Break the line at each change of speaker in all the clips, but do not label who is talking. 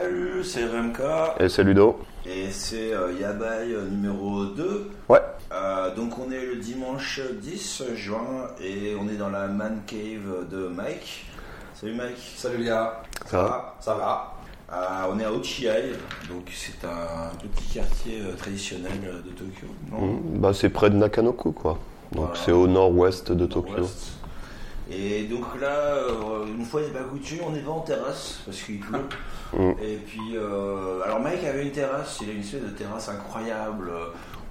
Salut, c'est RMK
Et c'est Ludo.
et c'est euh, Yabai euh, numéro 2.
Ouais.
Euh, donc on est le dimanche 10 juin et on est dans la man cave de Mike. Salut Mike. Salut Léa.
Ça va
Ça va. Euh, on est à Ochiai, donc c'est un petit quartier euh, traditionnel euh, de Tokyo. Non
Mm. Bah, c'est près de Nakanoku, quoi. Donc
Voilà.
c'est au nord-ouest de Tokyo.
Nord-Ouest. Et donc là, euh, une fois n'est pas coutume, on est pas en terrasse parce qu'il pleut.
Mm.
Et puis, euh, alors Mike avait une terrasse, il a une espèce de terrasse incroyable euh,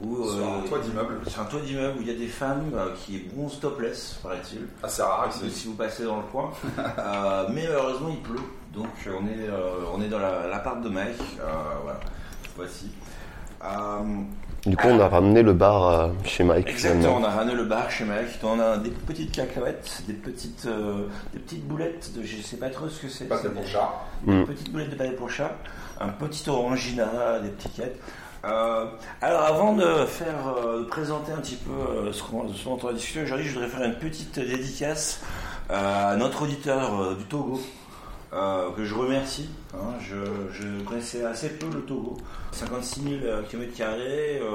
où
Sur un toit d'immeuble.
c'est un toit d'immeuble où il y a des femmes euh, qui bronzent topless, paraît-il.
Ah, c'est rare ici.
Si vous passez dans le coin, Euh, mais malheureusement il pleut, donc euh, on est euh, on est dans la- l'appart de Mike. euh, voilà, voici. Euh,
Du coup, on a ramené le bar euh, chez Mike.
Exactement,
finalement.
on a ramené le bar chez Mike, on a des petites cacahuètes, des petites, euh, des petites boulettes de je sais pas trop ce que c'est.
Pas de bon chat.
Des petites boulettes de pâté pour chat, un petit orangina, des petites Euh, alors avant de faire euh, de présenter un petit peu euh, ce qu'on ce dont on va discuter aujourd'hui, je voudrais faire une petite dédicace à notre auditeur euh, du Togo. euh, que je remercie. hein. je, je connaissais assez peu le Togo. euh, 56 000 km euh,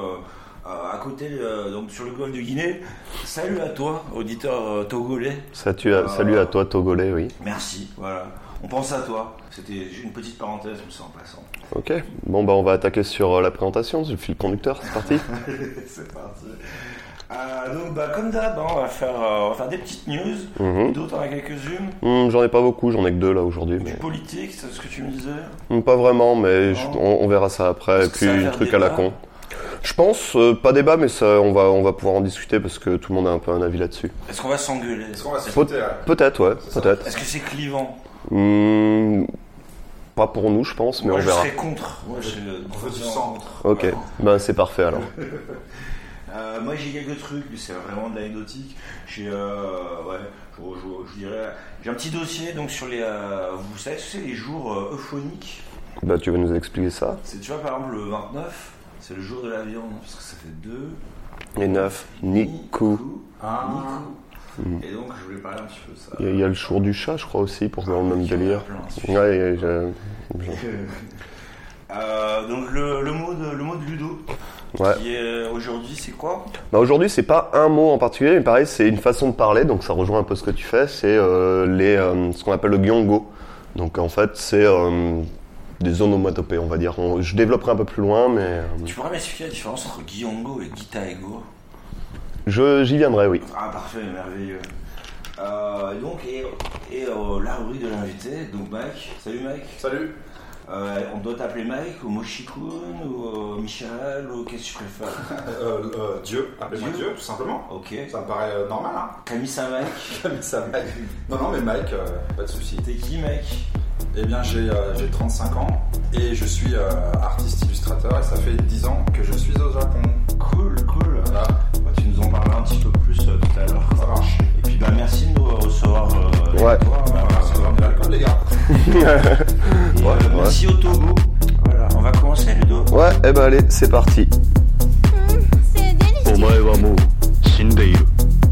à côté, euh, donc sur le golfe de Guinée. Salut à toi, auditeur euh, togolais.
Salut à,
Ah.
salut à toi, Togolais, oui.
Merci, voilà. On pense à toi. C'était une petite parenthèse comme ça en passant.
Ok. Bon, bah, on va attaquer sur euh, la présentation, c'est le fil conducteur, c'est parti.
C'est parti. Euh, donc, bah, comme d'hab, hein, on, va faire, euh, on va faire des petites news.
Mhm.
D'autres, on a quelques-unes.
Mm, j'en ai pas beaucoup, j'en ai que deux là aujourd'hui.
Du
Mais...
politique, c'est ce que tu me disais.
Mm, Pas vraiment, mais je-
Non.
on, on verra ça après.
Est-ce
Et
que
puis,
ça va
un
faire
truc à la
débat
con. Je pense, euh, pas débat, mais ça, on, va, on va pouvoir en discuter parce que tout le monde a un peu un avis là-dessus.
Est-ce qu'on va s'engueuler
Est-ce qu'on va se
Faut-
foutre euh, là
Peut-être, ouais,
C'est ça.
peut-être.
Est-ce que c'est clivant
Mm, Pas pour nous, je pense, mais
Moi,
on
je
verra.
serais contre. Moi, je-
On veut du sang.
Ok, ben c'est parfait alors.
Euh, moi j'ai quelques trucs, mais c'est vraiment de l'anecdotique. J'ai, euh, ouais, je, je- je dirais, j'ai un petit dossier donc sur les, euh, vous savez ce que c'est les jours euh, euphoniques.
Bah tu vas nous expliquer ça.
C'est tu vois par exemple le 29, c'est le jour de la viande parce que ça fait deux.
Et 9, Niku. Hmm.
Ah.
Niku. Et donc je voulais parler un petit peu de ça.
Il y, a- il y a le jour du chat, je crois aussi, pour dans le même
Il y en a
délire.
plein, c'est sûr.
Ouais, et je-
Euh, donc le, le mot de le mot de Ludo
ouais.
qui est euh, aujourd'hui c'est quoi
Bah, aujourd'hui, c'est pas un mot en particulier, mais pareil, c'est une façon de parler, donc ça rejoint un peu ce que tu fais. C'est euh, les euh, ce qu'on appelle le gyongo. Donc en fait, c'est euh, des onomatopées, on va dire. On- je développerai un peu plus loin, mais euh,
Tu pourrais m'expliquer la différence entre Guillongo et Guitaego
je j'y viendrai, oui.
Ah parfait, merveilleux. Euh, et donc, et, et, euh, la rubrique de l'invité, donc Mike. Salut Mike.
Salut.
Euh, on doit t'appeler Mike ou Moshikun ou euh, Michel ou qu'est-ce que tu préfères
Euh, euh, Dieu. Appelez-moi
Dieu.
Dieu. tout simplement.
Ok.
Ça me paraît euh, normal, hein.
Camille Saint-Mike.
Comme ça, Mike. Non, non, mais Mike, euh, pas de souci.
T'es qui Mike
Eh bien, j'ai euh, j'ai 35 ans et je suis euh, artiste illustrateur et ça fait 10 ans que je suis au Japon.
Cool, cool.
Voilà,
Bah, tu nous en parleras un petit peu plus euh, tout à l'heure.
ça marche.
Et puis bah merci de nous euh, recevoir. euh,
Ouais.
avec toi, hein.
Voilà, c'est l'heure de l'alcool, les gars.
Et, euh,
Ouais, ouais.
Merci au Togo. Voilà, on va commencer Ludo.
Ouais, et ben allez, c'est parti.
せいでに
お前はもう死んでいる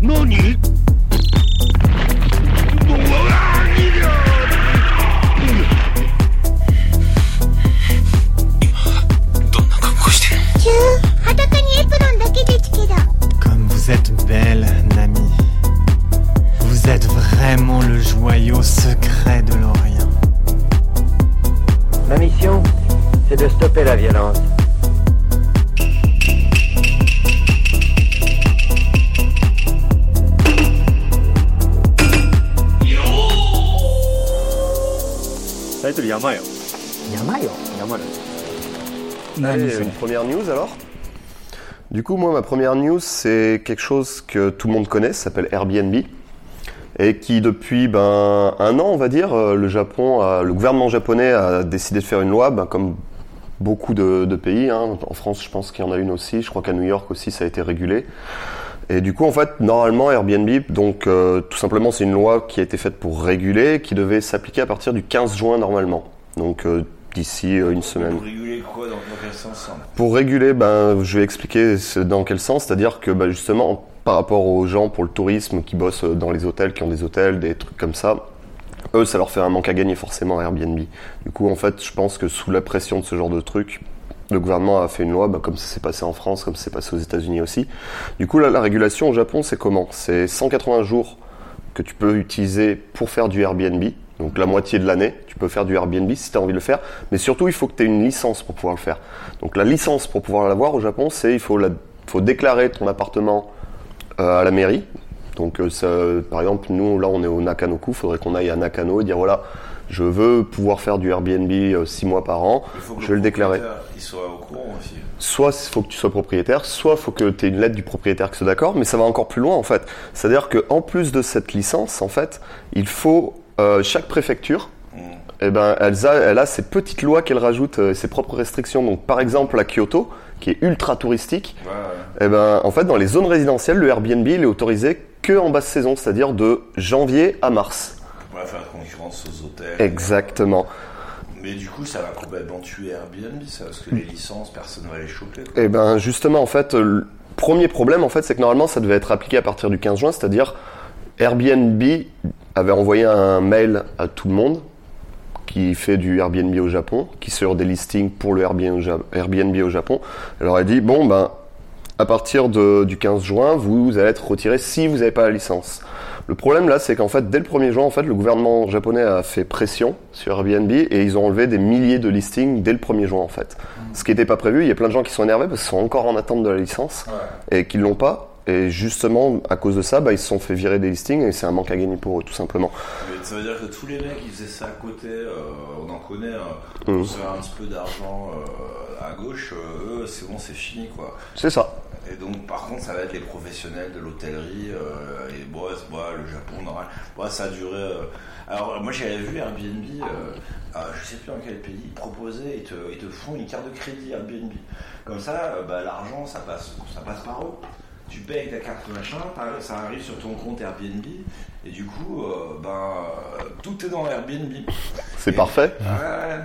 何
裸にエプロンだけですけど
Comme vous êtes belle, Nami. Vous êtes vraiment le joyau secret de l'Orient.
Ma mission, c'est de stopper la violence.
Allez, une première news alors Du coup, moi, ma première news, c'est quelque chose que tout le monde connaît, ça s'appelle Airbnb. Et qui, depuis ben, un an, on va dire, euh, le, Japon a- le gouvernement japonais a décidé de faire une loi, ben, comme beaucoup de, de pays. hein. En France, je pense qu'il y en a une aussi. Je crois qu'à New York aussi, ça a été régulé. Et du coup, en fait, normalement, Airbnb, donc euh, tout simplement, c'est une loi qui a été faite pour réguler, qui devait s'appliquer à partir du 15 juin normalement. Donc euh, d'ici euh, une semaine.
Vous régulez quoi dans, dans quel sens hein
Pour réguler, ben, je vais expliquer ce- dans quel sens. C'est-à-dire que ben, justement, par rapport aux gens pour le tourisme qui bossent euh, dans les hôtels, qui ont des hôtels, des trucs comme ça, eux, ça leur fait un manque à gagner forcément à Airbnb. Du coup, en fait, je pense que sous la pression de ce genre de truc, le gouvernement a fait une loi, bah, comme ça s'est passé en France, comme ça s'est passé aux États-Unis aussi. Du coup, là, la régulation au Japon, c'est comment C'est 180 jours que tu peux utiliser pour faire du Airbnb. Donc la moitié de l'année, tu peux faire du Airbnb si tu as envie de le faire. Mais surtout, il faut que tu aies une licence pour pouvoir le faire. Donc la licence pour pouvoir l'avoir au Japon, c'est il faut, la- faut déclarer ton appartement euh, à la mairie. Donc euh, ça- par exemple, nous, là, on est au Nakanoku, il faudrait qu'on aille à Nakano et dire, voilà, je veux pouvoir faire du Airbnb 6 mois par an,
Il faut que
je vais le déclarer
propriétaire, Il soit au courant aussi.
soit il faut que tu sois propriétaire, soit il faut que tu aies une lettre du propriétaire qui soit d'accord, mais ça va encore plus loin en fait. C'est-à-dire qu'en plus de cette licence, en fait, il faut euh, chaque préfecture. eh ben, elle, a, elle a ses petites lois qu'elle rajoute, euh, ses propres restrictions. Donc, par exemple, à Kyoto, qui est ultra touristique,
Ouais, ouais.
eh ben, en fait, dans les zones résidentielles, le Airbnb il est autorisé que en basse saison, c'est-à-dire de janvier à mars.
On va faire la concurrence aux hôtels.
Exactement.
Mais du coup, ça va complètement tuer Airbnb, ça, parce que les licences, personne ne va les choper. quoi.
Eh ben justement, en fait, le premier problème, en fait, c'est que normalement, ça devait être appliqué à partir du 15 juin, c'est-à-dire Airbnb avait envoyé un mail à tout le monde qui fait du Airbnb au Japon, qui sort des listings pour le Airbnb au Ja- Airbnb au Japon. Elle leur a dit, bon, ben, à partir de- du 15 juin, vous, allez être retiré si vous n'avez pas la licence. Le problème là, c'est qu'en fait, dès le 1er juin, en fait, le gouvernement japonais a fait pression sur Airbnb et ils ont enlevé des milliers de listings dès le 1er juin, en fait. Ce qui n'était pas prévu, il y a plein de gens qui sont énervés parce qu'ils sont encore en attente de la licence et qu'ils l'ont pas. Et justement, à cause de ça, bah, ils se sont fait virer des listings et c'est un manque à gagner pour eux, tout simplement.
Mais ça veut dire que tous les mecs qui faisaient ça à côté, euh, on en connaît, hein,
Mhm.
pour se faire un petit peu d'argent euh, à gauche, euh, eux, c'est bon, c'est fini, quoi.
C'est ça.
Et donc, par contre, ça va être les professionnels de l'hôtellerie, euh, et bon, c'est- bon, le Japon, normal. Bon, ça a duré. euh, Alors, moi, j'avais vu Airbnb, euh, ah, je sais plus en quel pays, proposer, ils te, ils te font une carte de crédit Airbnb. Comme ça, euh, bah, l'argent, ça passe, ça passe par eux. Tu payes avec ta carte machin, t'arrives- ça arrive sur ton compte Airbnb, et du coup, euh, ben, euh, tout est dans Airbnb.
C'est
Et-
parfait.
Ouais.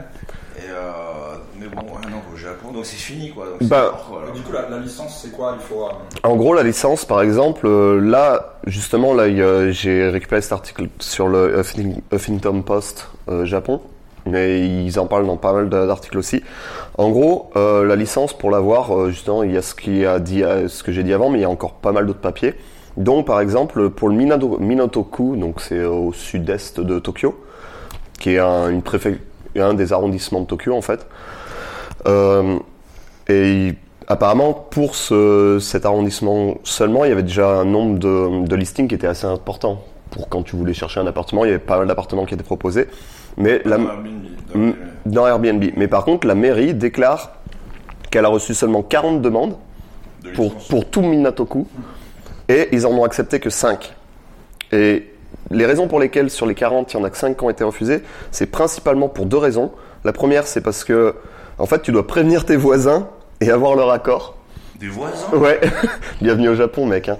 Et, euh, mais bon, ouais, non, au Japon, donc c'est fini, quoi. Donc, c'est
Bah,
mort, quoi, alors.
Du coup, la, la licence, c'est quoi Il faut. euh,
En gros, la licence, par exemple, euh, là, justement, là, il y a- j'ai récupéré cet article sur le Huffing- Huffington Post euh, Japon, mais ils en parlent dans pas mal d'a- d'articles aussi. En gros, euh, la licence, pour l'avoir, euh, justement, il y a ce, qui a dit, euh, ce que j'ai dit avant, mais il y a encore pas mal d'autres papiers. Donc, par exemple, pour le Minato- Minotoku, donc c'est au sud-est de Tokyo, qui est un, une préfect- un des arrondissements de Tokyo, en fait. Euh, et il- apparemment, pour ce- cet arrondissement seulement, il y avait déjà un nombre de, de listings qui était assez important. Pour quand tu voulais chercher un appartement, il y avait pas mal d'appartements qui étaient proposés. Mais la,
Airbnb, donc,
Mm,
euh,
dans Airbnb. Mais par contre, la mairie déclare qu'elle a reçu seulement 40 demandes
de
pour,
licence.
pour tout Minatoku et ils en ont accepté que 5. Et les raisons pour lesquelles sur les 40, il y en a que 5 qui ont été refusées, c'est principalement pour deux raisons. La première, c'est parce que en fait, tu dois prévenir tes voisins et avoir leur accord.
Des voisins
Ouais, bienvenue au Japon, mec. hein.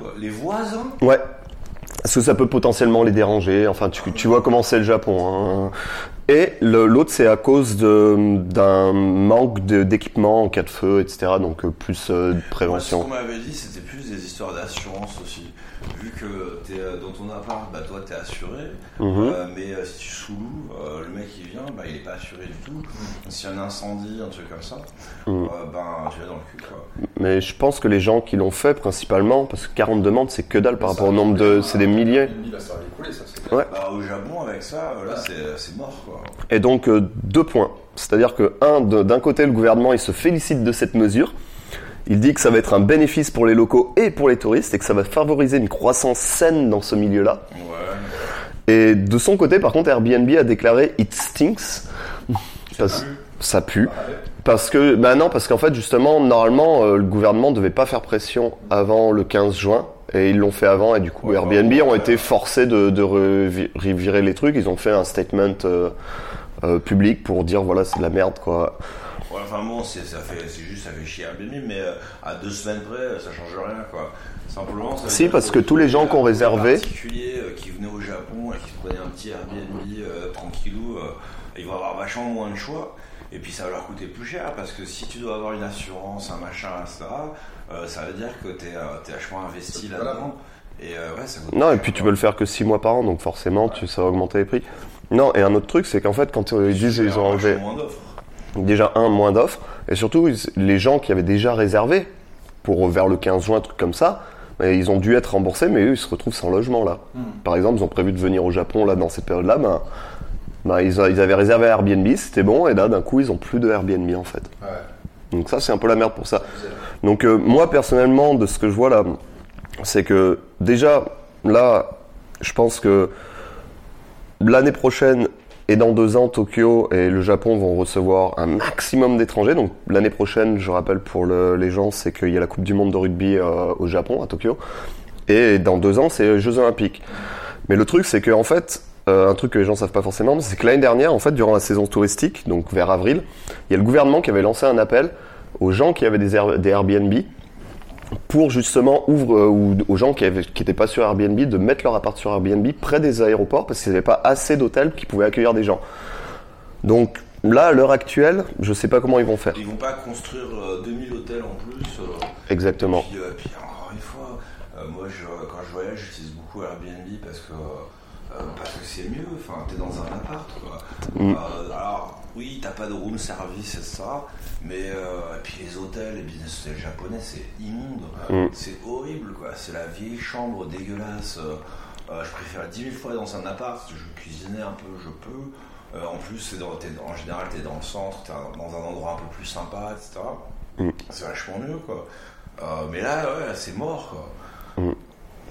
quoi. Les voisins
Ouais. Parce que ça peut potentiellement les déranger. Enfin, tu, tu vois comment c'est le Japon. hein. Et le- l'autre, c'est à cause de- d'un manque de- d'équipement en cas de feu, etc. Donc, euh, plus euh, de
Moi, ce qu'on
prévention.
m'avait dit, c'était plus des histoires d'assurance aussi. Vu que t'es euh, dans ton appart, bah, toi, t'es assuré.
Mhm.
Euh, mais euh, si tu sous-loues, euh, le mec, il vient, bah, il est pas assuré du tout. S'il y a un incendie, un truc comme ça,
Mhm.
euh, ben, tu vas dans le cul, quoi.
Mais je pense que les gens qui l'ont fait, principalement, parce que 40 demandes, c'est que dalle par rapport au nombre de. C'est des milliers.
Airbnb, là, ça va découler, ça, c'est clair.
Ouais.
Bah, au Japon, avec ça, euh, là, c'est c'est mort, quoi.
Et donc, euh, deux points. C'est-à-dire que, un, de- d'un côté, le gouvernement, il se félicite de cette mesure. Il dit que ça va être un bénéfice pour les locaux et pour les touristes et que ça va favoriser une croissance saine dans ce milieu-là.
Ouais.
Et de son côté, par contre, Airbnb a déclaré It stinks. Parce- ça pue. Parce que, bah non, parce qu'en fait, justement, normalement, euh, le gouvernement devait pas faire pression avant le 15 juin. Et ils l'ont fait avant, et du coup, Airbnb ont été forcés de, de revi- revirer les trucs. Ils ont fait un statement euh, euh, public pour dire voilà, c'est de la merde, quoi.
Ouais, enfin bon, c'est ça fait, c'est juste ça fait chier Airbnb, mais euh, à deux semaines près, euh, ça change rien quoi. Simplement. ça veut
Si,
dire
parce que tous les gens qui ont
les
réservé-
particuliers euh, qui venaient au Japon et qui se prenaient un petit Airbnb euh, tranquillou, euh, ils vont avoir vachement moins de choix. Et puis ça va leur coûter plus cher parce que si tu dois avoir une assurance, un machin, etc., euh, ça veut dire que t'es euh, t'es vachement investi
Voilà.
là-dedans.
Et euh, ouais, ça coûte
Non, et puis tu peux le faire que 6 mois par an, donc forcément, tu, ça va augmenter les prix. Non, et un autre truc, c'est qu'en fait, quand euh, ils disent ils ont enlevé
moins d'offres.
déjà un moins d'offres, et surtout ils- les gens qui avaient déjà réservé pour euh, vers le 15 juin, un truc comme ça, ben, ils ont dû être remboursés, mais eux ils se retrouvent sans logement là. Par exemple, ils ont prévu de venir au Japon là dans cette période-là, ben, ben, ils, a- ils avaient réservé à Airbnb, c'était bon, et là d'un coup ils ont plus de Airbnb en fait.
Ouais.
Donc ça, c'est un peu la merde pour ça. Donc euh, moi, personnellement, de ce que je vois là, c'est que déjà, là, je pense que l'année prochaine et dans deux ans, Tokyo et le Japon vont recevoir un maximum d'étrangers. Donc l'année prochaine, je rappelle pour le- les gens, c'est qu'il y a la Coupe du Monde de rugby euh, au Japon, à Tokyo. Et dans deux ans, c'est les Jeux Olympiques. Mais le truc, c'est que en fait, euh, un truc que les gens savent pas forcément, c'est que l'année dernière, en fait, durant la saison touristique, donc vers avril, il y a le gouvernement qui avait lancé un appel aux gens qui avaient des, Air- des Airbnb pour justement ouvre euh, ou aux gens qui n'étaient pas sur Airbnb de mettre leur appart sur Airbnb près des aéroports parce qu'ils n'avaient pas assez d'hôtels qui pouvaient accueillir des gens. Donc là, à l'heure actuelle, je sais pas comment ils vont faire
Ils vont pas construire euh, 2000 hôtels en plus. euh,
exactement.
Puis, euh, puis encore une fois, euh, moi je, quand je voyage, j'utilise beaucoup Airbnb parce que euh, parce que c'est mieux. Enfin, t'es dans un appart. Quoi.
Mm.
Euh, alors oui, t'as pas de room service et ça, mais euh, et puis les hôtels, les business hôtels japonais, c'est immonde. C'est horrible. quoi. C'est la vieille chambre dégueulasse. euh, euh, je préfère 10 000 fois dans un appart. Je cuisinais un peu, je peux. Euh, en plus, c'est dans- t'es- en général, t'es dans le centre, t'es dans un endroit un peu plus sympa, etc. C'est vachement mieux, quoi. Euh, mais là, ouais, c'est mort, quoi.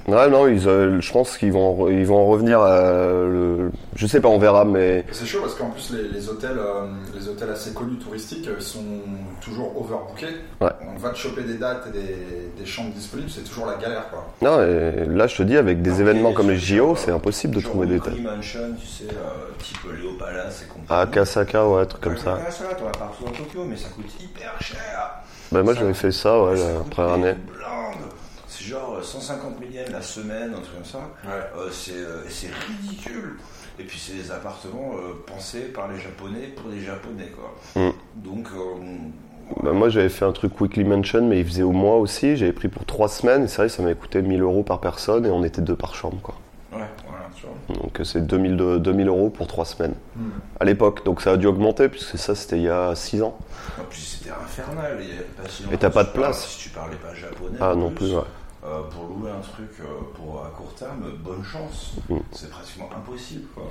Ouais, non, ils, euh, je pense qu'ils vont, en re- ils vont en revenir. À le- je sais pas, on verra, mais
C'est chaud parce qu'en plus les, les hôtels, euh, les hôtels assez connus touristiques euh, sont toujours overbookés.
Ouais.
On va te choper des dates et des, des chambres disponibles, c'est toujours la galère quoi.
non, et là, je te dis, avec des
Après,
événements comme les JO,
genre,
c'est impossible de
genre
trouver des
Green
hôtels.
Mansion, tu sais, euh, type Léo Palace et compagnie.
À Ah, Kasaka, ouais, un truc comme
Ouais,
ça.
c'est ça, t'en as partout dans Tokyo, mais ça coûte hyper cher.
Bah, moi,
Ça-
j'avais fait ça, ouais,
ça
la
coûte
première
des
année.
blindes. C'est genre euh, 150 000 yens la semaine, un truc comme ça. Euh, c'est, euh, c'est ridicule. Et puis c'est des appartements euh, pensés par les Japonais pour les Japonais, quoi.
Mm.
Donc, euh,
Bah, moi, j'avais fait un truc Weekly Mansion, mais ils faisaient au mois aussi. J'avais pris pour trois semaines, et c'est vrai, ça m'avait coûté 1000 euros par personne, et on était deux par chambre, quoi.
ouais, voilà, tu vois.
Donc, euh, c'est 2000, de- 2000 euros pour trois semaines. À l'époque, donc ça a dû augmenter, puisque ça, c'était il y a six ans.
En plus, c'était infernal. il y avait pas si
Et t'as
longtemps,
pas
si
de
tu parles-
place.
Si tu parlais pas japonais.
Ah,
en
non plus, ouais.
euh, pour louer un truc euh, pour à court terme, bonne chance.
Mm.
C'est pratiquement impossible. Quoi.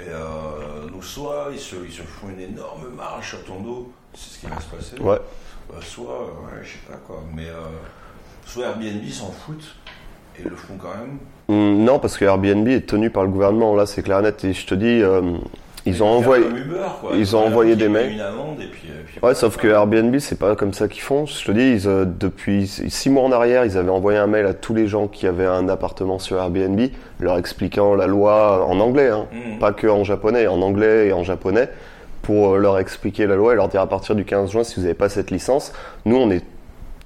Et euh, donc, soit ils se, ils se font une énorme marge sur ton dos, c'est ce qui va se passer.
Ouais.
Euh, soit, euh, ouais, je sais pas quoi. Mais euh, soit Airbnb s'en foutent et le font quand même.
Hum, Non, parce que Airbnb est tenu par le gouvernement. Là, c'est clair et net. Et je te dis, euh, ils ont
Faire
envoyé.
comme Uber, quoi.
ils ont
Voilà,
envoyé
il y a
des mails.
Une amende et puis. et puis
Ouais,
voilà.
sauf que Airbnb, c'est pas comme ça qu'ils font. Je te dis, ils, euh, depuis six mois en arrière, ils avaient envoyé un mail à tous les gens qui avaient un appartement sur Airbnb, leur expliquant la loi en anglais, hein,
Mhm.
pas que en japonais, en anglais et en japonais, pour euh, leur expliquer la loi et leur dire à partir du 15 juin, si vous n'avez pas cette licence, nous, on est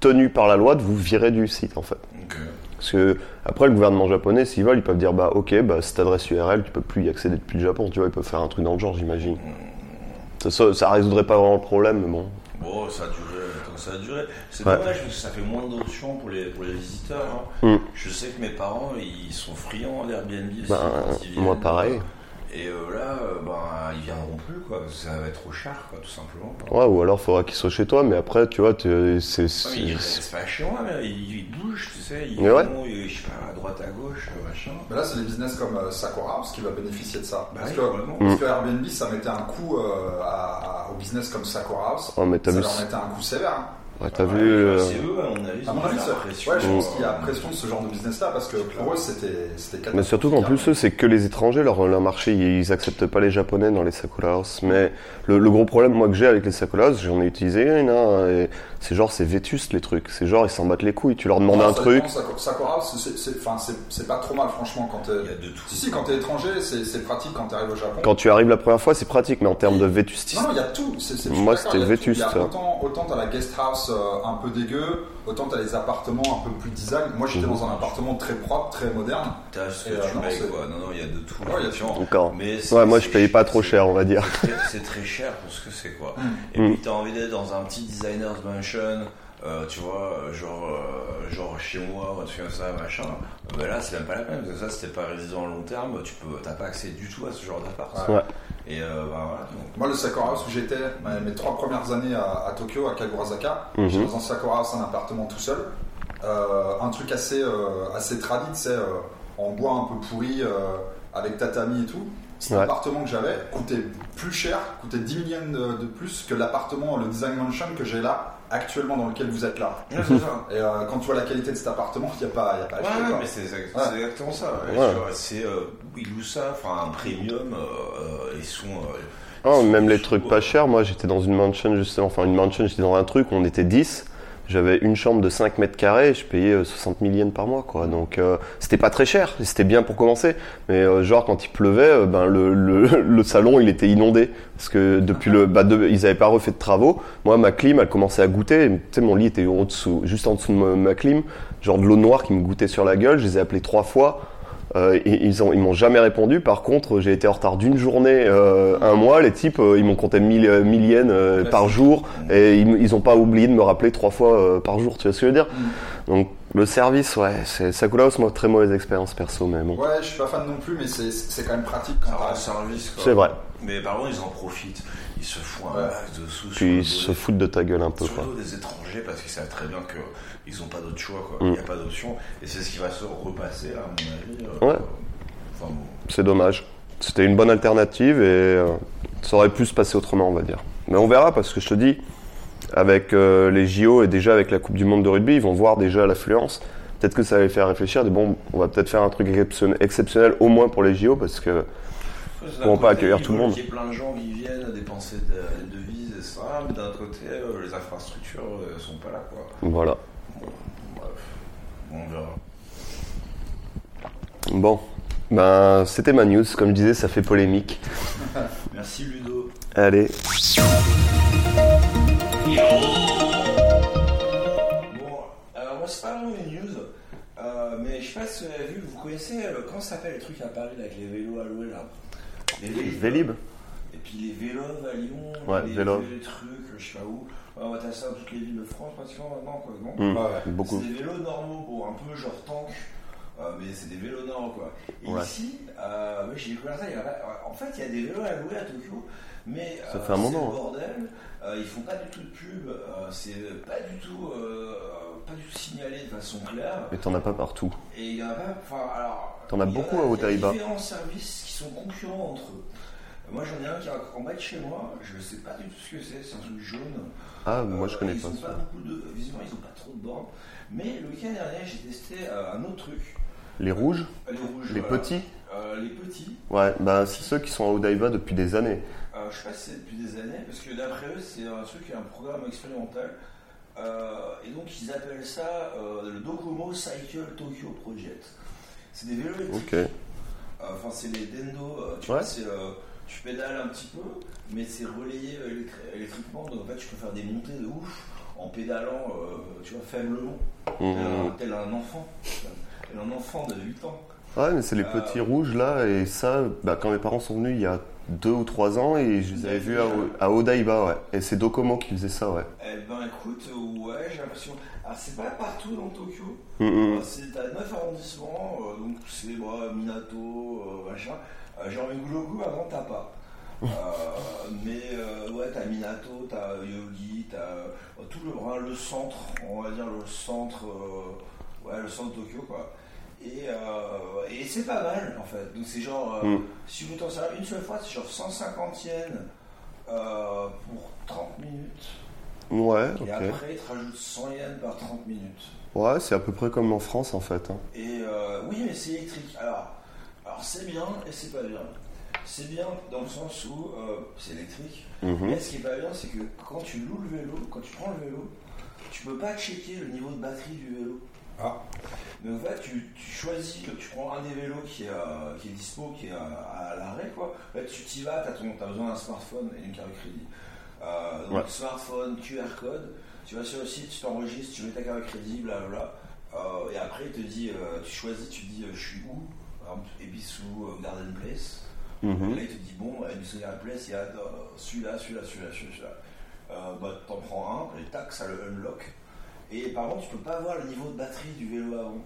tenu par la loi de vous virer du site, en fait.
Donc, euh,
Parce que après le gouvernement japonais, s'ils veulent, ils peuvent dire bah ok, bah cette adresse URL, tu peux plus y accéder depuis le Japon, tu vois, ils peuvent faire un truc dans le genre, j'imagine. Ça, ça, ça résoudrait pas vraiment le problème, mais bon.
Bon, ça a duré le temps que ça a duré. C'est
Ouais.
dommage parce que ça fait moins d'options pour les, pour les visiteurs. hein.
Mm.
Je sais que mes parents, ils sont friands d'Airbnb aussi.
Bah,
quand ils viennent.
moi, pareil.
Et euh, là, euh, bah, ils viendront plus, quoi. Ça va être trop cher, quoi, tout simplement. quoi.
Ouais, ou alors faudra qu'ils soient chez toi, mais après, tu vois, t'es-
Ah
c'est.
Ouais,
c'est-
mais ils- C'est pas chez moi, mais ils, ils bougent, tu sais. Ils
Mais ouais.
vont, ils- je sais pas, à droite, à gauche, euh, machin.
Mais là, c'est des business comme euh, Sakura, parce qu'il va bénéficier de ça.
Bah
parce,
oui,
que,
vraiment.
parce
Mm.
que Airbnb, ça mettait un coup euh, à- à- au business comme Sakura House.
Oh, mais t'as
ça
vu
leur
ce-
mettait un coup sévère. hein.
Ouais, t'as
Ouais,
vu. euh,
C'est eux, à mon avis, ils
À
ont
mon
dû
avis,
faire
c'est-
pression.
ouais, je pense
Mm.
euh,
qu'il y a pression de ce genre de business-là, parce que pour eux, c'était c'était catastrophique.
Mais surtout qu'en plus, eux, c'est que les étrangers, leur, leur marché, ils, ils acceptent pas les japonais dans les Sakura House. Mais le, le gros problème, moi, que j'ai avec les Sakura House, j'en ai utilisé une, hein, et c'est genre, c'est vétuste les trucs. C'est genre, ils s'en battent les couilles. Tu leur demandes
Non,
un
Ah, ça
truc.
dépend, Sakura- Sakura House, c'est- c'est enfin, c'est- c'est pas trop mal, franchement. Quand euh,
Il y a de tout.
Si, si, quand t'es étranger, c'est c'est pratique quand t'arrives au Japon.
Quand tu arrives la première fois, c'est pratique, mais en termes de vétustisme.
Non, non, il y a tout. c'est- c'est- je suis
Moi,
d'accord,
c'était
il y a tout. Il y a
vétuste.
Autant, autant t'as la guest house euh, un peu dégueu, autant t'as les appartements un peu plus design. Moi,
Mhm.
j'étais dans un appartement très propre, très moderne.
T'as ce que
Et, euh,
tu
non,
payes,
c'est-
quoi. Non, non, il y a de tout.
Ouais, il y a
Genre,
Encore.
Mais c'est-
Ouais, moi je
c'est
paye pas trop
c'est-
cher, Mm. on va dire.
C'est très- c'est très cher pour ce que c'est quoi. Et puis t'as envie d'être dans un petit designer's mansion euh, tu vois, euh, genre, euh, genre chez moi, ou un truc comme ça, machin, bah là, c'est même pas la peine, parce que ça, si t'es pas résident à long terme, tu peux, t'as pas accès du tout à ce genre d'appart.
Ouais.
Et euh, bah, voilà. donc,
Moi, le Sakura House où j'étais, mes- mes trois premières années à, à Tokyo, à Kagurazaka,
Mhm.
j'étais dans un Sakura House, un appartement tout seul. Euh, un truc assez, euh, assez tradit, c'est euh, en bois un peu pourri, euh, avec tatami et tout. Cet
Ouais.
appartement que j'avais coûtait plus cher, coûtait 10 millions de, de plus que l'appartement, le design mansion que j'ai là, actuellement dans lequel vous êtes là.
Ouais, c'est ça.
Et euh, quand tu vois la qualité de cet appartement, il n'y a pas, y a pas à
Ouais,
Bah,
acheter, quoi.
mais c'est exact-
Ouais.
c'est exactement ça. ouais.
Ouais.
Tu vois, C'est euh, ils louent ça, enfin un premium, euh, euh, ils sont. euh,
Ah,
ils sont
même les
sous-
trucs pas chers, moi j'étais dans une mansion justement, enfin une mansion, j'étais dans un truc, on était 10, j'avais une chambre de 5 mètres carrés, je payais euh, 60 000 yens par mois quoi, donc euh, c'était pas très cher, et c'était bien pour commencer, mais euh, genre quand il pleuvait, euh, ben, le, le, le salon il était inondé, parce que depuis le, bah, de- ils avaient pas refait de travaux, moi ma clim elle commençait à goûter, et, tu sais mon lit était en dessous, juste en dessous de ma, ma clim, genre de l'eau noire qui me goûtait sur la gueule, je les ai appelés trois fois, euh, ils ils ont- ils m'ont jamais répondu. Par contre, j'ai été en retard d'une journée, euh, un mois. Les types, euh, ils m'ont compté 1000 euh, 1000 yens euh,
Ouais,
par
c'est-
jour et ils, m- ils ont pas oublié de me rappeler trois fois euh, par jour. Tu vois ce que je veux dire
Mm.
Donc le service, ouais, c'est Sakura House, moi très mauvaise expérience perso, mais bon.
Ouais, je suis pas fan non plus, mais c'est- c'est quand même pratique quand
Ça rend
t'as-
service quoi.
C'est vrai.
Mais par contre, ils en profitent. Ils se font un
Ouais.
max de sous. sur
Puis
le
ils
dos
se
des-
foutent de ta gueule un peu,
sur le
quoi.
dos des étrangers parce qu'ils savent très bien qu'ils n'ont pas d'autre choix. quoi.
Mm.
Il n'y a pas d'option. Et c'est ce qui va se repasser, à mon avis. euh,
Ouais.
Enfin, bon.
C'est dommage. C'était une bonne alternative et euh, ça aurait pu se passer autrement, on va dire. Mais on verra parce que je te dis, avec euh, les JO et déjà avec la Coupe du Monde de rugby, ils vont voir déjà l'affluence. Peut-être que ça va les faire réfléchir. Des bon, on va peut-être faire un truc exception- exceptionnel au moins pour les JO parce que
D'un
pourront pas
côté,
accueillir
ils
tout le
veulent
monde.
qu'il y ait plein de gens qui viennent dépenser de- des devises et ça, mais d'un côté, euh, les infrastructures euh, sont pas là. Quoi.
voilà.
Bref, on verra.
Bon, ben c'était ma news. Comme je disais, ça fait polémique.
Merci Ludo.
Allez,
Bon, euh, alors moi c'est pas vraiment une news, euh, mais je sais pas si vous avez vu, vous connaissez, euh, comment ça s'appelle le truc à Paris là, avec les vélos à louer là Les Vélib.
Vélib.
Et puis les vélos à Lyon,
Ouais,
les
vélo.
les trucs, je sais pas où. Ouais, ouais, t'as ça dans toutes les villes de France pratiquement maintenant quoi, non
Mm.
Ouais.
Beaucoup.
C'est des vélos normaux, bon, un peu genre tank, euh, mais c'est des vélos normaux quoi. Et
Ouais.
ici, euh, ouais, j'ai découvert ça, il y en a- en fait il y a des vélos à louer à Tokyo, mais
Ça
euh,
fait un
c'est
moment,
le
hein.
bordel, euh, ils font pas du tout de pub, euh, c'est pas du tout, euh, pas du tout signalé de façon claire.
Mais t'en as pas partout.
Et il y en a pas. Enfin, alors.
T'en as
il y en
beaucoup,
a-
hein, aux
il y a
Pays-Bas.
différents services qui sont concurrents entre eux. Moi, j'en ai un qui est en bas de chez moi. Je sais pas du tout ce que c'est. C'est un truc jaune.
Ah, moi
Euh,
je connais
ils
pas.
ont
ça.
beaucoup de. Visiblement, ils ont pas trop de bornes. Mais le week-end dernier, j'ai testé euh, un autre truc.
Les rouges,
Les rouges.
les
voilà.
petits.
Euh, les petits.
Ouais, ben c'est ceux qui sont à Odaiba depuis des années.
Euh, je sais pas si c'est depuis des années, parce que d'après eux, c'est un truc, un programme expérimental. Euh, et donc, ils appellent ça euh, le Docomo Cycle Tokyo Project. C'est des vélos électriques.
Ok.
Euh, Enfin, c'est les Dendo. euh, Tu,
Ouais.
vois, c'est, euh, tu pédales un petit peu, mais c'est relayé euh, électri- électriquement. Donc, en fait, tu peux faire des montées de ouf en pédalant, euh, tu vois, faiblement. Tel un-
Mm.
Tel un enfant. Tel un enfant de 8 ans.
Ouais, mais c'est les
Euh,
petits rouges là, et ça, bah, quand mes parents sont venus il y a deux ou trois ans, et je les avais vus à, O- à Odaiba, ouais. Et c'est Docomo qui faisait ça, ouais.
Eh ben, écoute, euh, ouais, j'ai l'impression. Alors, c'est pas partout dans Tokyo.
Mm, mm.
Euh, C'est à 9 arrondissements, euh, donc c'est bah, Minato, euh, machin. Euh, Genre Miguloku, avant, t'as pas.
Mm.
Euh, mais euh, ouais, t'as Minato, t'as euh, Yogi, t'as euh, tout le, hein, le centre, on va dire le centre, euh, ouais, le centre de Tokyo quoi. Et, euh, et c'est pas mal en fait. Donc c'est genre, euh,
Mm.
si vous t'en servez une seule fois, c'est genre 150 yens euh, pour 30 minutes.
Mm, Ouais,
Et
ok.
après, ils te rajoutent 100 yens par 30 minutes.
Ouais, c'est à peu près comme en France en fait. hein.
Et euh, oui, mais c'est électrique. Alors, alors c'est bien et c'est pas bien. C'est bien dans le sens où euh, c'est électrique.
Mhm.
Mais ce qui est pas bien, c'est que quand tu loues le vélo, quand tu prends le vélo, tu peux pas checker le niveau de batterie du vélo.
Ah.
Donc en fait, tu, tu choisis, que tu prends un des vélos qui est, euh, qui est dispo, qui est euh, à, l'arrêt, quoi. En fait, tu t'y vas, t'as, ton, t'as besoin d'un smartphone et d'une carte de crédit. Euh, donc
Ouais.
smartphone, QR code, tu vas sur le site, tu t'enregistres, tu mets ta carte de crédit, blablabla. Euh, et après, il te dit, euh, tu choisis, tu dis, euh, je suis où Par exemple, Ebisu, euh, Garden Place.
Mhm.
Là, il te dit, bon, à une seconde place, il y a euh, celui-là, celui-là, celui-là, celui-là. Euh, bah, t'en prends un, et tac, ça le unlock. Et par contre, tu peux pas voir le niveau de batterie du vélo avant.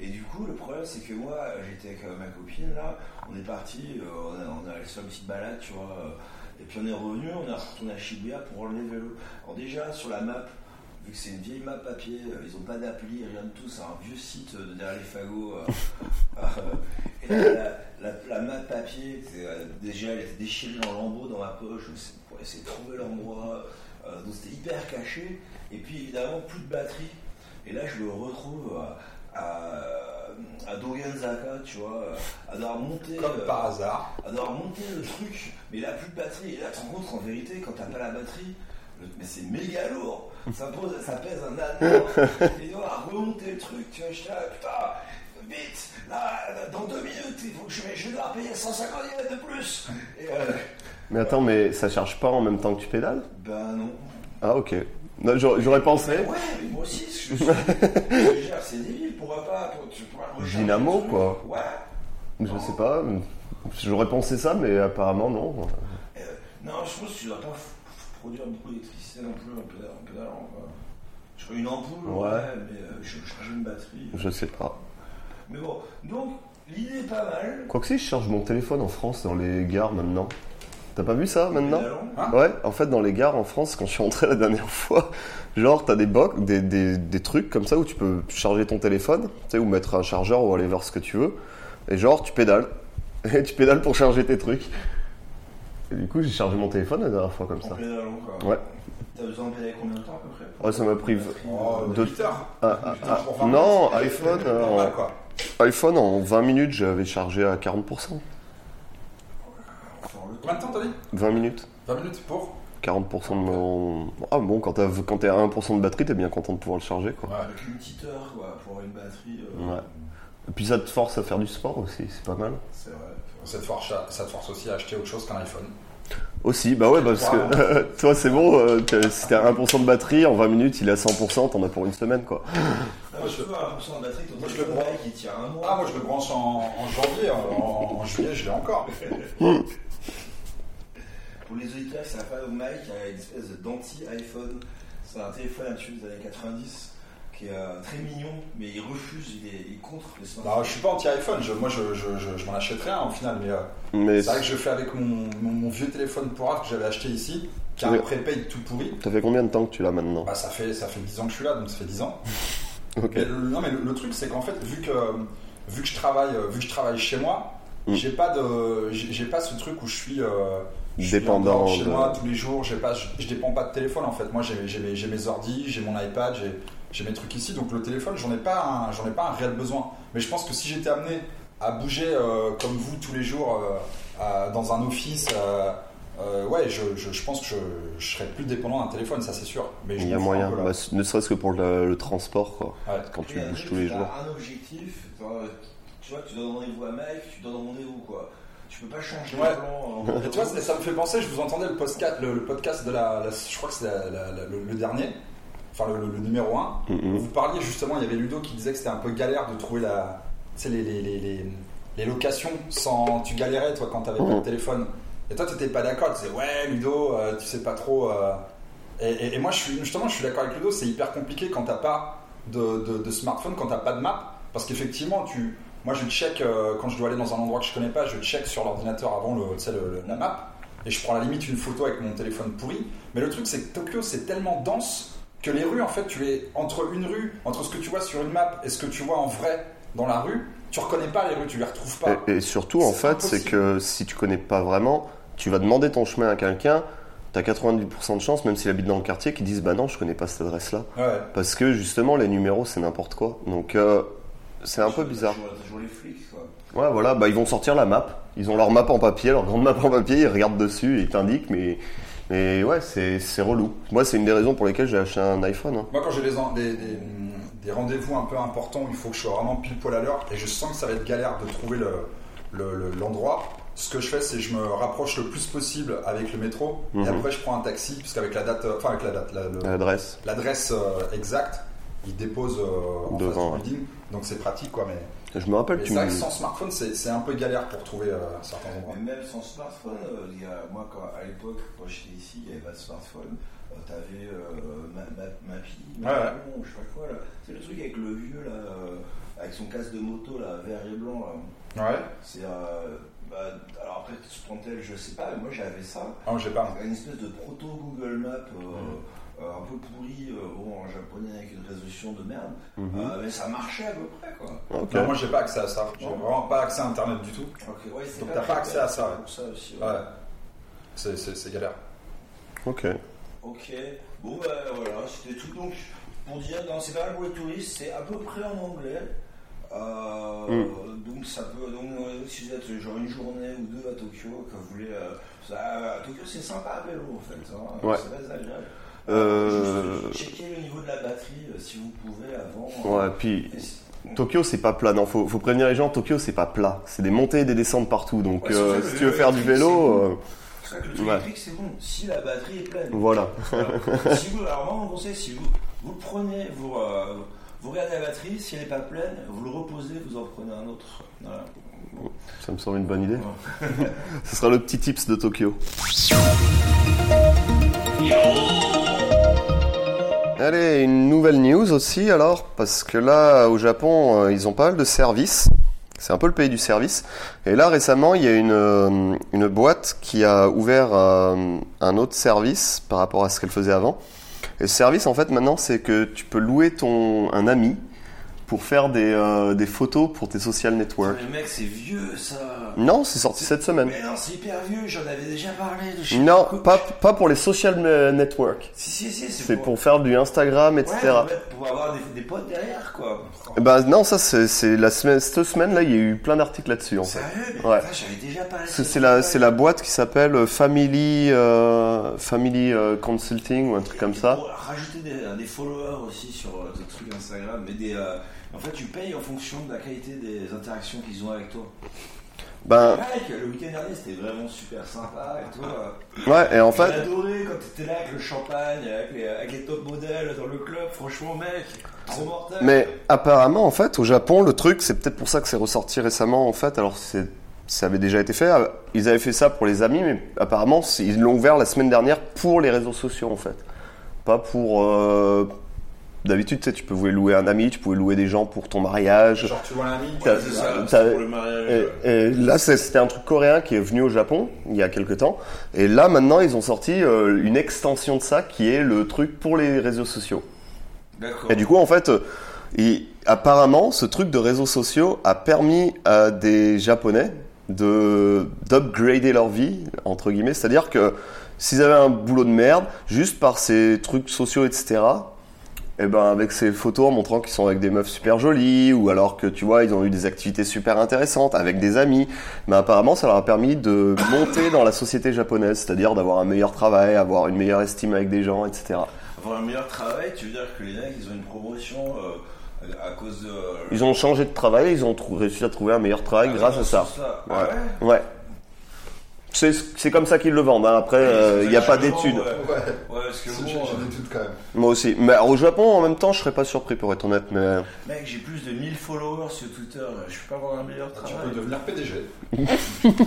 Et du coup, le problème, c'est que moi, j'étais avec euh, ma copine, là, on est parti, euh, on, a, on a allé se faire une petite balade, tu vois, euh, et puis on est revenu, on est retourné à Shibuya pour enlever le vélo. Alors déjà, sur la map, vu que c'est une vieille map papier, euh, ils ont pas d'appli, rien de tout, c'est un vieux site euh, de derrière les fagots. euh, euh, et la, la- la- la map papier, c'est, euh, déjà, elle était déchirée en lambeaux dans ma poche, je sais- pour essayer de trouver l'endroit, euh, donc c'était hyper caché, et puis évidemment, plus de batterie. Et là, je le retrouve à, à, à Dogenzaka, tu vois, à devoir monter.
Comme
euh,
par hasard.
on a remonté le truc, mais là plus de batterie. Et là, tu te rends compte en vérité, quand t'as pas la batterie, le- mais c'est méga lourd. Ça, pose- ça pèse un âne. Et on a remonté le truc, tu vois, j'étais là, putain, vite, là, dans deux minutes, il faut que je, je vais devoir payer 150 yens de plus. Et euh,
Mais attends, mais ça charge pas en même temps que tu pédales
ben non.
Ah ok. Non, j'aurais j'aurais pensé.
Ouais, mais moi aussi, je suis. je te jure, c'est débile, pourquoi pas pour, tu pourras le recharger,
Dynamo,
le truc.
quoi.
Ouais.
Je sais pas. J'aurais pensé ça, mais apparemment non.
Euh, non, je pense que tu dois pas f- f- produire beaucoup d'électricité non plus en pédalant. En pédalant, quoi. Je crois une ampoule, ouais,
Ouais.
mais euh, je charge une batterie.
Je sais pas.
Mais bon, donc l'idée est pas mal.
Quoique si, je charge mon téléphone en France dans les gares maintenant. T'as pas vu ça maintenant
Pédalant.
Hein
Ouais, en fait, dans les gares en France, quand je suis rentré la dernière fois, genre, t'as des box, des, des, des trucs comme ça où tu peux charger ton téléphone, tu sais, ou mettre un chargeur ou aller voir ce que tu veux. Et genre, tu pédales. Et tu pédales pour charger tes trucs. Et du coup, j'ai chargé mon téléphone la dernière fois comme
En
ça.
pédalant, quoi.
Ouais.
T'as besoin de pédaler combien de temps à peu près
Ouais, ça m'a pris v-
euh,
Oh,
deux-
8 heures.
Ah, ah,
Putain, je comprends
ah,
pas.
non,
C'est-
iPhone,
c'est
euh,
normal,
en-
quoi.
iPhone, en 20 minutes, j'avais chargé à 40%.
Enfin, le
Combien de temps t'as dit
20 minutes
20 minutes pour
40% de mon. Ah bon, quand t'as- quand t'es à 1% de batterie, t'es bien content de pouvoir le charger, quoi.
Ouais.
Avec une petite heure, quoi, pour avoir une batterie. euh,
Ouais. Et puis ça te force à faire du sport aussi, c'est pas mal.
C'est vrai.
Ça te, force à- ça te force aussi à acheter autre chose qu'un iPhone.
Aussi, bah ouais, bah, parce que toi, c'est bon, euh, t'as- si t'es à 1% de batterie, en 20 minutes, il est à 100%, t'en as pour une semaine, quoi.
Non, je peux avoir 1% de batterie, ton
Moi, je
téléphone,
le prends.
mec, il tient un mois.
Ah, moi je le branche en, en janvier, en, en- en juillet je l'ai encore.
Pour les auditeurs qui savent pas, Mike a une espèce d'anti-iPhone. C'est un téléphone là-dessus des années 90 qui est euh, très mignon, mais il refuse, il est, il est contre les
Non,
smartphones.
Bah, je suis pas anti-iPhone, je- moi je, je, je, je m'en achèterai un au final, mais euh,
Mais
c'est vrai que je fais avec mon, mon- mon vieux téléphone pourrave que j'avais acheté ici, qui a un
Oui.
prépaid tout pourri.
ça fait combien de temps que tu l'as maintenant
Bah, ça, fait, ça fait 10 ans que je suis là, donc ça fait 10 ans.
Ok.
Mais le- non, mais le, le truc, c'est qu'en fait, vu que, vu, que je travaille, euh, vu que je travaille chez moi,
Mm.
j'ai pas, de, j'ai j'ai pas ce truc où je suis, euh, je suis
Dépendant
en dehors chez
de-
moi tous les jours, j'ai pas, je, je dépends pas de téléphone en fait. Moi, j'ai j'ai mes, j'ai mes ordi, j'ai mon iPad, j'ai- j'ai mes trucs ici, donc le téléphone, j'en ai, pas un- j'en ai pas un réel besoin. Mais je pense que si j'étais amené à bouger euh, comme vous tous les jours euh, à- dans un office. euh, euh, ouais, je, je- je pense que je, je serais plus dépendant d'un téléphone, ça c'est sûr. Mais je
Il y a
m'en fous un
moyen,
peu, là.
bah, c- ne serait-ce que pour le, le transport, quoi.
Ouais.
Bah, Quand tu
Et après,
bouges tous les
t'as
jours.
un objectif, t'as- tu vois, tu donnes rendez-vous à Mike, tu donnes rendez-vous quoi. Tu peux pas changer euh,
Ouais.
le plan. en-
Et tu vois, ça, ça me fait penser, je vous entendais le podcast, le, le podcast de la, la- Je crois que c'est la- la- la- le, le dernier, enfin le, le- le numéro 1.
Mhm.
Vous parliez justement, il y avait Ludo qui disait que c'était un peu galère de trouver la, tu sais, les, les, les, les- les locations sans. Tu galérais, toi, quand t'avais pas de téléphone. Et toi, t'étais pas d'accord, tu disais, ouais, Ludo, euh, tu sais pas trop. euh. Et, et- et moi, je suis, justement, je suis d'accord avec Ludo, c'est hyper compliqué quand t'as pas de, de- de smartphone, quand t'as pas de map. Parce qu'effectivement, tu. Moi, je check euh, quand je dois aller dans un endroit que je connais pas, je check sur l'ordinateur avant le, tu sais, le- le- la map et je prends à la limite une photo avec mon téléphone pourri. Mais le truc, c'est que Tokyo, c'est tellement dense que les rues, en fait, tu es entre une rue, entre ce que tu vois sur une map et ce que tu vois en vrai dans la rue, tu reconnais pas les rues, tu les retrouves pas.
Et, et surtout, en
C'est
fait, c'est
impossible.
que si tu connais pas vraiment, tu vas demander ton chemin à quelqu'un, t'as 90% de chance, même s'il habite dans le quartier, qu'ils disent Bah non, je connais pas cette adresse-là.
Ouais.
Parce que justement, les numéros, c'est n'importe quoi. Donc, euh, c'est un peu bizarre.
T'as toujours- t'as toujours les flics quoi.
Ouais, voilà, bah, ils vont sortir la map. Ils ont leur map en papier, leur grande map en papier, ils regardent dessus et ils t'indiquent, mais, mais ouais, c'est c'est relou. Moi, c'est une des raisons pour lesquelles j'ai acheté un iPhone. hein.
Moi, quand j'ai des, en- des, des- des rendez-vous un peu importants où il faut que je sois vraiment pile poil à l'heure et je sens que ça va être galère de trouver l'endroit, le, le- l'endroit, ce que je fais, c'est que je me rapproche le plus possible avec le métro
Mhm.
et après je prends un taxi, parce qu'avec la date, euh, enfin, avec la date, la- le-
L'adresse.
l'adresse euh, exacte, il dépose euh, en
Devant,
face du building, donc c'est pratique quoi. Mais
Je me rappelle,
Mais
tu
c'est
me.
vrai que sans smartphone, c'est c'est un peu galère pour trouver euh, certains endroits.
Mais même sans smartphone, euh, il y a- moi quand, à l'époque, quand j'étais ici, il n'y avait pas de smartphone. Euh, T'avais euh, ma, ma, ma fille, ma
Ah Ouais, ouais.
maman, je sais pas quoi là. C'est le truc avec le vieux là, euh, avec son casque de moto là, vert et blanc là.
Ouais.
C'est euh, bah, alors après sur ton tel, je sais pas, mais moi j'avais ça.
Ah, j'ai pas.
Une espèce de proto Google Maps euh, euh, un peu pourri, euh, bon, en japonais avec une résolution de merde,
Mhm.
Euh, mais ça marchait à peu près quoi.
Ok.
Non, moi, j'ai pas accès à ça. J'ai vraiment pas accès à Internet du tout.
Ok, ouais, c'est
Donc t'as pas accès à ça, ouais.
Pour ça aussi, ouais.
Ouais. C'est- C'est c'est galère.
Ok.
Ok, bon ben voilà, c'était tout. Donc pour dire, non, c'est pas un bruit touriste, c'est à peu près en anglais. Euh,
Hmm.
Donc ça peut. Donc euh, si vous êtes genre une journée ou deux à Tokyo, que vous voulez. euh, ça- à Tokyo c'est sympa à vélo en fait, hein,
Ouais.
c'est très agréable.
Euh,
Juste, Checker le niveau de la batterie euh, si vous pouvez avant. euh,
Ouais, puis
Et si-
Tokyo, c'est pas plat. Non, faut, faut prévenir les gens, Tokyo, c'est pas plat. C'est des montées et des descentes partout. Donc,
Ouais,
euh,
c'est ça,
si
le-
tu veux faire du vélo, euh,
C'est vrai que le truc
Ouais.
électrique, c'est bon, si la batterie est pleine.
voilà.
Voilà. si vous, alors moi, mon conseil, si vous, vous le prenez, vous, euh, vous regardez la batterie, si elle n'est pas pleine, vous le reposez, vous en prenez un autre. Voilà.
Ça me semble une bonne idée. Ce sera le petit tips de Tokyo. Allez, une nouvelle news aussi alors, parce que là au Japon euh, ils ont pas mal de services. C'est un peu le pays du service. Et là récemment il y a une, euh, une boîte qui a ouvert euh, un autre service par rapport à ce qu'elle faisait avant. Et ce service en fait maintenant c'est que tu peux louer ton un ami pour faire des, euh, des photos pour tes social networks.
Mais mec, c'est vieux ça.
Non, c'est sorti cette semaine.
Mais non, c'est hyper vieux, j'en avais déjà parlé. De chez-
Non, pas, pas pour les social euh, networks.
Si, si, si,
C'est pour faire du Instagram,
Ouais,
etc.
en fait, pour avoir des, des potes derrière quoi.
Eh Ben non, ça c'est c'est la semaine, cette semaine-là, il y a eu plein d'articles là-dessus. En fait.
Sérieux mais
Ouais.
putain, j'avais déjà parlé.
Parce que C'est la, c'est la boîte qui s'appelle euh, Family, euh, Family euh, Consulting ou un truc comme ça.
Pour rajouter des, des followers aussi sur euh, des trucs Instagram, mais des. euh, en fait, tu payes en fonction de la qualité des interactions qu'ils ont avec toi.
Ben
Mike, le week-end dernier, c'était vraiment super sympa et toi.
ouais, et Ah. en
J'ai
fait,
adoré quand t'étais là avec le champagne, avec les, avec les top modèles dans le club. Franchement, mec, trop mortel.
mais apparemment en fait, au Japon, le truc, c'est peut-être pour ça que c'est ressorti récemment en fait. Alors c'est, ça avait déjà été fait. euh, Ils avaient fait ça pour les amis, mais apparemment c'est- ils l'ont ouvert la semaine dernière pour les réseaux sociaux en fait, pas pour. euh, D'habitude, tu sais, tu pouvais louer un ami, tu pouvais louer des gens pour ton mariage.
Genre, tu vois un ami, tu
T'as-
dis,
C'est ça,
t'as-
c'est pour le mariage.
Et, et là, c'est- c'était un truc coréen qui est venu au Japon il y a quelques temps. Et là, maintenant, ils ont sorti euh, une extension de ça qui est le truc pour les réseaux sociaux.
D'accord.
Et du coup, en fait, euh, il- apparemment, ce truc de réseaux sociaux a permis à des Japonais de d'upgrader leur vie entre guillemets. C'est-à-dire que s'ils avaient un boulot de merde, juste par ces trucs sociaux, etc. Et ben avec ces photos en montrant qu'ils sont avec des meufs super jolies ou alors que tu vois ils ont eu des activités super intéressantes avec des amis, mais apparemment ça leur a permis de monter dans la société japonaise, c'est-à-dire d'avoir un meilleur travail, avoir une meilleure estime avec des gens, etc.
Avoir un meilleur travail, tu veux dire que les mecs, ils ont une promotion euh, à à cause de.
Ils ont changé de travail, ils ont trou- réussi à trouver un meilleur travail
Ah,
grâce
non,
à ça.
c'est ça. Ah
ouais. Ouais. C'est c'est comme ça qu'ils le vendent. hein. Après, euh, il n'y a pas d'études.
Ouais.
Ouais.
Ouais, parce que
C'est-
bon,
J'ai
euh,
des doutes quand même.
Moi aussi. Mais alors, au Japon, en même temps, je serais pas surpris pour être honnête. Mais
mec, j'ai plus de 1000 followers sur Twitter. Je peux pas avoir un meilleur
Ah, Tu
travail.
peux devenir PDG.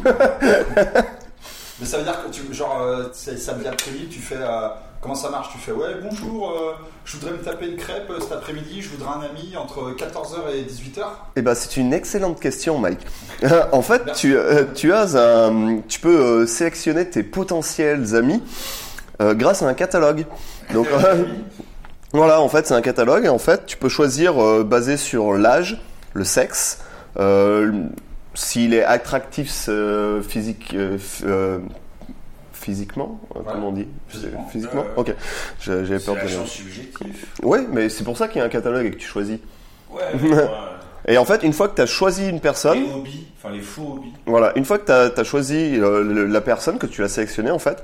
Mais ça veut dire que tu, genre, euh, c'est- ça devient très vite, tu fais. euh, comment ça marche Tu fais Ouais, bonjour, euh, je voudrais me taper une crêpe euh, cet après-midi, je voudrais un ami entre 14h et 18h.
Eh ben, c'est une excellente question, Mike. en fait, tu, euh, tu as un, tu peux euh, sélectionner tes potentiels amis euh, grâce à un catalogue. Donc euh, voilà, en fait, c'est un catalogue et en fait, tu peux choisir euh, basé sur l'âge, le sexe, euh, s'il est attractif euh, physique, euh, f- euh, physiquement, euh,
Ouais.
comment on dit
Physiquement.
Physiquement.
Euh,
Ok, J'ai- j'avais
C'est
peur
la
de.
chance subjective.
Oui, mais c'est pour ça qu'il y a un catalogue et que tu choisis.
Ouais, mais, ouais.
Et en fait, une fois que tu as choisi une personne,
Les hobbies, enfin les faux hobbies.
Voilà, une fois que tu as, choisi euh, le- la personne que tu as sélectionnée, en fait,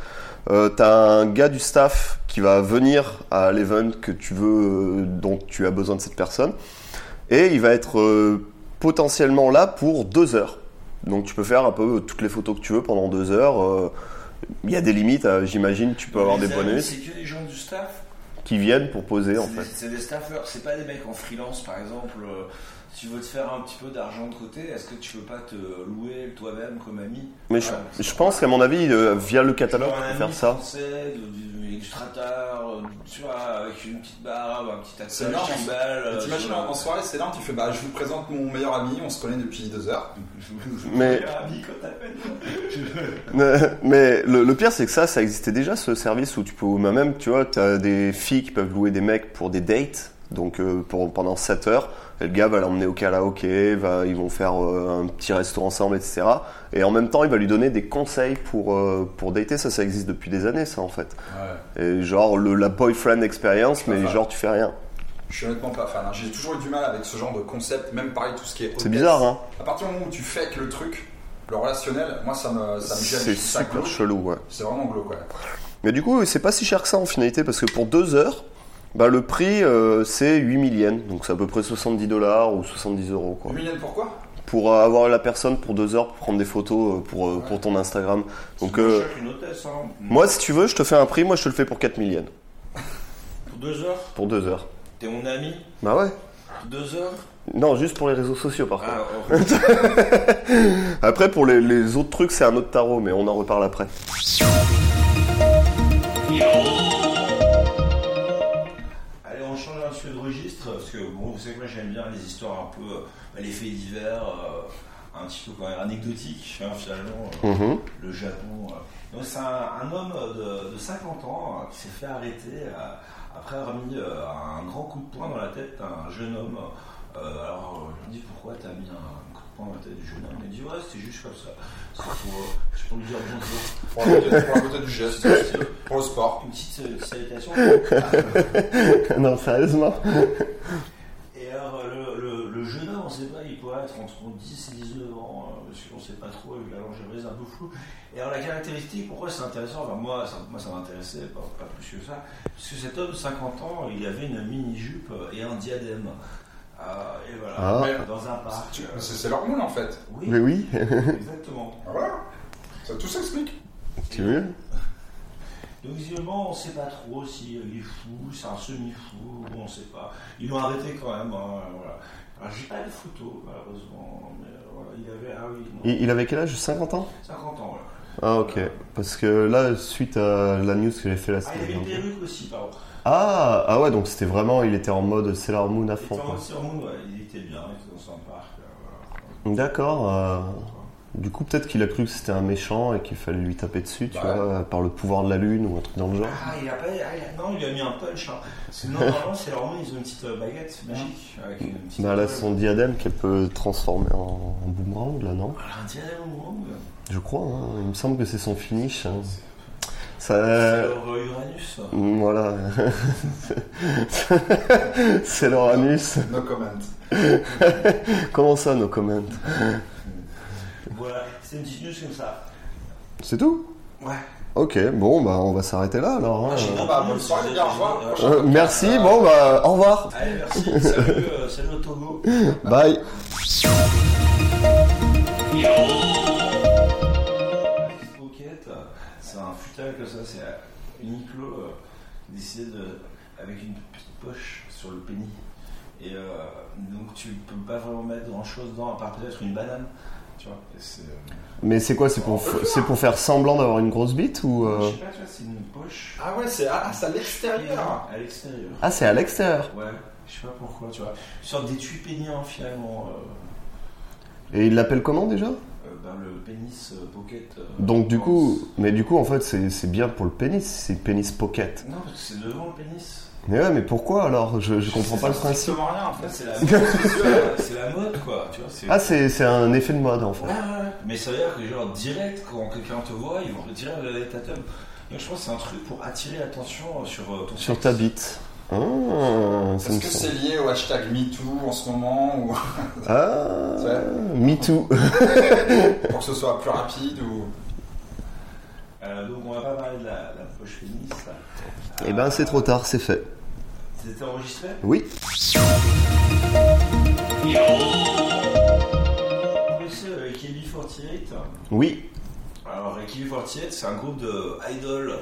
euh, tu as un gars du staff qui va venir à l'event que tu veux, euh, dont tu as besoin de cette personne, et il va être euh, potentiellement là pour deux heures. Donc tu peux faire un peu euh, toutes les photos que tu veux pendant deux heures. euh, Il y a des limites, euh, j'imagine, tu peux avoir
Les
des
amis,
bonus
C'est que des gens du staff.
qui viennent pour poser, en
C'est
fait.
des- C'est des staffeurs, c'est pas des mecs en freelance par exemple. euh, tu veux te faire un petit peu d'argent de côté, est-ce que tu veux pas te louer toi-même comme ami
Mais je,
Voilà, c'est
je pense qu'à mon avis, euh, via le catalogue,
un
tu peux
ami
faire ça.
français, de- de- illustrateur, euh, tu vois, avec une petite barbe, un petit
C'est
accent, une
énorme.
timbale.
Et
euh,
T'imagines
voilà.
en soirée, c'est là, tu fais bah je vous présente mon meilleur ami, on se connaît depuis deux heures.
Mais-
Ami, quand t'appelles.
Euh, Mais le, le pire, c'est que ça, ça existait déjà, ce service où tu peux, bah, même, tu vois, t'as des filles qui peuvent louer des mecs pour des dates, donc euh, pour, pendant 7 heures, et le gars va l'emmener au karaoké, va, ils vont faire euh, un petit resto ensemble, etc. Et en même temps, il va lui donner des conseils pour, euh, pour dater, ça, ça existe depuis des années, ça, en fait. Et genre, le, la boyfriend experience, mais
Enfin.
genre, tu fais rien.
Je suis honnêtement pas fan. hein. J'ai toujours eu du mal avec ce genre de concept, même pareil tout ce qui est.
C'est
hôtesse.
bizarre, hein
À partir du moment où tu fake le truc, le relationnel, moi ça me ça me gêne.
C'est
Je trouve ça
super
glauque.
chelou, ouais.
C'est vraiment glauque. Ouais.
Mais du coup, c'est pas si cher que ça en finalité, parce que pour deux heures, bah, le prix euh, c'est 8 000 yens, donc c'est à peu près 70 dollars ou 70 euros quoi.
Humiliant pourquoi
Pour euh, avoir la personne pour deux heures pour prendre des photos euh, pour, euh,
Ouais.
pour ton Instagram. Donc
C'est
euh,
moins cher qu'une hôtesse, hein.
moi, si tu veux, je te fais un prix, moi je te le fais pour 4 000 yens,
Pour deux heures,
pour deux heures.
t'es mon ami,
Bah ouais
deux heures.
Non, juste pour les réseaux sociaux par contre.
Ah, horrible.
Après, pour les, les autres trucs, c'est un autre tarot, mais on en reparle après.
Allez, on change un petit peu de registre, parce que bon, vous savez que moi j'aime bien les histoires un peu, euh, bah, les faits divers, euh, un petit peu quand même anecdotiques, hein, finalement, euh,
Mhm.
le Japon. euh. Donc c'est un, un homme de, de 50 ans euh, qui s'est fait arrêter euh, après avoir mis euh, un grand coup de poing dans la tête à un jeune homme. Euh, alors euh, je lui dis pourquoi t'as mis un coup de poing dans la tête du jeune homme Il me dit ouais c'est juste comme ça. C'est pour, euh, c'est pour lui dire bonjour.
Pour la beauté- pour la beauté du geste, c'est aussi pour le sport.
Une petite, euh, salutation.
non, sérieusement
Et alors, euh, le, le- le jeune homme, on ne sait pas, il pourrait être entre 10 et 19 ans, euh, parce qu'on ne sait pas trop, évidemment, j'ai un peu flou. Et alors, la caractéristique, pourquoi c'est intéressant Enfin, moi, ça, moi, ça m'intéressait, pas, pas plus que ça, parce que cet homme, 50 ans, il avait une mini-jupe et un diadème. Euh, et voilà,
Ah.
dans un parc.
Tu-
euh,
C'est c'est l'hormone en fait.
oui,
Mais oui,
exactement.
Voilà. Ça, tout s'explique.
tu veux
Donc visiblement, on ne sait pas trop si euh, il est fou, c'est un semi-fou, on ne sait pas. Ils l'ont arrêté quand même. hein, voilà. Alors j'ai pas de photos malheureusement, mais euh, voilà, il avait ah oui, non,
il, il avait quel âge 50 ans
50 ans. voilà.
Ah ok, parce que là, suite à la news que j'ai fait la
Ah, il avait une
semaine dernière.
perruque aussi, pardon.
Ah, ah ouais, donc c'était vraiment, il était en mode Sailor Moon à
Il
fond.
était en
quoi.
sur nous, ouais, il était bien, il était dans un parc. euh,
D'accord. euh,
voilà.
du coup, peut-être qu'il a cru que c'était un méchant et qu'il fallait lui taper dessus, tu
Bah
vois, euh, par le pouvoir de la lune ou un truc dans le genre.
Ah, il a pas. ah, il a- non, il a mis un punch. Hein. Parce que normalement, c'est leur main, ils ont une petite euh, baguette magique. Avec une petite
Bah là,
étoile.
c'est son diadème qu'elle peut transformer en, en boomerang, là, non
Voilà, un diadème au moment, ouais.
Je crois, hein, il me semble que c'est son finish. hein. Ça...
C'est leur euh, Uranus.
Mm, Voilà. c'est leur anus.
No comment.
Comment ça, nos comments
Voilà, c'est une petite news comme ça.
C'est tout
Ouais.
Ok, bon, bah on va s'arrêter là alors. hein.
J'ai pas
bah,
pris,
bonne soirée,
c'est-
les gars, au revoir.
Euh,
Euh, merci, bon, bah au revoir.
Allez, merci. Salut, euh, salut au Togo.
Bye.
Pocket, euh, c'est un futal comme ça. C'est euh, Uniqlo euh, décide de, avec une petite poche sur le pénis. Et euh, donc tu peux pas vraiment mettre grand chose dedans à part peut-être une banane. Tu vois, et c'est, euh,
Mais c'est quoi C'est pour, c'est pour faire semblant d'avoir une grosse bite ou euh,
Je sais pas, tu vois, c'est une poche
Ah ouais, c'est ah, c'est à l'extérieur.
à l'extérieur.
Ah, c'est à l'extérieur.
Ouais, je sais pas pourquoi, tu vois. Une sorte d'étui péniant finalement.
Et il l'appelle comment déjà
euh, euh, ben, le pénis euh, pocket. euh,
Donc du
pense.
coup, mais du coup en fait c'est c'est bien pour le pénis, c'est pénis pocket.
Non, parce que c'est devant le pénis.
Mais ouais, mais pourquoi alors Je, je comprends pas le principe.
Strictement rien en
Là,
fait.
c'est la, mode, c'est la mode, quoi. Tu vois, c'est... Ah,
Ah, c'est c'est un effet de mode en
Ouais,
fait.
ouais, ouais. Mais ça veut dire que, genre, direct, quand quelqu'un te voit, ils vont te dire le ta teub. Donc, je pense que c'est un truc pour attirer l'attention sur euh, ton
Sur
sexe.
ta bite. Ah, ça
Est-ce
me
que
semble-
c'est lié au hashtag MeToo en ce moment ou
Ah,
Ouais.
me too.
pour que ce soit plus rapide ou
Euh, donc, on va pas parler de la, la poche féministe. là.
Eh ben c'est trop tard, c'est fait.
C'était enregistré
Oui.
On va essayer avec Kelly 48.
Oui.
euh, Alors, Kelly 48, c'est un groupe de idoles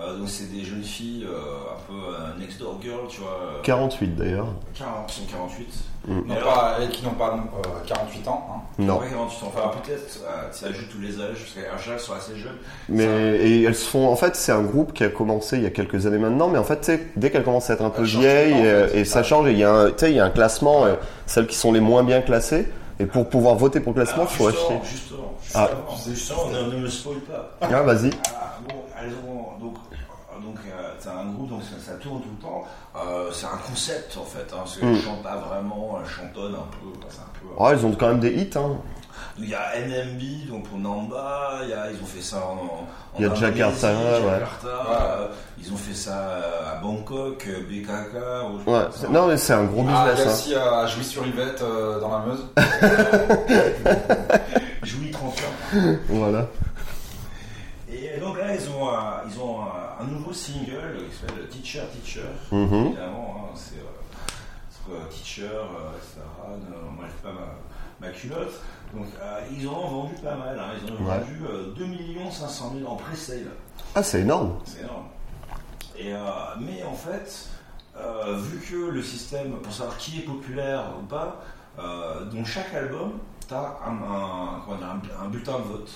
Euh, donc c'est des jeunes filles euh, un peu euh, next door girl, tu vois, euh,
48 d'ailleurs.
40, qui sont 48.
Mm.
Non,
alors-
pas- et qui n'ont pas euh, 48 ans. hein.
Non.
Ouais, 48 ans. Enfin, peut-être, euh, ça ajoute tous les âges, parce qu'en général, ils sont assez jeunes.
Mais et elles se font. En fait, c'est un groupe qui a commencé il y a quelques années maintenant, mais en fait, tu sais, dès qu'elles commencent à être un peu
Elles changent
vieilles,
tout le temps, en
euh,
fait.
et, ça change, et il y, a un- tu sais, il y a un classement, euh, celles qui sont les moins bien classées, et pour pouvoir voter pour le
Ah,
classement, il faut acheter.
justement, justement,
Ah.
justement, justement, ne, ne me spoil pas.
Ah, vas-y.
Ah, bon, elles ont donc euh, donc euh, t'as un groupe donc ça, ça tourne tout le temps. Euh, c'est un concept en fait, hein, parce qu'elles
Mm.
chantent pas vraiment, elles chantonnent un peu. quoi, c'est un peu- euh,
Ah, elles ont quand même des hits, hein.
Il y a NMB donc pour Namba, il y a, ils ont fait ça en, en
Il y a
Indonésie,
Jakarta, ouais.
Jakarta, euh, ils ont fait ça euh, à Bangkok, euh, BKK. ou je
Ouais.
sais
c'est-
pas.
Non, mais c'est Ah, un gros
Ah, il y a
business,
aussi euh, à Jouy-sur-Yvette euh, dans la Meuse.
Joui 31.
hein. Voilà.
Et donc là, ils ont un, ils ont un, un nouveau single qui s'appelle Teacher Teacher.
Mhm.
Évidemment, hein, c'est euh, c'est, euh, Teacher, euh, etc. Non, Moi, j'ai pas ma, ma culotte. Donc, euh, ils en ont vendu pas mal. hein. Ils en ont
Ouais.
vendu euh, 2 500 000 en pré-sale.
Ah, c'est énorme.
C'est énorme. Et, euh, mais en fait, euh, vu que le système, pour savoir qui est populaire ou pas, euh, dans chaque album, tu as un, un- comment dire, un bu- un bulletin de vote.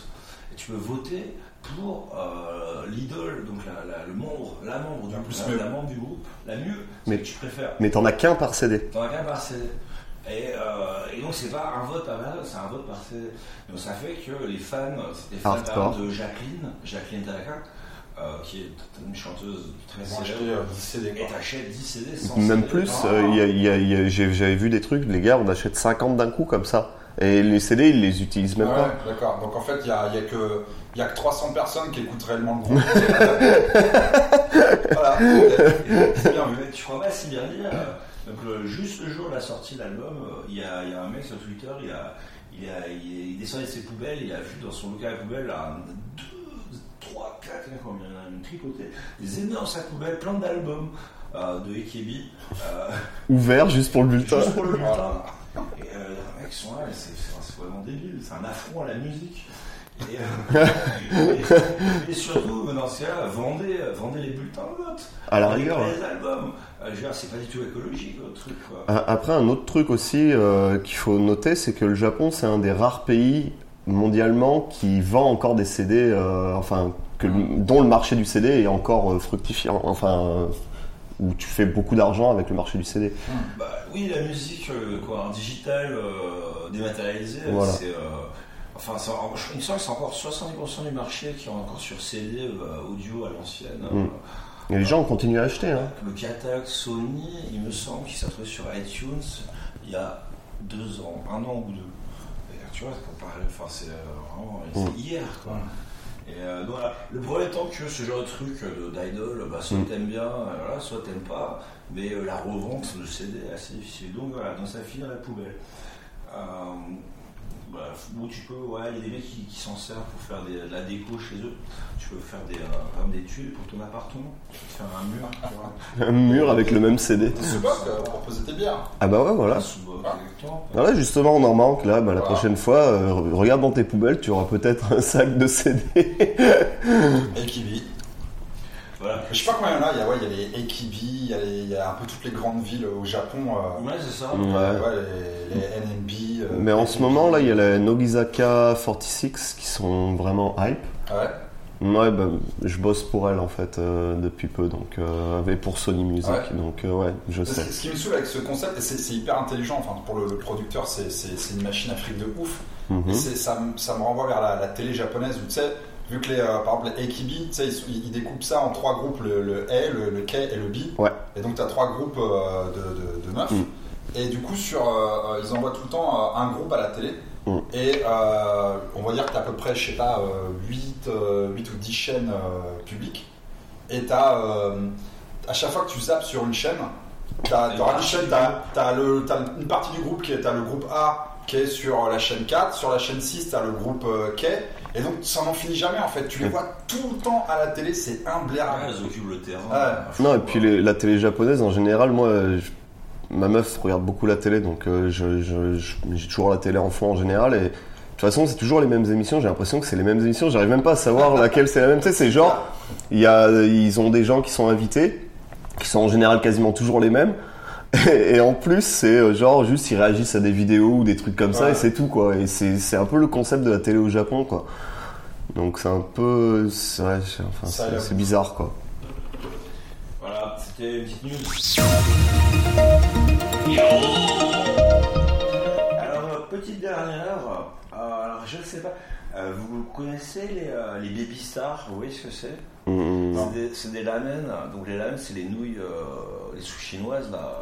Et tu peux voter pour euh, l'idole, donc la, la- le membre, la membre du
La plus
groupe,
mieux.
la, membre du groupe, la mieux,
Mais-
mais que tu préfères.
Mais t'en as qu'un par CD.
T'en as qu'un par CD. Et, euh, et donc c'est pas un vote par ballot, c'est un vote par CD. Donc ça fait que les fans, c'était fans par
Hardcore.
exemple, de Jacqueline, Jacqueline Talaca, euh, qui est une chanteuse très
Ils ont acheté
célèbre,
euh, 10 CD.
et
quoi.
t'achètes 10 CD sans
Même
CD.
plus,
Ah,
euh, il y a- il y a- il y a- j'ai- j'avais vu des trucs, les gars, on achète 50 d'un coup comme ça. Et les CD, ils les utilisent même
Ouais,
pas.
d'accord. Donc en fait, il n'y a, il y a que il y a que 300 personnes qui écoutent réellement le groupe. voilà.
c'est bien, mais tu crois pas si dernier, euh, donc le- juste le jour de la sortie de l'album, euh, il y, a, il y a un mec sur Twitter, il a, il a- il est- il descendait de ses poubelles, il a vu dans son local à poubelle un, deux, trois, quatre, hein, combien, il y en a une tripotée, des énormes sacs poubelles, plein d'albums euh, de Ekebi, euh,
Ouvert juste pour le bulletin.
juste pour le bulletin. Et euh, les mecs sont là, mais c'est- c'est c'est vraiment débile, c'est un affront à la musique. Et, euh, et- et surtout, dans ce cas-là, vendez, euh, vendez les bulletins de vote.
À la
Avec
rigueur. hein. ouais.
Les albums, Euh, je veux dire, c'est pas du tout écologique le truc quoi.
A- Après, un autre truc aussi euh, qu'il faut noter, c'est que le Japon, c'est un des rares pays mondialement qui vend encore des CD, euh, enfin, que, le- dont le marché du CD est encore euh, fructifiant, enfin, euh, où tu fais beaucoup d'argent avec le marché du CD.
Bah oui, la musique euh, quoi, en digital, euh, dématérialisée,
Voilà.
c'est. euh, enfin, c'est en- je- il me semble que c'est encore 70% du marché qui est encore sur CD euh, audio à l'ancienne.
Mm. Et les gens continuent à acheter. Hein.
Le catalogue Sony, il me semble qu'il s'est retrouvé sur iTunes il y a deux ans, un an ou deux. Et tu vois, c'est comparé- enfin, c'est euh, vraiment c'est
Mm.
hier quoi. Et euh, donc, voilà. Le problème étant que ce genre de truc euh, de- d'idol, bah, soit
Mm.
t'aimes bien, euh, voilà, soit t'aimes pas, mais euh, la revente de CD est assez difficile. Donc voilà, donc ça finit dans la poubelle. Euh, bah, bon, tu peux, ouais, il y a des mecs qui, qui s'en servent pour faire des- de la déco chez eux. Tu peux faire des, euh, même des tuiles pour ton appartement, tu peux te faire un mur, tu vois.
Un mur avec le même CD.
Des sous-bocs euh, pour poser tes bières.
Ah bah ouais, voilà.
Sous- euh, exactement.
Ah ouais, justement, on en manque là. Bah, la
Voilà.
prochaine fois, euh, re- regarde dans tes poubelles, tu auras peut-être un sac de CD.
Et Kiwi.
Voilà.
Je sais pas combien il y en a. Il y a, ouais, il y a les Ekibi, il y, a les- il y a un peu toutes les grandes villes au Japon. euh,
Ouais, c'est ça.
Ouais.
ouais, les, les NMB. euh,
Mais en ce
Ekibi.
moment, là, il y a la Nogizaka 46 qui sont vraiment hype.
Ouais.
Ouais, bah, je bosse pour elle en fait euh, depuis peu, donc euh, et pour Sony Music,
Ouais.
donc euh, ouais, je sais.
Ce ce qui me saoule avec ce concept, et c'est c'est hyper intelligent, enfin, pour le, le producteur, c'est- c'est c'est une machine à fric de ouf.
Mhm.
Et c'est- ça, me- ça me renvoie vers la, la télé japonaise où, tu sais, vu que les, euh, par exemple, les Ekibi, tu sais, ils, sont- ils- ils découpent ça en trois groupes, le, le A, le, le K et le B.
Ouais.
Et donc, tu as trois groupes euh, de, de, de meufs.
Mm.
Et du coup, sur, euh, euh, ils envoient tout le temps euh, un groupe à la télé.
Mm.
Et euh, on va dire que tu à peu près, je sais pas, euh, 8, ou 10 chaînes euh, publiques. Et tu as, à chaque fois que tu zappes sur une chaîne, T'as,
Une
t'auras une
partie
chaîne,
du
t'as, t'as le, t'as une partie du groupe qui est t'as le groupe A qui est sur la chaîne 4, sur la chaîne 6 t'as le groupe euh, K, et donc ça n'en finit jamais en fait. Tu les vois tout le temps à la télé, c'est
Ah,
un blairable.
elles occupent le terrain.
Ouais.
Non, et puis les- la télé japonaise en général, moi, euh, je- ma meuf regarde beaucoup la télé, donc euh, je- je- je- j'ai toujours la télé en fond en général, et de toute façon, c'est toujours les mêmes émissions. J'ai l'impression que c'est les mêmes émissions. J'arrive même pas à savoir laquelle c'est la même. Tu sais, c'est genre, il y a, ils ont des gens qui sont invités, qui sont en général quasiment toujours les mêmes. Et, et en plus, c'est euh, genre juste ils réagissent à des vidéos ou des trucs comme ça
Ouais.
et c'est tout quoi. Et c'est c'est un peu le concept de la télé au Japon quoi. Donc c'est un peu, c'est ouais, c'est- enfin,
Ça a
c'est-
l'air
c'est bizarre quoi.
Voilà, c'était une petite news. Alors, euh, petite dernière, euh, alors je ne sais pas, euh, vous connaissez les, euh, les baby stars, vous voyez ce que c'est
Mm,
C'est des- C'est des ramen, donc les ramen c'est les nouilles, euh, les souches chinoises là,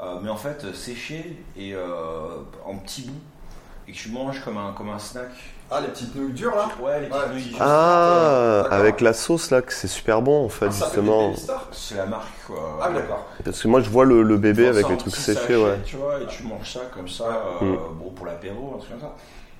euh, mais en fait euh, séchées et euh, en petits bouts, et que tu manges comme un, comme un snack.
Ah, les petites nouilles dures là
Ouais, les petites
Ouais.
nouilles,
Ah,
D'accord.
avec la sauce là, que c'est super bon en fait
Ah, ça fait des
justement.
baby stars
c'est la marque quoi.
Ah, oui, d'accord.
Parce que moi je vois le, le bébé
Enfin,
avec
c'est
les
un
trucs
petit
séchés,
sachet,
ouais. Mm.
Tu vois, et tu manges ça comme ça, euh, bon, pour l'apéro, un truc comme ça.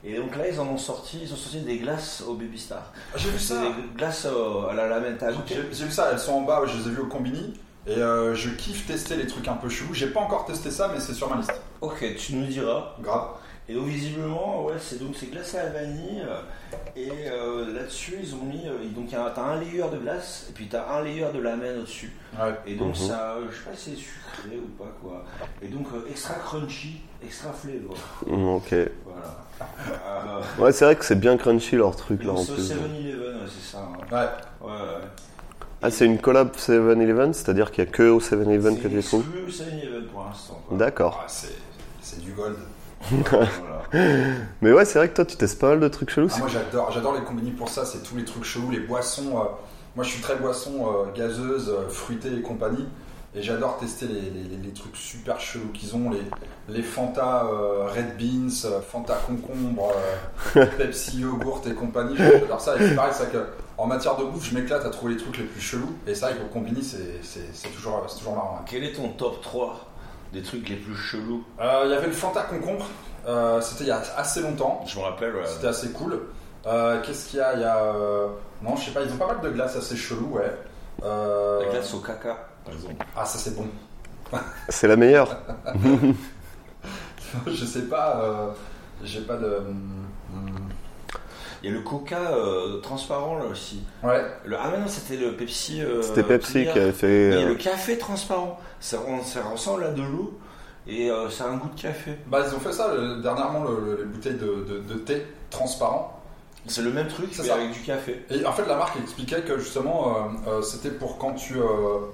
Et donc là, ils en ont sorti, ils ont sorti des glaces au Baby Star.
Ah, J'ai vu ça.
Des glaces euh, à la lamenta.
J'ai j'ai vu ça, elles sont en bas, ouais, je les ai vues au combini. Et euh, je kiffe tester les trucs un peu chelous. J'ai pas encore testé ça, mais c'est sur ma liste.
Ok, tu nous diras.
Grave.
Et donc, visiblement, ouais, c'est donc c'est glace à la vanille. euh, Et euh, là-dessus, ils ont mis. euh, donc, il y a un- t'as un layer de glace, et puis t'as un layer de lamen au-dessus.
Ouais.
Et donc,
Mhm.
ça, euh, je sais pas si c'est sucré ou pas, quoi. Et donc, euh, extra crunchy, extra flavor.
Mm, Ok.
Voilà. Euh,
Ouais, c'est vrai que c'est bien crunchy leur truc là
donc,
en
c'est au
plus.
7-Eleven, ouais, c'est ça. hein.
Ouais.
Ouais, ouais.
Ah, c'est une collab 7-Eleven, c'est-à-dire qu'il y a que au 7-Eleven que tu les
C'est
trouves
exclu 7-Eleven pour l'instant. quoi.
D'accord.
Ah, c'est c'est du gold.
Voilà.
Mais ouais, c'est vrai que toi tu testes pas mal de trucs chelous.
Ah, moi j'adore, j'adore les combini pour ça, c'est tous les trucs chelous, les boissons. euh, moi je suis très boisson euh, gazeuse, euh, fruitée et compagnie. Et j'adore tester les, les- les- les trucs super chelous qu'ils ont, les, les Fanta euh, Red Beans, euh, Fanta Concombre, euh, Pepsi Yogurt et compagnie. J'adore ça. Et c'est pareil, c'est vrai que en matière de bouffe, je m'éclate à trouver les trucs les plus chelous. Et ça, avec le combini, c'est, c'est- c'est toujours, c'est toujours marrant. hein.
Quel est ton top 3 des trucs les plus chelous
Euh, Il y avait le Fanta Concombre, euh, c'était il y a assez longtemps.
Je me rappelle. ouais.
C'était assez cool. Euh, Qu'est-ce qu'il y a Il y a. euh, Non, je sais pas, ils ont pas mal de glace assez chelou, ouais. Euh,
La glace au caca, par exemple.
Ah, ça c'est bon. Ah.
C'est la meilleure.
je sais pas, euh, j'ai pas de. Hmm.
Il y a le coca euh, transparent là aussi.
Ouais,
Le... Ah, mais non, c'était le Pepsi. euh,
C'était Pepsi
Clear.
qui avait
Mais
fait.
Il y a le
euh,
café transparent. Ça, rend- ça ressemble à de l'eau et euh, ça a un goût de café.
bah ils ont fait ça euh, dernièrement, le- le- les bouteilles de, de- de thé transparent.
C'est le même truc,
C'est
mais
ça.
avec du café.
Et en fait, la marque expliquait que justement, euh, euh, c'était pour quand tu. euh,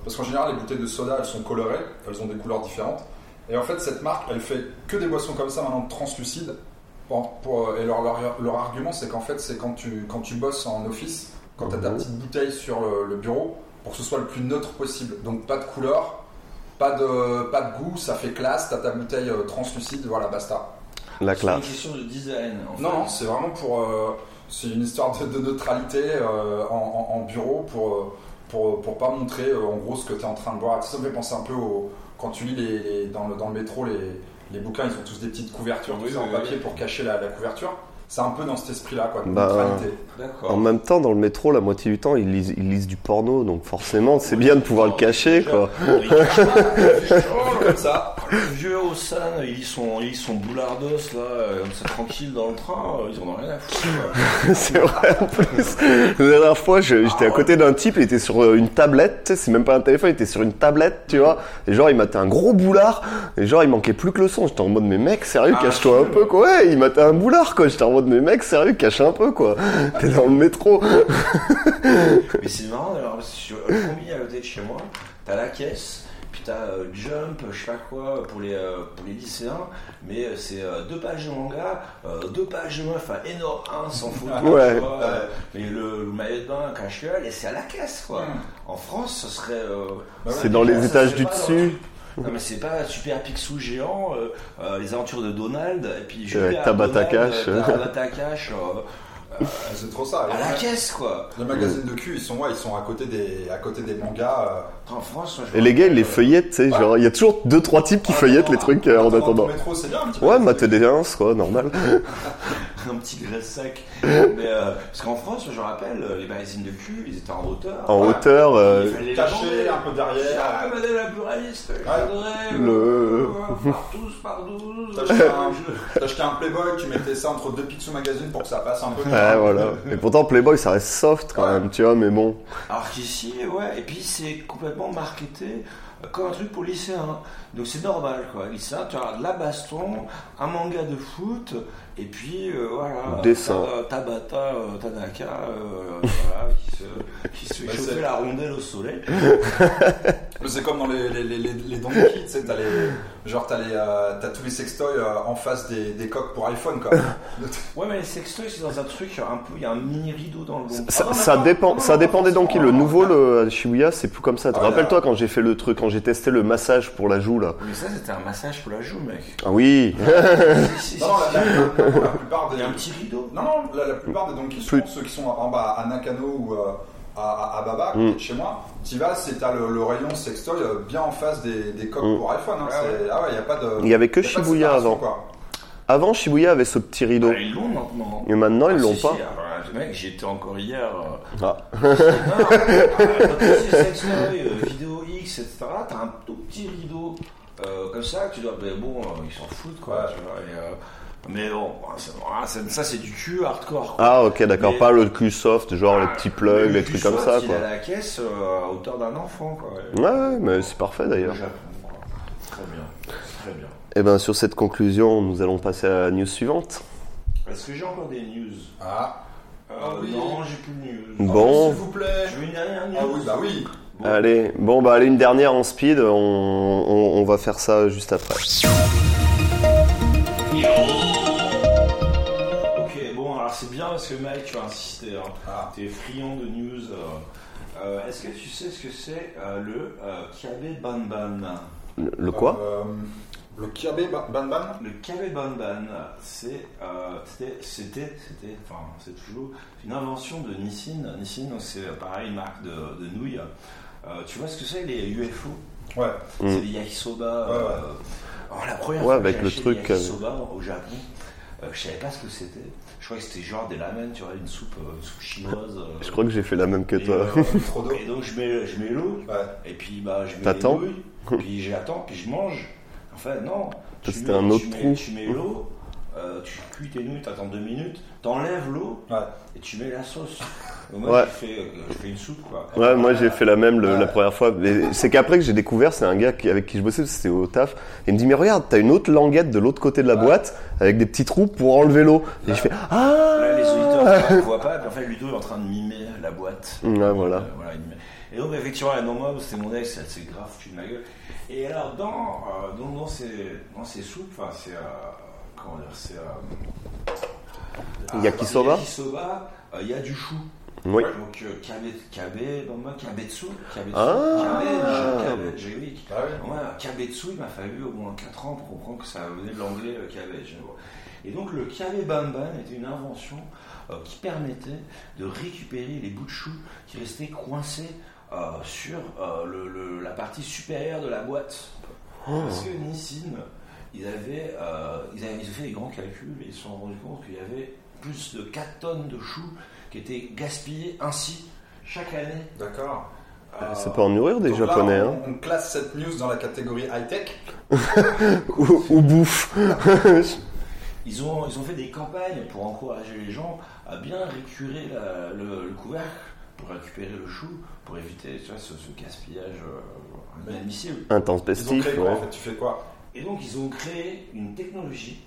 Parce qu'en général, les bouteilles de soda, elles sont colorées, elles ont des couleurs différentes. Et en fait, cette marque, elle fait que des boissons comme ça maintenant translucides. Pour, pour- euh, et leur, leur, leur argument, c'est qu'en fait, c'est quand tu, quand tu bosses en office, quand tu as ta
Mhm.
petite bouteille sur le, le bureau, pour que ce soit le plus neutre possible. Donc, pas de couleur, pas de, pas de goût, ça fait classe, t'as ta bouteille euh, translucide, voilà, basta.
La
C'est une
classe.
question de design. En
Non, non,
fait.
c'est vraiment pour. euh, c'est une histoire de, de neutralité euh, en, en- en bureau pour, euh, pour, pour pas montrer euh, en gros ce que tu es en train de boire. Ça me fait penser un peu au. Quand tu lis les, les- dans, le, dans le métro, les, les bouquins, ils ont tous des petites couvertures
Oui,
tout ça,
oui,
en
oui.
papier pour cacher la, la couverture. C'est un peu dans cet esprit-là, quoi, de
Bah,
neutralité.
En
D'accord.
même temps, dans le métro, la moitié du temps, ils lisent, ils lisent du porno, donc forcément, c'est bien de pouvoir le cacher, quoi.
Oh, comme ça.
Le vieux Hossan, ils sont, ils sont boulardos là, euh, comme ça tranquille dans le train, euh, ils en ont rien à foutre. quoi.
c'est vrai, en plus. La dernière fois, je- j'étais à côté d'un type, il était sur euh, une tablette, tu sais, c'est même pas un téléphone, il était sur une tablette, tu vois. Et genre, il matait un gros boulard, et genre, il manquait plus que le son. J'étais en mode, mais mec, sérieux,
Ah,
cache-toi un peu, quoi. Ouais, il matait un boulard, quoi. J'étais en mode, mais mec, sérieux, cache un peu, quoi. T'es dans le métro.
Mais c'est marrant alors parce que sur le combi à côté de chez moi, t'as la caisse, puis t'as euh, Jump, je sais pas quoi, pour les, euh, pour les lycéens, mais euh, c'est euh, deux pages de manga, euh, deux pages de meufs à énorme 1 sans photo, tu
Ouais.
vois, euh, mais le, le maillot de bain cache-gueule, et c'est à la caisse quoi.
Mm.
En France, ce serait. euh,
Bah ouais.
C'est dans les
ça,
étages
c'est
du
pas dans-
dessus.
Non mais c'est pas Super Picsou géant, euh, euh, les aventures de Donald, et puis
Ouais,
Julia
Tabata
Donald,
Cash.
euh, Tabata Cash, euh,
C'est trop ça.
à la caisse quoi.
Les magazines de cul, ils sont, ouais, ils sont à côté des, à côté des mangas. euh,
En France, moi, je
Et les gars, ils les
vois-
feuillettent, tu sais, genre, il y a toujours deux, trois types qui feuillettent les trucs euh, en
dans le
attendant.
métro, c'est bien un petit peu.
Ouais, mater des uns, quoi, normal.
euh, un petit graisse-sac. Mais, euh, parce qu'en France, je rappelle, euh, les magazines de cul, ils étaient en hauteur.
En
Voilà.
hauteur, euh,
Il fallait
Caché,
lâcher.
un peu
Ah,
derrière.
madame la pluraliste, je
Ouais.
voudrais,
Le-
euh, par tous, par douze.
T'as acheté un- t'as acheté un Playboy, tu mettais ça entre deux pics sous magazine pour que ça passe un peu.
ouais, voilà. Et pourtant, Playboy, ça reste soft quand même, tu vois, mais bon.
Alors qu'ici, ouais, et puis c'est complètement marketé comme un truc pour lycéens. Donc c'est normal, quoi. Lycéen, tu as de la baston, un manga de foot, et puis euh, voilà.
Dessin.
T'as, euh, Tabata, euh, Tanaka, euh, voilà, qui se, qui se
Bah,
chauffait
c'est-
la rondelle au soleil.
Mais C'est comme dans les, les, les, les, les Donkey Kids, tu sais, t'as les, genre t'as les, euh, t'as tous les sextoys euh, en face des, des coques pour iPhone, quoi.
Ouais, mais les sextoys, c'est dans un truc, un peu, il y a un mini rideau dans le bon.
Ça, ça dépend, ça dépend des donkeys. Le nouveau, le à Shibuya, c'est plus comme ça.
Ah, là.
Rappelle-toi quand j'ai fait le truc, quand j'ai testé le massage pour la joue, là.
Mais ça, c'était un massage pour la joue, mec.
Ah oui,
Si, si,
non, non,
si.
la, la- la- la plupart
Il y
des,
a un petit rideau.
non, non, la, la plupart des Donkey Kids,
Plus-
souvent, ceux qui sont en bas à Nakano ou euh, à, à, à Baba,
Mm.
qui est de chez moi, t'y vas, c'est t'as le, le rayon sextoy euh, bien en face des, des coques
Mm.
pour iPhone. Hein,
Ouais,
c'est- ah ouais, y a pas de.
Il y avait que
y a pas de
Shibuya
séparation,
avant.
quoi.
avant Shibuya avait ce petit rideau.
Ah, ils l'ont maintenant.
Mais maintenant, ils
Ah,
l'ont
si,
pas.
si, ah, bah, mec, j'étais encore hier. euh,
Ah.
Non, non, euh, quand tu fais Sextoy, euh, Vidéo X, etc., t'as un tout petit rideau euh, comme ça, que tu dois. Mais bon, euh, ils s'en foutent, quoi. tu vois, et, euh, mais bon, c'est- ah, c'est- ça, c'est du cul hardcore, quoi.
Ah ok d'accord,
Mais-
pas le cul soft, genre les petits
Le
plugs, les
cul
trucs comme
soft,
ça
il
quoi.
est à la caisse euh, à hauteur d'un enfant, quoi.
Ouais, ouais, mais c'est parfait d'ailleurs.
Japon, quoi. Très bien, très bien.
Et ben sur cette conclusion, nous allons passer à la news suivante.
Est-ce que j'ai encore des news
Ah,
Euh,
Ah oui.
Non, j'ai plus de news.
Bon,
s'il vous plaît.
Je veux une dernière news.
Ah oui, bah oui.
Bon.
allez, bon bah allez une dernière en speed, on, on- on va faire ça juste après.
Ok, bon, alors c'est bien parce que Mike, tu as insisté. Hein.
Ah.
T'es friand de news. euh. Euh, Est-ce que tu sais ce que c'est euh, le euh, Kabe Banban
Le, le quoi
Euh, Le Kirby Ban Ban. Ban
Le Kabe Banban, c'est, euh, c'était, c'était, c'était, enfin, c'est toujours une invention de Nissin. Nissin, donc, c'est euh, pareil, une marque de, de nouilles. Euh, tu vois ce que c'est les UFO
Ouais.
C'est des yakisoba.
Ouais, ouais.
euh, alors, la première
Mm. Ouais,
fois
avec
que j'ai
le
acheté
truc, euh,
des yakisoba au Japon, euh, je savais pas ce que c'était. Je croyais que c'était genre des ramen, tu vois, une soupe, euh, une soupe chinoise. euh,
Je crois que j'ai fait la même que
et,
toi.
euh,
Trop d'eau.
et donc je mets, je mets l'eau,
Ouais.
et puis bah, je mets
T'attends.
les nouilles, puis j'attends, puis je mange. Enfin non, tu
C'était
mets-
un autre
tu mets,
trou.
Tu mets l'eau, euh, tu cuis tes nouilles, t'attends deux minutes, t'enlèves l'eau
Ouais.
et tu mets la sauce. Donc, moi
Ouais.
j'ai fait, euh, je fais une soupe quoi.
Ouais, moi j'ai fait la même le- la première fois. Mais C'est qu'après que j'ai découvert, c'est un gars qui- avec qui je bossais, c'était au taf. Il me dit, mais regarde, t'as une autre languette de l'autre côté de la boîte avec des petits trous pour enlever l'eau. Et je fais,
Là, les
ah
auditeurs ne voient pas, mais en fait Ludo est en train de mimer la boîte.
Ouais, voilà.
Euh, il met- Et donc, effectivement, la norme, c'était mon ex, elle s'est grave tu de ma gueule. Et alors, dans, euh, dans, dans, ces, dans ces soupes, enfin, c'est. euh, comment dire C'est. Euh,
Yakisoba
ah, Yakisoba, euh, il y a du chou.
Oui.
Donc, euh, kabe, kabe, non, moi, kabetsu, kabetsu,
Ah.
kabe, kabe, j'ai oui.
Ah oui.
Ouais, kabetsu, il m'a fallu au moins 4 ans pour comprendre que ça venait de l'anglais euh, cabbage. je vois. Et donc le cabbé bamban était une invention euh, qui permettait de récupérer les bouts de chou qui restaient coincés euh, sur euh, le- le- la partie supérieure de la boîte. Parce que Nissin, ils avaient, euh, ils avaient- ils ont fait des grands calculs et ils se sont rendus compte qu'il y avait plus de 4 tonnes de choux qui étaient gaspillés ainsi chaque année.
D'accord.
Ça peut en nourrir des
Donc là,
japonais,
on,
hein.
on classe cette news dans la catégorie high-tech.
Ou, ou bouffe.
Ils ont, ils ont fait des campagnes pour encourager les gens à bien récurer la- le, le couvercle pour récupérer le chou, pour éviter tu vois, ce, ce gaspillage euh, inadmissible.
Intense
Ils ont
pestif,
créé quoi
ouais.
en fait Tu fais quoi
Et donc ils ont créé une technologie.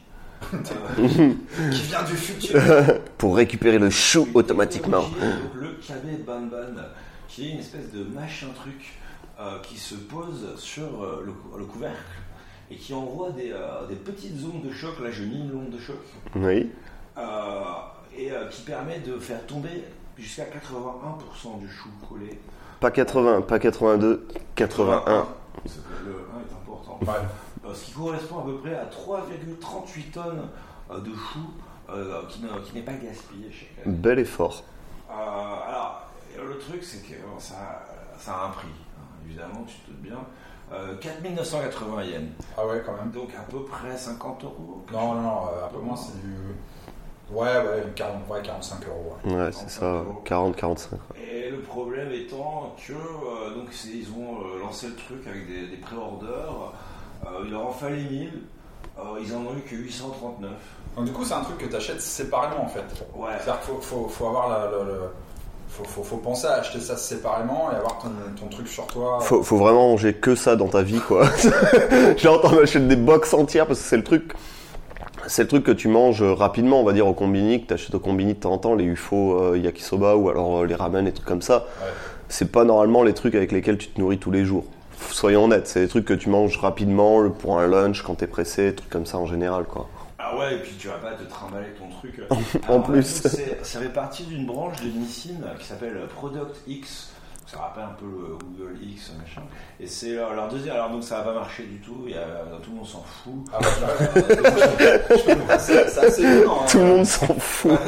euh,
Qui vient du futur
Pour récupérer le chou
une
automatiquement.
technologie, donc le KB Banban, qui est une espèce de machin truc euh, qui se pose sur euh, le, cou- le couvercle et qui envoie des, euh, des petites ondes de choc. Là, je mime l'onde de choc.
Oui.
Euh, et euh, qui permet de faire tomber jusqu'à 81% du chou collé.
Pas 80, pas 82, 81.
Parce que le 1 est important.
Ouais.
Euh, ce qui correspond à peu près à 3,38 tonnes euh, de chou euh, qui ne- qui n'est pas gaspillé chaque année.
Bel effort.
Euh, alors, le truc, c'est que bon, ça, ça a un prix, hein. évidemment, tu te doutes bien. Euh, 4980 yens,
Ah ouais, quand même.
donc à peu près 50 euros.
Non, non, non, euh, un peu moins, c'est du. Ouais, ouais, 40, ouais, 45 euros. ouais.
Ouais, c'est ça, 40-45.
Et le problème étant que euh, donc c'est- ils ont euh, lancé le truc avec des, des pré-orders. Euh, il leur en fallait 1000. Euh, ils en ont eu que 839.
Donc, du coup, c'est un truc que tu achètes séparément en fait.
Ouais.
C'est-à-dire qu'il faut, faut- faut avoir la- le- le- faut, faut- faut penser à acheter ça séparément et avoir ton, ton truc sur toi.
Faut, faut vraiment manger que ça dans ta vie, quoi. Genre, t'en achètes des box entières parce que c'est le truc. C'est le truc que tu manges euh, rapidement, on va dire, au combini, que t'achètes au combini de temps en temps, les UFO euh, yakisoba ou alors euh, les ramen, les trucs comme ça.
Ouais.
C'est pas normalement les trucs avec lesquels tu te nourris tous les jours. Soyons honnêtes, c'est des trucs que tu manges rapidement le- pour un lunch quand t'es pressé, des trucs comme ça en général, quoi.
Ah ouais, et puis tu vas pas te trimballer ton truc.
en plus.
Ah c'est- Ça fait partie d'une branche de Nissin qui s'appelle Product X. Ça rappelle un peu le Google X, machin. Et c'est leur, leur deuxième. Alors donc ça a pas marché du tout. Il y a- tout le monde s'en fout.
Ah, ouais, je- je comprends, c'est c'est assez étonnant. hein.
Tout le monde s'en fout.
Donc,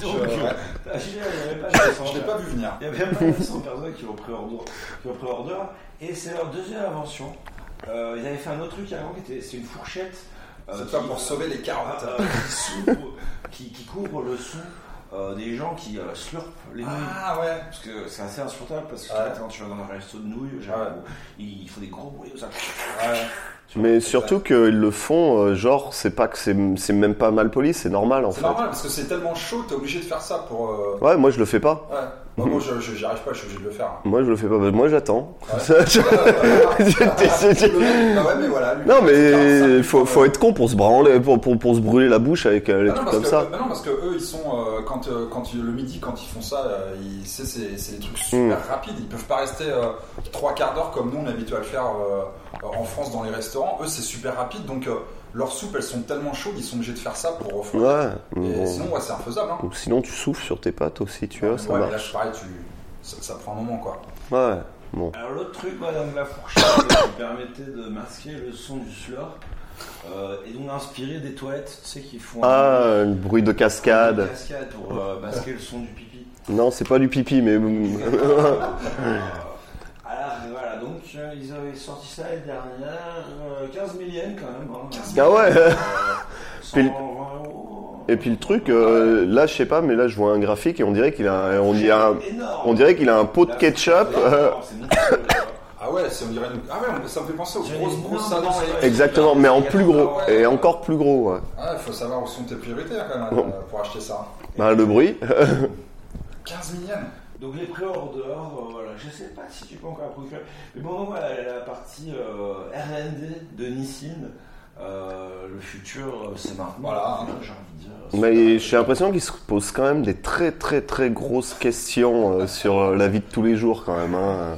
Je- ouais.
ah, je dirais, il y avait pas de hein.
Je l'ai pas vu venir.
Il y avait pas 900 personnes qui ont pré-order. qui ont pré-order, Et c'est leur deuxième invention. Euh, ils avaient fait un autre truc avant qui était c'est une fourchette. euh,
C'est pas
qui-
pour sauver les carottes.
Ah,
euh, qui, s'ouvre- qui- qui couvre le son euh, des gens qui euh, slurpent les nouilles.
Ah ouais.
Parce que c'est assez insupportable parce que
Ouais.
quand tu vas dans un resto de nouilles, genre,
Ouais.
il il faut des gros bruits. ça-
Ouais.
Mais surtout qu'ils le font, euh, genre, c'est pas que c'est c'est même pas mal poli, c'est normal en
C'est
fait.
normal parce que c'est tellement chaud, t'es obligé de faire ça pour. euh,
Ouais, moi je le fais pas.
Ouais. Moi, moi, je- je- j'y arrive pas, je suis obligé de le faire. hein.
Moi, je le fais pas. Bah, Moi, j'attends.
Le mec, bah ouais, mais voilà. lui,
non,
c'est
mais
un-
faut, faut être con pour se branler, pour, pour, pour se brûler la bouche avec euh, les
Ah
trucs
non, parce
comme
que-
ça.
bah non, parce que eux, ils sont euh, quand euh, quand ils- le midi, quand ils font ça, euh, ils- c'est c'est- c'est des trucs super
Mm.
rapides. Ils peuvent pas rester euh, trois quarts d'heure comme nous on est habitué à le faire euh, en France dans les restaurants. Eux, c'est super rapide, donc euh, leurs soupes, elles sont tellement chaudes, ils sont obligés de faire ça pour refroidir.
Ouais. mais
Et
bon.
sinon, ouais, c'est infaisable. Hein.
Ou sinon, tu souffles sur tes pattes aussi, tu vois, ça
ouais, mais là,
marche.
je pareil, tu, ça, ça prend un moment quoi.
Ouais. Bon.
Alors l'autre truc, ouais, donc la fourchette euh, qui permettait de masquer le son du slurp euh, et donc inspirer des toilettes, tu sais, qui font
Ah, le bruit de
Une
cascade.
cascade pour euh, masquer le son du pipi.
Non, c'est pas du pipi, mais.
Alors voilà, donc euh, ils avaient sorti ça l'année dernière, euh, 15 000 yens quand même. hein.
ah ouais. Puis le-
120 euros.
Et puis le truc, euh, là, je sais pas, mais là, je vois un graphique et on dirait qu'il a, on dirait, un,
Énorme.
on dirait qu'il a un pot de
La-
ketchup.
C'est
euh,
énorme, c'est monstrueux, là.
Ah ouais, c'est- on dirait une- Ah ouais, on- ça me fait penser aux
J'ai
grosses
une
grosses
énorme
annonces.
dent, ouais.
Exactement, mais en plus gros et encore plus gros. Ouais.
Ah, il faut savoir où sont tes priorités quand même
Bon.
euh, pour acheter ça.
Bah, le bruit.
15 millions.
Euh.
Donc les pré-orders, euh, voilà, je sais pas si tu peux encore procurer. Mais bon, voilà, la partie euh, R&D de Nissin, euh, le futur, euh, c'est maintenant.
Voilà.
Enfin, j'ai envie de dire. c'est
Mais
pas-
j'ai l'impression qu'ils se posent quand même des très très très grosses questions euh, sur euh, la vie de tous les jours quand même. Hein. Euh,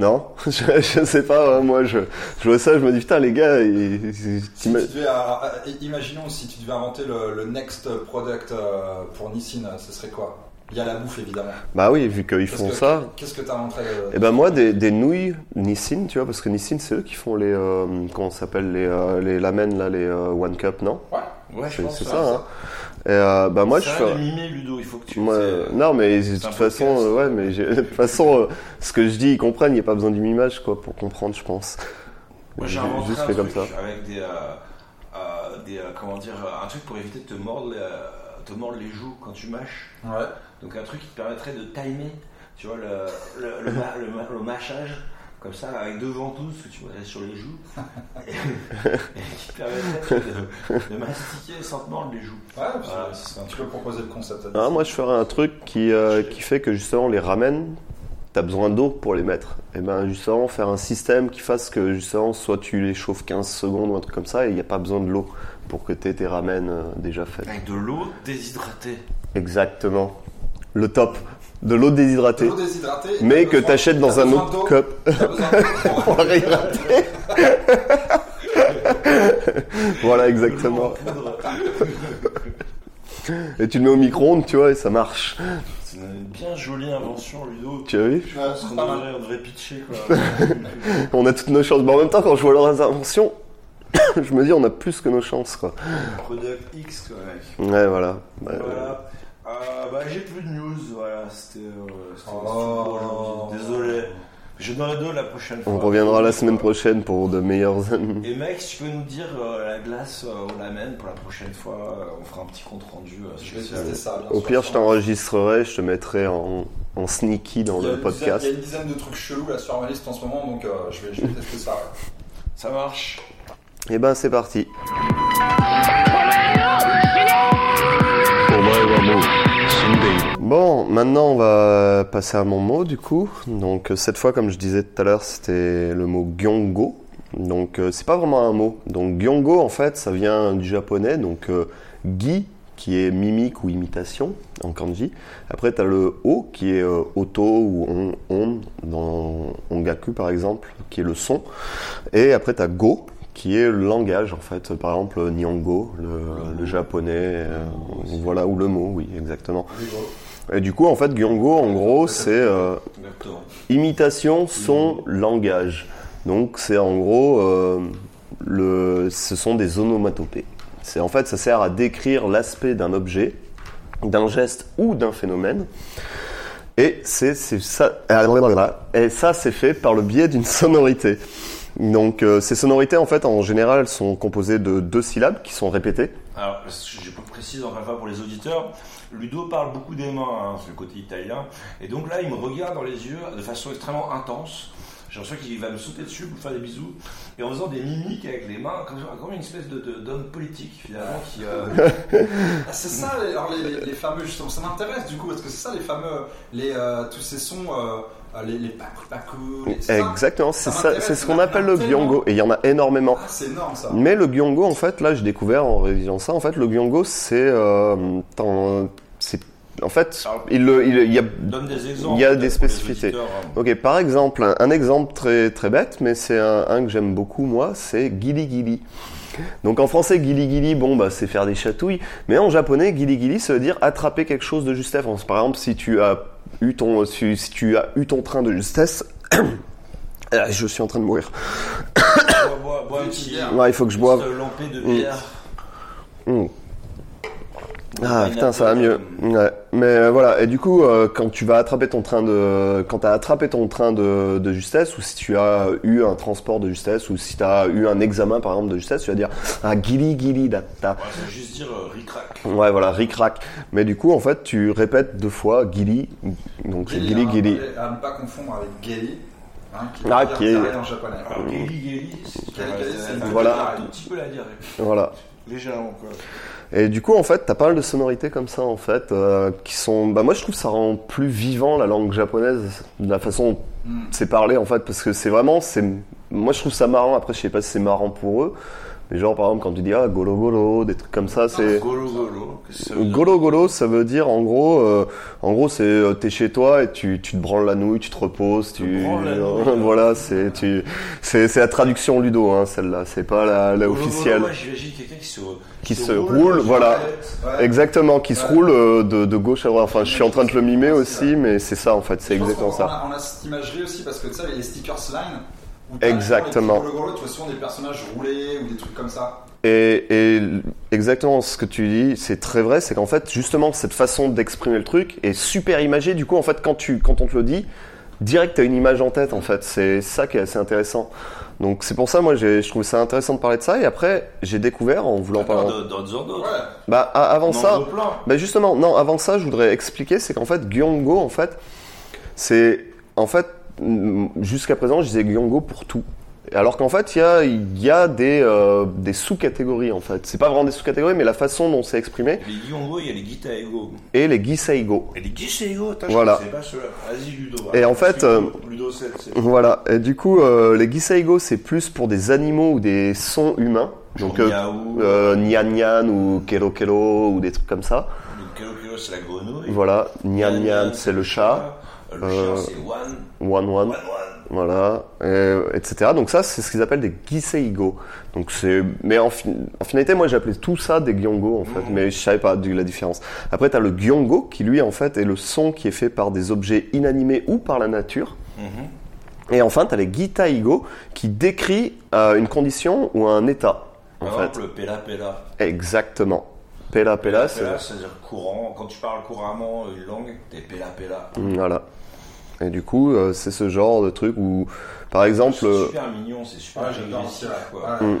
Non je, je sais pas, hein, moi je, je vois ça, je me dis putain les gars, ils, ils-
Si
ils-
tu devais, euh, euh, imaginons si tu devais inventer le, le next product euh, pour Nissin, euh, ce serait quoi Il y a la bouffe évidemment.
bah oui vu qu'ils
Qu'est-ce
font
que-
ça.
Qu'est-ce que t'as inventé euh,
Et ben moi des, des nouilles Nissin, tu vois, parce que Nissin c'est eux qui font les euh, comment ça s'appelle les euh, les lamen là les euh, one cup non
Ouais, je
C'est
pense
c'est
que
ça. Hein. Et euh, bah moi je
Ça
fais.
va mimer Ludo, il faut que tu.
Moi,
c'est-
euh, non, mais de
c'est un
toute façon,
podcast.
euh, ouais, mais j'ai- de toute façon, euh, ce que je dis, ils comprennent. Il n'y a pas besoin d'une image, quoi, pour comprendre, je pense.
Moi, j'ai
J'ai
inventé
juste
un
fait
truc
comme
avec des, euh, euh, des euh, comment dire, un truc pour éviter de te mordre, euh, te mordre les joues quand tu mâches.
Ouais.
Donc un truc qui te permettrait de timer, tu vois, le, le, le, ma- le ma- le mâchage, comme ça, avec deux ventouses que tu vois sur les joues, et, et qui te permettrait de, de mastiquer sans te mordre les joues.
Ouais,
Voilà,
c'est-
c'est un
tu
truc.
peux proposer le concept.
Ah, moi, je ferais un truc qui, euh, qui fait que justement, les ramène. T'as besoin d'eau pour les mettre. Et ben justement, faire un système qui fasse que justement, soit tu les chauffes 15 secondes ou un truc comme ça, et il n'y a pas besoin de l'eau pour que t'aies tes ramen euh, déjà faites.
Avec de l'eau déshydratée.
Exactement. Le top. De l'eau
De
déshydratée.
l'eau déshydratée. et
Mais
t'as
que
besoin-
t'achètes dans
t'as
un
besoin
autre
d'eau,
cup.
t'as besoin d'eau.
pour la réhydrater. voilà, exactement.
De l'eau en poudre.
Et tu le mets au micro-ondes, tu vois, et ça marche.
C'est une bien jolie invention, Ludo.
Tu as vu
Je pense qu'on
Pas mal.
devrait, on devrait pitcher, quoi.
On a toutes nos chances. Mais en même temps, quand je vois leurs inventions, je me dis, on a plus que nos chances, quoi.
Product X, quoi, mec.
Ouais, voilà. Ouais, ouais.
Voilà. Ah, Euh, bah, j'ai plus de news, voilà, c'était euh, c'était- c'était
Oh.
pour aujourd'hui. Désolé, Je donnerai deux la prochaine fois.
On reviendra la semaine prochaine pour de meilleurs amis.
Et mec, si tu peux nous dire euh, la glace, euh, on l'amène pour la prochaine fois. euh, on fera un petit compte rendu. euh,
Je vais
spécial.
tester ça. bien
Au
sûr.
pire, je t'enregistrerai, je te mettrai en, en sneaky dans
Il y a
le
une dizaine- Il y
podcast.
a une dizaine de trucs chelous là sur ma liste en ce moment, donc euh, je, vais, je vais tester ça. ouais.
Ça marche.
Et ben, c'est parti.
お前はもう死んでいる。
Bon, maintenant on va passer à mon mot du coup. Donc euh, cette fois, comme je disais tout à l'heure, c'était le mot gyongo. Donc euh, c'est pas vraiment un mot. Donc gyongo en fait, ça vient du japonais. Donc euh, gi qui est mimique ou imitation en kanji. Après t'as le o qui est euh, auto ou on, on dans ongaku par exemple, qui est le son. Et après t'as go qui est le langage en fait. Par exemple euh, nihongo, le, le japonais. euh, voilà ou le mot, oui exactement. Et du coup, en fait, Gyongo, en gros, c'est euh,
Exactement.
Mmh.
imitation son langage. Donc, c'est en gros, euh, le, ce sont des onomatopées. C'est en fait, ça sert à décrire l'aspect d'un objet, d'un geste ou d'un phénomène. Et c'est c'est ça. Et ça, c'est fait par le biais d'une sonorité. Donc, euh, ces sonorités, en fait, en général, sont composées de deux syllabes qui sont répétées.
Alors, je précise encore une fois pour les auditeurs, Ludo parle beaucoup des mains, hein, c'est le côté italien. Et donc là, il me regarde dans les yeux de façon extrêmement intense. J'ai l'impression qu'il va me sauter dessus pour faire des bisous. Et en faisant des mimiques avec les mains, comme, comme une espèce de- de- d'homme politique, finalement, qui... euh,
Ah, c'est ça, les, alors les, les- les fameux, justement, ça m'intéresse du coup, parce que c'est ça les fameux, les, euh, tous ces sons, euh, euh, les, les paku paku, les- c'est ça
Exactement, c'est
Ça
ça,
m'intéresse,
c'est ce
ça
qu'on appelle le
m'intéresse tellement.
Gyongo. Et il y en a énormément.
Ah, c'est énorme ça.
Mais le gyongo, en fait, là, j'ai découvert en révisant ça, en fait, le gyongo, c'est. euh, t'en- c'est- en fait,
Alors,
il, le- il- il y a.
donne des exemples.
Il y a des
pour les
spécificités.
auditeurs, hein.
Ok, par exemple, un, un exemple très, très bête, mais c'est un, un que j'aime beaucoup, moi, c'est Gili Gili. Donc en français, Gili Gili, bon, bah, c'est faire des chatouilles, mais en japonais, Gili Gili, ça veut dire attraper quelque chose de justesse. Par exemple, si tu as eu ton, si, si tu as eu ton train de justesse. Ah, Je suis en train de mourir.
hein. Bois, bois, bois un petit...
Bière.
Ouais, il faut que je
une
boive.
petite lampée de bière.
Mm. Ah
Une
putain, ça va
apple,
mieux. Ouais. Mais euh, voilà, et du coup, euh, quand tu vas attraper ton train de, quand t'as attrapé ton train de, de justesse, ou si tu as eu un transport de justesse, ou si t'as eu un examen par exemple de justesse, tu vas dire ah gili gili datta.
Ouais, ça veut juste dire euh, ric-rac.
Ouais, voilà, ricrac. Mais du coup, en fait, tu répètes deux fois gili, donc c'est gili
hein,
gili.
À ne pas confondre avec Geli, hein, qui
Ah,
veut dire
qui est- Ah.
carré en japonais.
Alors, Geli, Geli, Ah, c'est-
Geli, Geli, c'est
ça-
Voilà.
ça- Un tout petit peu la dire.
Voilà.
Légèrement, quoi.
Et du coup, en fait, t'as pas mal de sonorités comme ça, en fait, euh, qui sont. Bah, moi, je trouve que ça rend plus vivant la langue japonaise, de la façon dont
Mm.
c'est parlé, en fait, parce que c'est vraiment. c'est Moi, je trouve ça marrant. Après, je sais pas si c'est marrant pour eux, mais genre, par exemple, quand tu dis ah, golo golo, des trucs comme ça, c'est.
Ah, Golo, golo. qu'est-ce que ça veut dire
Golo golo, ça veut dire en gros, euh, en gros, c'est euh, t'es chez toi et tu, tu te branles la nouille, tu te reposes, tu
branles la nouille.
voilà, c'est tu, c'est c'est la traduction ludo, hein, celle-là, c'est pas la, la
Golo, golo,
officielle.
Moi, j'imagine quelqu'un qui se,
Qui se roule, voilà.
Ouais.
Exactement, qui se
Ouais.
roule euh, de, de gauche à droite. Enfin, je suis en train de le mimer aussi, mais c'est ça en fait, c'est
Je pense
exactement
qu'on-
ça.
On a, on a cette imagerie aussi parce que tu sais, les stickers line. où t'as
Exactement.
les petits golo-golo, tu vois souvent des personnages roulés ou des trucs comme ça.
Et, et exactement ce que tu dis, c'est très vrai, c'est qu'en fait, justement, cette façon d'exprimer le truc est super imagée. Du coup, en fait, quand, tu, quand on te le dit, direct, tu as une image en tête, en fait. C'est ça qui est assez intéressant. Donc, c'est pour ça, moi, j'ai- je trouve ça intéressant de parler de ça. Et après, j'ai découvert, en voulant
Dans
parler...
d'autres, dans
Ouais.
d'autres.
Bah, a- avant
Dans
ça...
d'autres plans.
Bah justement, non, avant ça, je voudrais expliquer, c'est qu'en fait, Gyongo, en fait, c'est... En fait, mm, jusqu'à présent, je disais Gyongo pour tout. Alors qu'en fait, il y a, il y a des, euh, des sous-catégories, en fait. C'est pas vraiment des sous-catégories, mais la façon dont c'est exprimé.
Les Gyongo, il y a les Gitaego.
Et les Giseigo.
Et les Giseigo, attends,
Voilà.
je sais pas ceux-là. Vas-y, Ludo.
Et
va.
en fait,
Ludo,
euh,
Ludo, c'est. c'est-
Voilà. Et du coup, euh, les Giseigo, c'est plus pour des animaux ou des sons humains. Donc,
Genre
euh,
Miaou,
euh, Nyan Nyan ou Kero Kero ou des trucs comme ça.
le Kero Kero, c'est la grenouille.
Voilà. Nyan Nyan, c'est le chat.
Euh, Le
Euh,
chien, c'est Wan.
Wan
Wan,
Wan.
Wan.
Voilà, euh, etc. Donc ça, c'est ce qu'ils appellent des giseigo. Donc c'est, mais en, fin- en finalité, moi j'appelais tout ça des gyongo en fait, mais je savais pas du- la différence. Après, t'as le gyongo qui lui en fait est le son qui est fait par des objets inanimés ou par la nature. Et enfin, t'as les gitaigo qui décrit euh, une condition ou un état en
Par
fait.
exemple, le Pela Pela.
Exactement. Pela Ah. pela, c'est
Pela, c'est-à-dire courant. Quand tu parles couramment une langue, t'es Pela Pela.
voilà. Et du coup, euh, c'est ce genre de truc où, par exemple,
C'est
euh,
super mignon, c'est super
Ouais,
j'adore
Ah, j'adore ça. Ah.
quoi.
Ouais.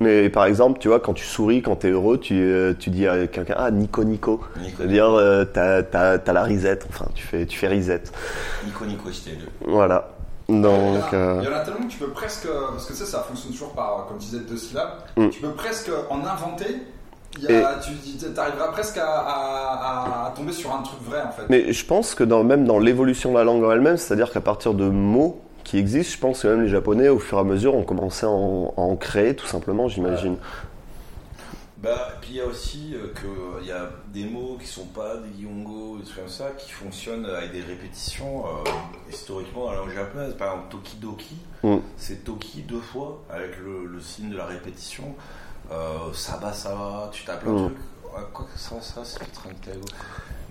mais par exemple, tu vois, quand tu souris, quand t'es heureux, tu, euh, tu dis à quelqu'un, ah, Nico Nico.
Nico,
C'est-à-dire, euh, t'as, t'as, t'as la risette, enfin, tu fais, tu fais risette.
Nico, Nico, c'était deux.
Voilà.
Il y en
Donc,
a-
euh,
Il y en a tellement que tu peux presque. Parce que tu sais, ça fonctionne toujours par, euh, comme tu disais, deux syllabes.
Mm.
Tu peux presque en inventer. Il y a- Tu arriveras presque à, à- à- à tomber sur un truc vrai en fait.
mais je pense que dans, même dans l'évolution de la langue en elle-même, c'est-à-dire qu'à partir de mots qui existent, je pense que même les Japonais, au fur et à mesure, ont commencé à en, à en créer, tout simplement, j'imagine.
Bah, puis il y a aussi euh, que euh, il y a des mots qui sont pas des gyongo, des trucs comme ça, qui fonctionnent avec des répétitions euh, historiquement dans la langue japonaise. Par exemple, Tokidoki,
Mm.
c'est Toki deux fois avec le, le signe de la répétition. Euh, ça va, ça va, tu tapes un
Mm.
truc. Ouais, Quoi que ça, ça, c'est peut-être un tago.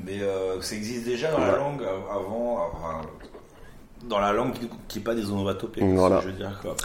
Mais euh, ça existe déjà dans la
Ouais.
langue av- avant. enfin, dans la langue qui- qui n'est pas des onomatopées, c'est
Voilà.
ce que je veux dire quoi.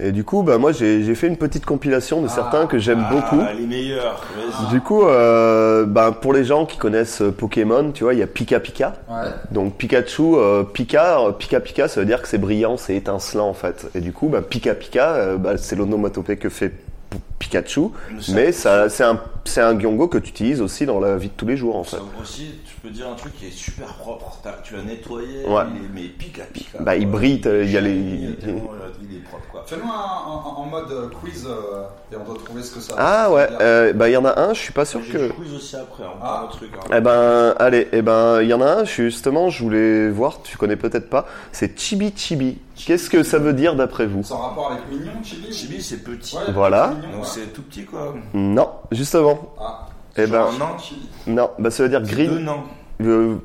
Et du coup, bah, moi, j'ai, j'ai fait une petite compilation de certains que j'aime
Ah,
beaucoup.
Les meilleurs. vas-y.
Du coup, euh, ben, pour les gens qui connaissent euh, Pokémon, tu vois, il y a Pika Pika.
Ouais.
Donc Pikachu, euh, Pika, euh, Pika Pika, ça veut dire que c'est brillant, c'est étincelant en fait. Et du coup, ben, Pika Pika, euh, ben, c'est l'onomatopée que fait P- Pikachu,
Ça-
mais ça, c'est un, c'est un gyongo que tu utilises aussi dans la vie de tous les jours en fait.
Ça, aussi, tu peux dire un truc qui est super propre. T'as- Tu l'as nettoyé,
Ouais.
il est- mais pique à pique.
Bah, il brille, t'as- il y a les-
Il, est tellement, euh, il est propre, quoi.
Fais-nous un, un- en mode euh, quiz euh, et on doit trouver ce que ça.
Ah ouais,
ça veut dire.
euh, ben, il y en a un, je suis pas sûr
J'ai
que.
du quiz aussi après, on
Ah.
parle un truc. hein.
Eh ben, allez, eh ben, il y en a un, justement, je voulais voir, tu connais peut-être pas, c'est Chibi Chibi. Qu'est-ce que ça veut dire d'après vous
C'est en rapport avec Mignon, Chibi
Chibi, c'est petit.
Ouais,
Voilà.
Mignon,
Donc
ouais.
c'est tout petit, quoi.
Non, justement.
Ah,
Eh ben,
Genre un an,
Chibi.
non, bah ça veut dire
deux
green.
non.
euh,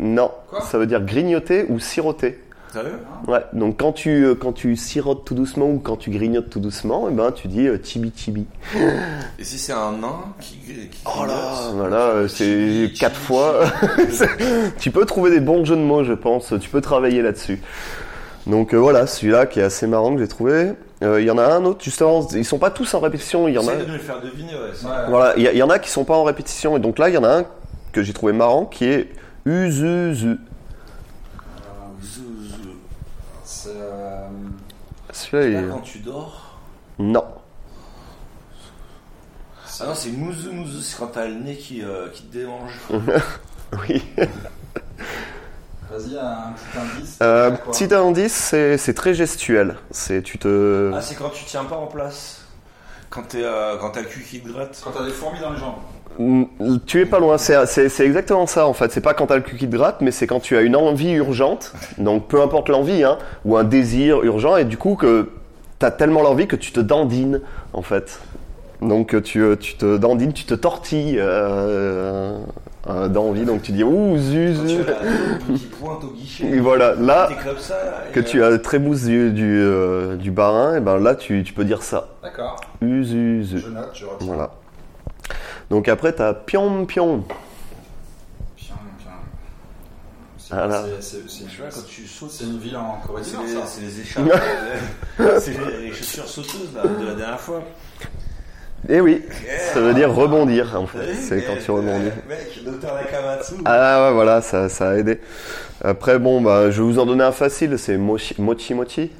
non,
Quoi
ça veut dire grignoter ou siroter.
Sérieux
Ah.
Ouais, donc quand tu, euh, quand tu sirotes tout doucement ou quand tu grignotes tout doucement, eh ben, tu dis euh, chibi chibi.
Et si c'est un nain qui, qui grignote
Voilà, Oh euh, c'est
Oh Chibi,
quatre
chibi,
fois.
chibi.
tu peux trouver des bons jeux de mots, je pense. Tu peux travailler là-dessus. Donc euh, voilà, celui-là qui est assez marrant que j'ai trouvé. Euh, Il y en a un autre, justement, ils sont pas tous en répétition. Il y en a.
Essaye de nous le faire deviner, ouais. ça.
Ouais.
Voilà, il y, a- il y en a qui sont pas en répétition. Et donc là, il y en a un que j'ai trouvé marrant qui est uzuzu.
Ah.
Zou, zou.
C'est, euh,
Celui-là, il
Là,
est...
quand tu dors.
Non.
Ah non, c'est mouzou mouzou, c'est quand t'as le nez qui, euh, qui te démange.
Oui.
Vas-y, un petit indice.
Euh,
Quoi
petit indice, c'est c'est très gestuel. C'est tu te.
Ah, c'est quand tu tiens pas en place. Quand t'es, euh, quand t'as le cul qui te gratte.
Quand t'as des fourmis dans les jambes.
Mm, Tu es pas loin, c'est c'est- c'est exactement ça en fait. C'est pas quand t'as le cul qui te gratte, mais c'est quand tu as une envie urgente, donc peu importe l'envie, hein, ou un désir urgent, et du coup que t'as tellement l'envie que tu te dandines en fait. Donc euh, tu, euh, tu te dandines, tu te tortilles euh, euh, d'envie, donc tu dis ouh
Quand tu
zuzu.
as la petite pointe au guichet.
Et voilà, là
T'es comme ça. là, et, euh,
que tu as le trémousse du, du, euh, du barin, et ben là tu, tu peux dire ça.
D'accord,
Uzuzu.
je note, je retire.
Voilà. Donc après t'as pion pion.
Pyong, Pyong. C'est
Ah là.
c'est- c'est- c'est-
Tu vois, quand tu sautes,
c'est une ville en Corée du
c'est
Nord,
les,
ça.
c'est les écharpes. euh, c'est les, les chaussures sauteuses là, de la dernière fois.
Eh oui, ça veut dire rebondir en fait. C'est quand tu rebondis.
Euh, Mec, docteur Nakamatsu.
Ah ouais, voilà, ça, ça a aidé. Après, bon, bah, je vais vous en donner un facile, c'est mochi mochi. mochi.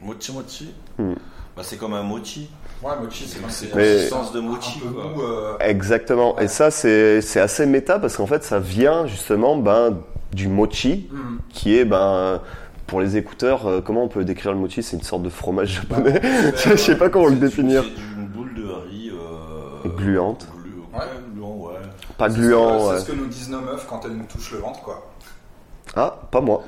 Mochi mochi.
Hmm.
Bah, c'est comme un mochi.
Ouais, mochi, c'est quand
C'est
c'est
la
Mais-
consistance de mochi.
un peu
quoi.
mou. euh,
Exactement. Et ça, c'est c'est assez méta parce qu'en fait, ça vient justement ben, du mochi,
hmm.
qui est, ben, pour les écouteurs, euh, comment on peut décrire le mochi C'est une sorte de fromage japonais. je sais pas comment
C'est
le
du-
définir.
C'est une boule de riz. Euh,
Gluante.
glu-
Ouais.
ouais, gluant, ouais.
Pas
C'est ce que-
gluant.
C'est
ouais.
ce que nous disent nos meufs quand elles nous touchent le ventre, quoi.
Ah, pas moi.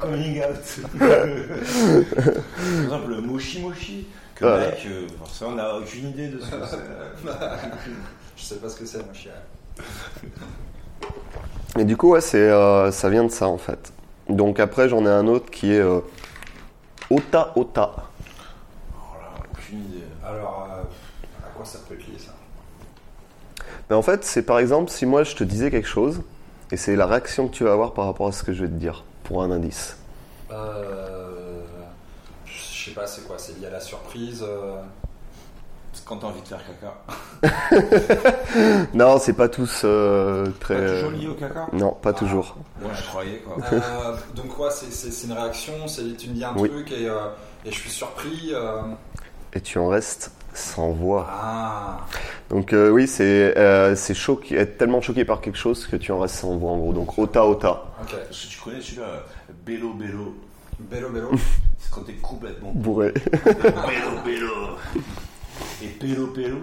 Coming out. Par exemple, le mochi mochi. Que
Voilà.
mec, euh, forcément, on n'a aucune idée de ce que c'est.
Je sais pas ce que c'est, mochi. ouais.
Et du coup, ouais, c'est, euh, ça vient de ça en fait. Donc après, j'en ai un autre qui est euh, Ota Ota.
Voilà, aucune idée.
Alors, euh, à quoi ça peut être lié, ça
Mais en fait, c'est par exemple si moi je te disais quelque chose, et c'est la réaction que tu vas avoir par rapport à ce que je vais te dire, pour un indice.
Euh... Je sais pas, c'est quoi C'est lié à la surprise euh,
C'est quand t'as envie de faire caca.
Non, c'est pas tous euh, très.
Pas toujours
euh,
lié au caca
Non, pas toujours.
Moi, je croyais, quoi.
Euh, donc ouais, c'est- c'est c'est une réaction, c'est tu me dis un
Oui.
truc et, euh, et je suis surpris. euh,
Et tu en restes sans voix.
Ah,
Donc euh, oui, c'est euh, c'est choqué, être tellement choqué par quelque chose que tu en restes sans voix en gros. Donc ota ota.
ok.
Si tu connais celui-là, euh, Bello Bello,
Bello, bello.
c'est quand t'es complètement
Bourré.
Pélo pélo. Et pélo pélo.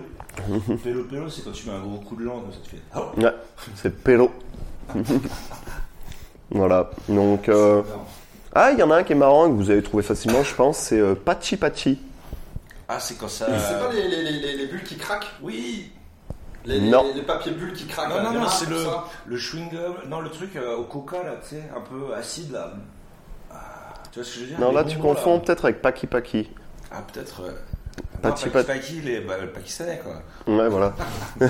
Pélo pélo, c'est quand tu mets un gros coup de langue, ça te fait. Oh
Ouais, c'est pélo. voilà. Donc euh,
Non.
ah, il y en a un qui est marrant que vous avez trouvé facilement, je pense, c'est euh, pachi pachi.
ah, c'est quand ça.
Mais C'est pas les, les, les, les- les bulles qui craquent
Oui
les, les-
Non.
Les, les papiers bulles qui craquent
Non,
là,
non,
il y en a
non,
un
c'est
pour
le,
ça.
le chewing-gum. Non, le truc euh, au coca, là, tu sais, un peu acide, là. Ah, Tu vois ce que je veux dire
Non,
Les
là tu
bonbons,
confonds peut-être avec paki paki.
Ah, peut-être. euh,
Pati-
non,
pat-
Paki, Paki, les, bah, le pakistanais, quoi.
Ouais, voilà.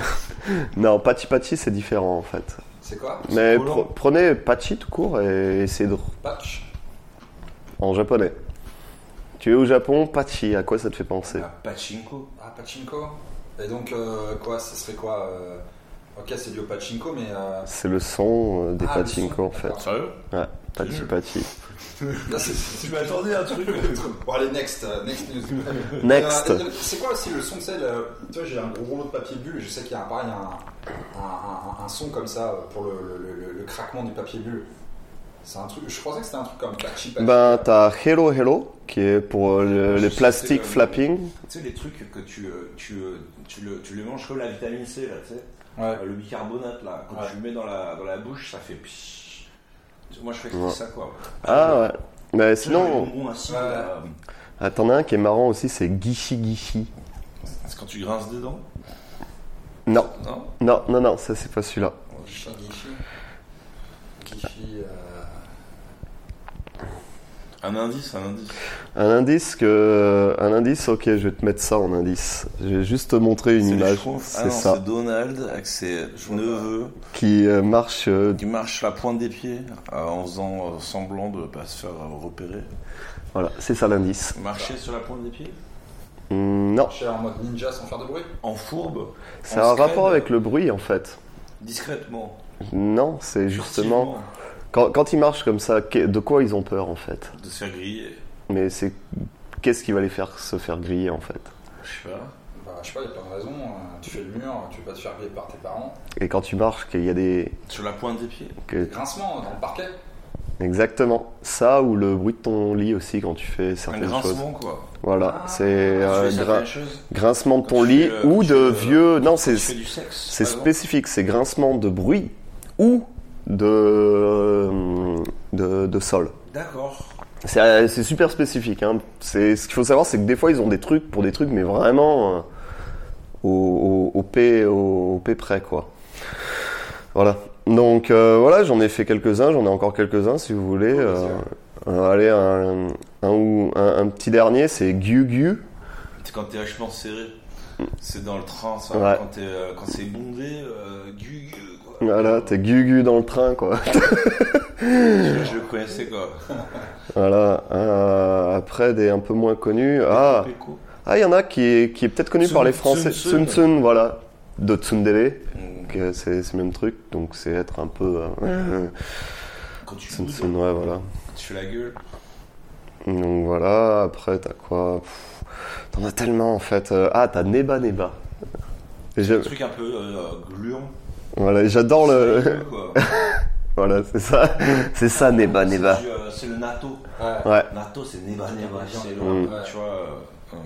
non, pachi pachi, c'est différent en fait.
C'est quoi
Mais
collant.
pre- prenez pachi tout court et essayez de
Patch
En japonais. Tu es au Japon, Pachi, à quoi ça te fait penser
Ah, pachinko.
Ah, pachinko Et donc, euh, quoi Ce serait quoi euh, Ok, c'est du pachinko, mais. euh,
C'est le son euh, des
Ah, le
pachinko
son,
en fait.
d'accord.
Sérieux
Ouais, Pachi
Nul.
Pachi.
là, c'est- c'est-
Tu m'attendais à un truc.
Bon, allez, next, euh, next news.
Next.
Euh, c'est quoi aussi le son c'est le- Tu vois, j'ai un gros rouleau de papier bulle et je sais qu'il y a un, pareil, un, un- un- un son comme ça euh, pour le, le- le- le craquement du papier bulle. C'est un truc. Je pensais que c'était un truc comme patchy patchy.
Ben, t'as Hello Hello, qui est pour euh, le-
Ah, Je
les
sais,
plastiques
c'est le-
flapping.
Tu sais, les trucs que tu, euh, tu, euh, tu, le, tu les manges comme la vitamine C, là, tu sais.
Ouais.
Euh, Le bicarbonate, là. Quand
Ouais.
tu le mets dans la, dans la bouche, ça fait pshhh. Moi, je fais que
Ouais.
ça, quoi. Euh,
Ah ouais. Mais sinon,
bonbon euh, assis,
Ouais.
là,
ah, t'en as un qui est marrant aussi, c'est Gishi Gishi.
c'est quand tu grinces dedans,
Non,
non
non, non, non, ça c'est pas celui-là.
Guichi, guichi. Guichi, euh,
Un indice, un indice.
Un indice que, un indice, ok, je vais te mettre ça en indice. Je vais juste te montrer une
C'est les
image.
schtroumpfs. Ah
C'est
non,
ça,
C'est Donald avec ses neveux
qui euh, marche euh,
qui marche la pointe des pieds euh, en faisant euh, semblant de pas se faire euh, repérer.
Voilà, c'est ça l'indice.
Marcher sur la pointe des pieds
Mm, Non,
marcher en mode ninja sans faire de bruit.
En fourbe
c'est
en
un
scred,
rapport avec le bruit en fait.
Discrètement.
Non, c'est justement quand, quand ils marchent comme ça, que- de quoi ils ont peur en fait
furtivement, De se faire griller.
Mais c'est qu'est-ce qui va les faire se faire griller en fait
Je sais pas.
Bah, je sais pas, il y a plein de raisons. euh, Tu fais le mur, tu vas te faire griller par tes parents.
Et quand tu marches, qu'il y a des
Sur la pointe des pieds
que-
Grincement dans le parquet.
exactement ça ou le bruit de ton lit aussi quand tu fais
Un
certaines choses.
grincement, quoi.
Voilà, c'est
Tu
euh,
Ah, fais
grin-
certaines choses.
grincement de
Quand
ton
tu
lit
fais, euh,
ou
tu
de
fais, euh,
vieux. Non,
Tu
c'est
fais du sexe
c'est
par exemple.
spécifique, c'est grincement de bruit ou de de, de sol.
D'accord.
C'est euh, c'est super spécifique. Hein. C'est- Ce qu'il faut savoir, c'est que des fois, ils ont des trucs pour des trucs, mais vraiment euh, au, au, au, P, au, au P près, quoi. Voilà. Donc euh, voilà, j'en ai fait quelques-uns, j'en ai encore quelques-uns si vous
Oh,
voulez. Euh, euh, allez, un, un, ou- un, un petit dernier, c'est Gyu Gyu.
C'est quand t'es vachement serré. C'est dans le train, ça.
Mm. Ouais.
Quand, t'es, euh, quand c'est bondé, euh, gu, gu, quoi.
Voilà, t'es Gyu Gyu dans le train, quoi. Mm.
Je, je le connaissais, quoi.
Voilà. Euh, après, des un peu moins connus. Ah,
Peko.
ah, il y en a qui est, qui est peut-être connu
Tsun-
par les Français.
Tsun Tsun.
Sun Sun, voilà. De Tsundere.
Mm.
Donc, euh, c'est c'est le même truc, donc c'est être un peu. euh, euh,
Quand tu
ça me
boudes,
sonne, ouais, voilà.
tu fais la gueule.
Donc voilà, après t'as quoi Pff, T'en as tellement en fait. Euh, Ah, t'as Neba Neba. Et
Un
j'aime-
truc un peu euh, gluant.
Voilà, j'adore Oh, le.
Sérieux, quoi.
voilà, c'est ça. C'est ça, Neba
C'est
Neba.
du, euh, C'est le natto.
Ouais.
Ouais,
Natto, c'est neba neba. C'est le,
Mm.
tu vois. euh, euh,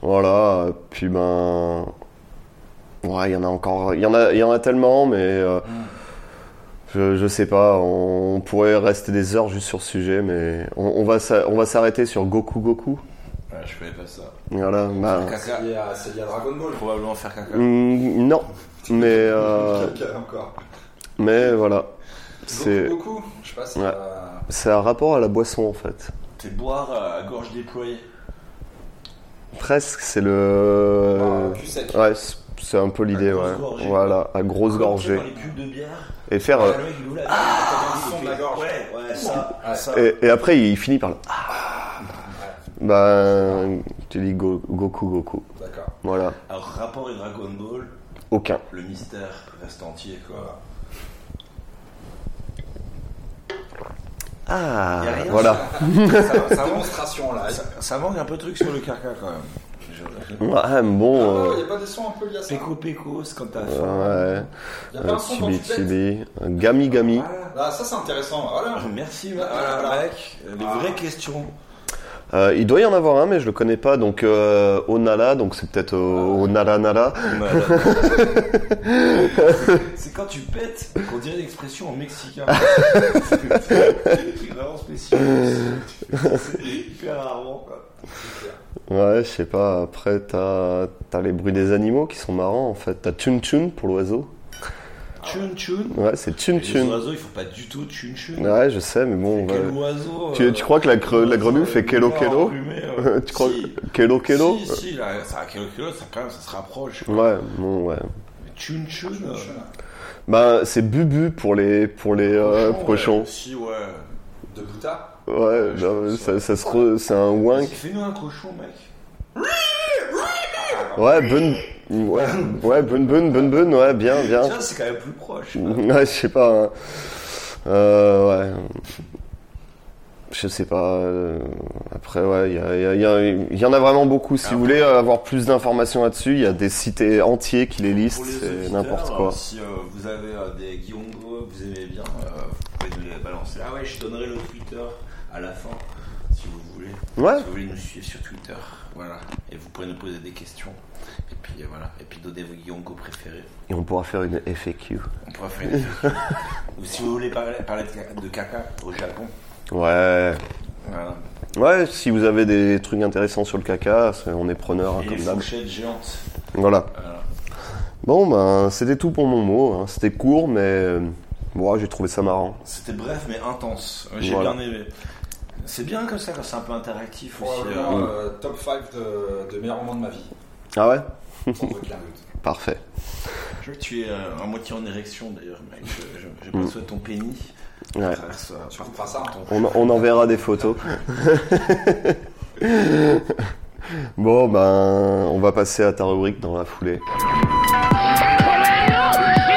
voilà, euh, puis ben. Ouais, il y en a encore. Il y, en a- il y en a tellement, mais. euh, Je, je sais pas, on pourrait rester des heures juste sur ce sujet, mais on, on va s'a- on va s'arrêter sur Goku Goku.
ouais, je connais pas ça.
Voilà, bah.
Caca.
Ah, C'est lié, à- c'est lié à Dragon Ball.
Probablement faire caca.
Hmm, non, mais euh,
Caca, encore.
mais voilà, c'est
C'est beaucoup. Je sais pas si.
Ouais.
euh,
c'est un rapport à la boisson en fait.
C'est boire euh, à gorge déployée.
Presque, c'est le Euh.
Ah, cul sec.
ouais, c'est- c'est un peu l'idée
À grosse
ouais.
gorgée. Ah,
Voilà, à grosse
Comme
gorgée
Dans les pubs de bière.
et faire
Ah,
euh,
le mec, il ouvre la bière, t'as bien
le son
fait.
de la gorge.
Ouais, ouais, ça.
Ouais.
ça.
et, et après il finit par le Ah. bah tu dis Go- Goku Goku.
D'accord.
Voilà.
Alors, rapport et Dragon Ball,
Aucun.
le mystère reste entier, quoi.
Ah,
Y a rien
voilà.
Ça, ça démonstration là.
Ah, Ça, ça manque un peu de truc sur le caca, quand même. Je- je-
Ouais, mais
Ah, Il
bon. euh,
y a pas des sons un peu liés à ça.
Péco Péco, c'est quand t'as faim.
Ouais.
Il y a pas
Euh,
un son quand
Tibi
tu pètes.
Tibi. euh, Gami Gami.
Voilà.
Là, ça c'est intéressant.
Ah,
Voilà.
Merci, voilà, mec. Les vraies questions.
Euh, il doit y en avoir un, mais je le connais pas. Donc, euh, Onala, donc c'est peut-être euh,
Ah.
Onala Nala.
c'est quand tu pètes qu'on dirait l'expression en mexicain. c'est vraiment spécial. C'est hyper rarement. quoi.
Ouais, je sais pas. Après, t'as t'as les bruits des animaux qui sont marrants en fait. T'as Tune Tune pour l'oiseau.
Tchun tchun.
Ouais, c'est Tune
Les
Tune.
oiseaux, ils font pas du tout tchun tchun.
Ouais, je sais, mais bon.
Quel
ouais.
oiseau euh,
Tu- tu crois que la cre- la grenouille fait kello kello Tu crois
que.
que Kelo Kelo
Si, si, là, ça, kello kello, ça, quand même, ça se rapproche.
Ouais, bon, ouais.
Tchun tchun. euh,
Bah, c'est Bubu pour les pour les euh,
cochon,
prochons.
ouais. Si, ouais.
De Bouta.
Ouais,
je
non,
pense,
ça, ça se re- c'est un wink.
Vas-y, Fais-nous un cochon, mec.
Ouais, bun, ouais, ouais, bun, bun, bun, bun, ouais, bien, bien.
Tiens, c'est quand même plus proche.
Ouais, je sais pas. hein. Euh, ouais. Je sais pas. euh, Après, ouais, il y, a- il y a- il y a- il y en a vraiment beaucoup. Si vous voulez avoir plus d'informations là-dessus, il y a des cités entiers qui les listent.
Pour les
C'est
auditeurs,
n'importe
euh,
quoi.
Si euh, vous avez euh, des guillongo, vous aimez bien, euh, vous pouvez nous les balancer. Ah ouais, je donnerai le Twitter à la fin, si vous voulez.
Ouais.
Si vous voulez nous suivre sur Twitter, voilà. Et vous pouvez nous poser des questions. Et puis euh, voilà. Et puis donner vos guillongo préférés.
Et on pourra faire une FAQ.
On pourra faire. Une... Ou si vous voulez parler, parler de caca- de caca au Japon,
Ouais.
voilà.
Ouais, si vous avez des trucs intéressants sur le caca, c'est- on est preneur hein,
Et
comme
les
d'hab.
fourchettes géantes.
Voilà.
Voilà.
Bon, ben, c'était tout pour mon mot. hein. C'était court, mais euh, moi, j'ai trouvé ça marrant.
C'était bref mais intense. Euh, J'ai
Voilà.
bien aimé. C'est bien comme ça quand c'est un peu interactif aussi.
Probablement euh, top 5 de, de meilleurs moments de ma vie.
Ah ouais
Sans aucun doute.
Parfait.
Je vois que tu es euh, à moitié en érection d'ailleurs, mec. Je, je, je perçois ton pénis.
Mm. Ouais.
à travers ça.
Tu couperas ça. hein.
On, on enverra des photos. bon, ben, on va passer à ta rubrique dans la foulée.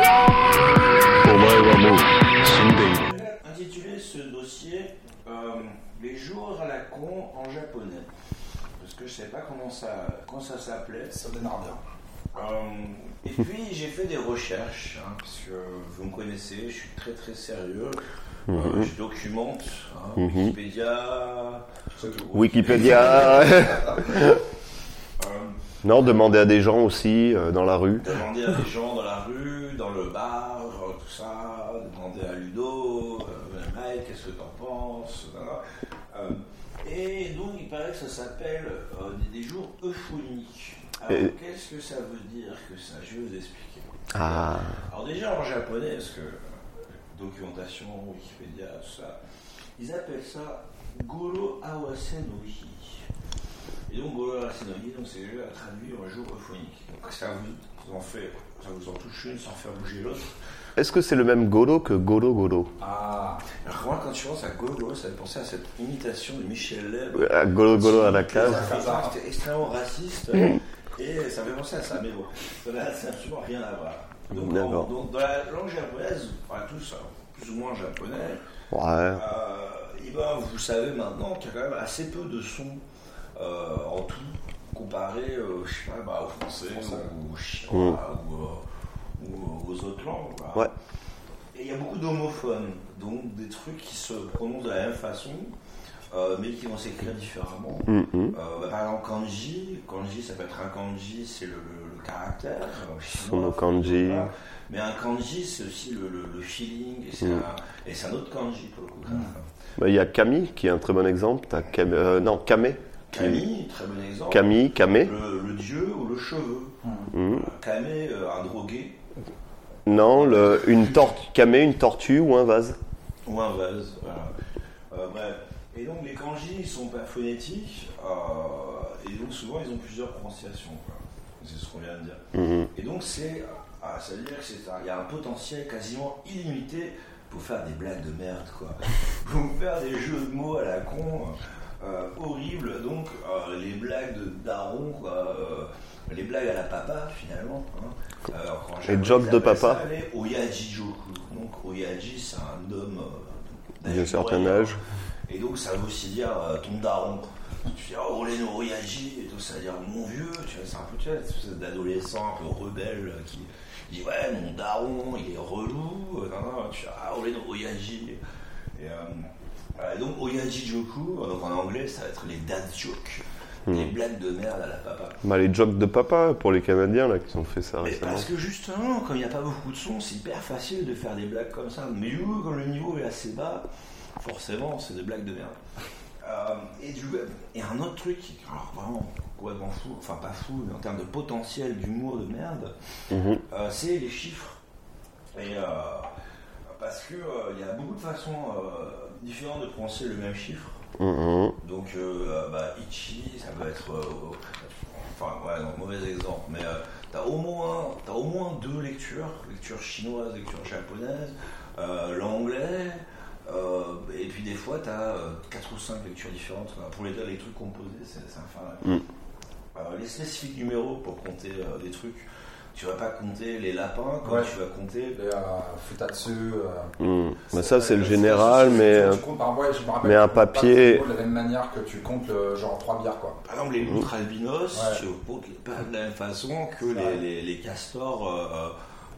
お前はもう死んでいる
Intitulé ce dossier euh, Les jours à la con en japonais. Parce que je sais pas comment ça, quand ça s'appelait.
Ça démarre bien.
Euh, et puis j'ai fait des recherches, hein, parce que vous me connaissez, je suis très très sérieux. Euh, je documente hein, Wikipédia.
Mm-hmm. Wikipédia
Euh,
Non, demandez à des gens aussi euh, dans la rue.
Demander à des gens dans la rue, dans le bar, euh, tout ça, demander à Ludo, euh, mec, qu'est-ce que t'en penses voilà. Euh, Et donc il paraît que ça s'appelle euh, des, des jours euphoniques. Alors
Et-
qu'est-ce que ça veut dire que ça Je vais vous expliquer.
Ah,
Alors déjà en japonais, parce que euh, documentation, Wikipédia, tout ça, ils appellent ça Goro Awase no Hi. Et donc Goro Awase no Hi, donc c'est déjà traduit en jour euphonique. Donc ça vous en fait, ça vous en touche une sans faire bouger l'autre.
est-ce que c'est le même Golo que Golo Golo
Ah,
Alors que moi quand tu penses à Goro, ça me penser à cette imitation de Michel Leb.
Ah, Golo Golo à la cave
C'était extrêmement raciste et ça me fait penser à ça, mais bon, ça n'a absolument rien à voir. Donc, en-
D'accord.
donc, dans la langue japonaise, enfin, tous, hein, plus ou moins japonais,
Ouais.
Euh, eh ben, vous savez maintenant qu'il y a quand même assez peu de sons euh, en tout comparé euh, je sais pas, bah, au français ou au chinois ou, euh, ou, euh, aux autres langues. quoi.
Mm. Ouais.
Et il y a beaucoup d'homophones, donc des trucs qui se prononcent de la même façon. euh, mais qui vont s'écrire différemment.
Mhm.
Euh, bah, par exemple, kanji, kanji, ça peut être un kanji, c'est le, le- le caractère. euh, chinois,
Sono kanji.
voilà. Mais un kanji, c'est aussi le, le- le feeling, et c'est un, et c'est un autre kanji pour le coup.
Bah, Il y a Camille qui est un très bon exemple. T'as Cam- euh, non, Kamé.
Camille, très bon exemple.
Camille, Kamé.
Le, le dieu ou le cheveu.
Mhm.
Camé, euh, un drogué
Non, le, une tortue, Kamé, une tortue ou un vase.
ou un vase. Voilà. Euh, bref. Et donc les kanji, ils sont pas phonétiques, euh, et donc souvent ils ont plusieurs prononciations. quoi. C'est ce qu'on vient de dire.
Mhm.
Et donc c'est, ah, ça veut dire que c'est un- il y a un potentiel quasiment illimité pour faire des blagues de merde, quoi. Pour faire des jeux de mots à la con. euh, horrible. Donc, euh, les blagues de daron, quoi, euh, les blagues à la papa, finalement. hein. Euh, quand j'avais-
jokes de
j'appelais ça
papa.
les Oyajijoku. Donc, Oyaji, c'est un homme euh,
D'un certain
moyen.
âge.
Et donc, ça veut aussi dire euh, ton daron. Tu dis, oh, les nos Oyaji, et tout, ça veut dire mon vieux, tu vois, c'est un peu, tu vois, cette espèce d'adolescent, un peu rebelle, euh, qui dit, ouais, mon daron, il est relou, euh, non, non, tu dis, ah, oh, les nos Oyaji. Et, euh, voilà, donc Oyaji Joku, euh, donc en anglais ça va être les dad jokes,
Hmm.
les blagues de merde à la papa.
Bah, les jokes de papa pour les Canadiens là qui ont fait ça
Mais
récemment.
parce que justement, comme il n'y a pas beaucoup de sons, c'est hyper facile de faire des blagues comme ça. Mais où, quand le niveau est assez bas, forcément c'est des blagues de merde. Euh, et du et un autre truc, alors vraiment complètement fou, enfin pas fou, mais en termes de potentiel d'humour de merde,
Mhm.
euh, c'est les chiffres. Et euh, parce que euh, il y a beaucoup de façons euh, différentes de prononcer le même chiffre.
Mhm.
Donc, euh, bah, Ichi, ça peut être. euh, euh, enfin, ouais, non, mauvais exemple, mais euh, t'as au, moins, t'as au moins deux lectures lecture chinoise, lecture japonaise, euh, l'anglais, euh, et puis des fois, t'as euh, quatre ou cinq lectures différentes. Enfin, Pour les, les trucs composés, c'est c'est infernal.
Mm.
Euh, les spécifiques numéros pour compter euh, des trucs. Tu vas pas compter les lapins comme
Ouais.
tu vas compter. bah,
Les euh, futatsu. euh,
Mhm. Bah, ça c'est le
futatsu,
général,
tu-
mais euh,
tu comptes par- ouais, je me rappelle
mais un
que tu comptes pas
papier-
toujours De la même manière que tu comptes le, genre trois bières, quoi.
Par exemple, les loutres albinos,
Ouais.
tu comptes les pas de la même façon que les,
C'est vrai.
les- les castors euh,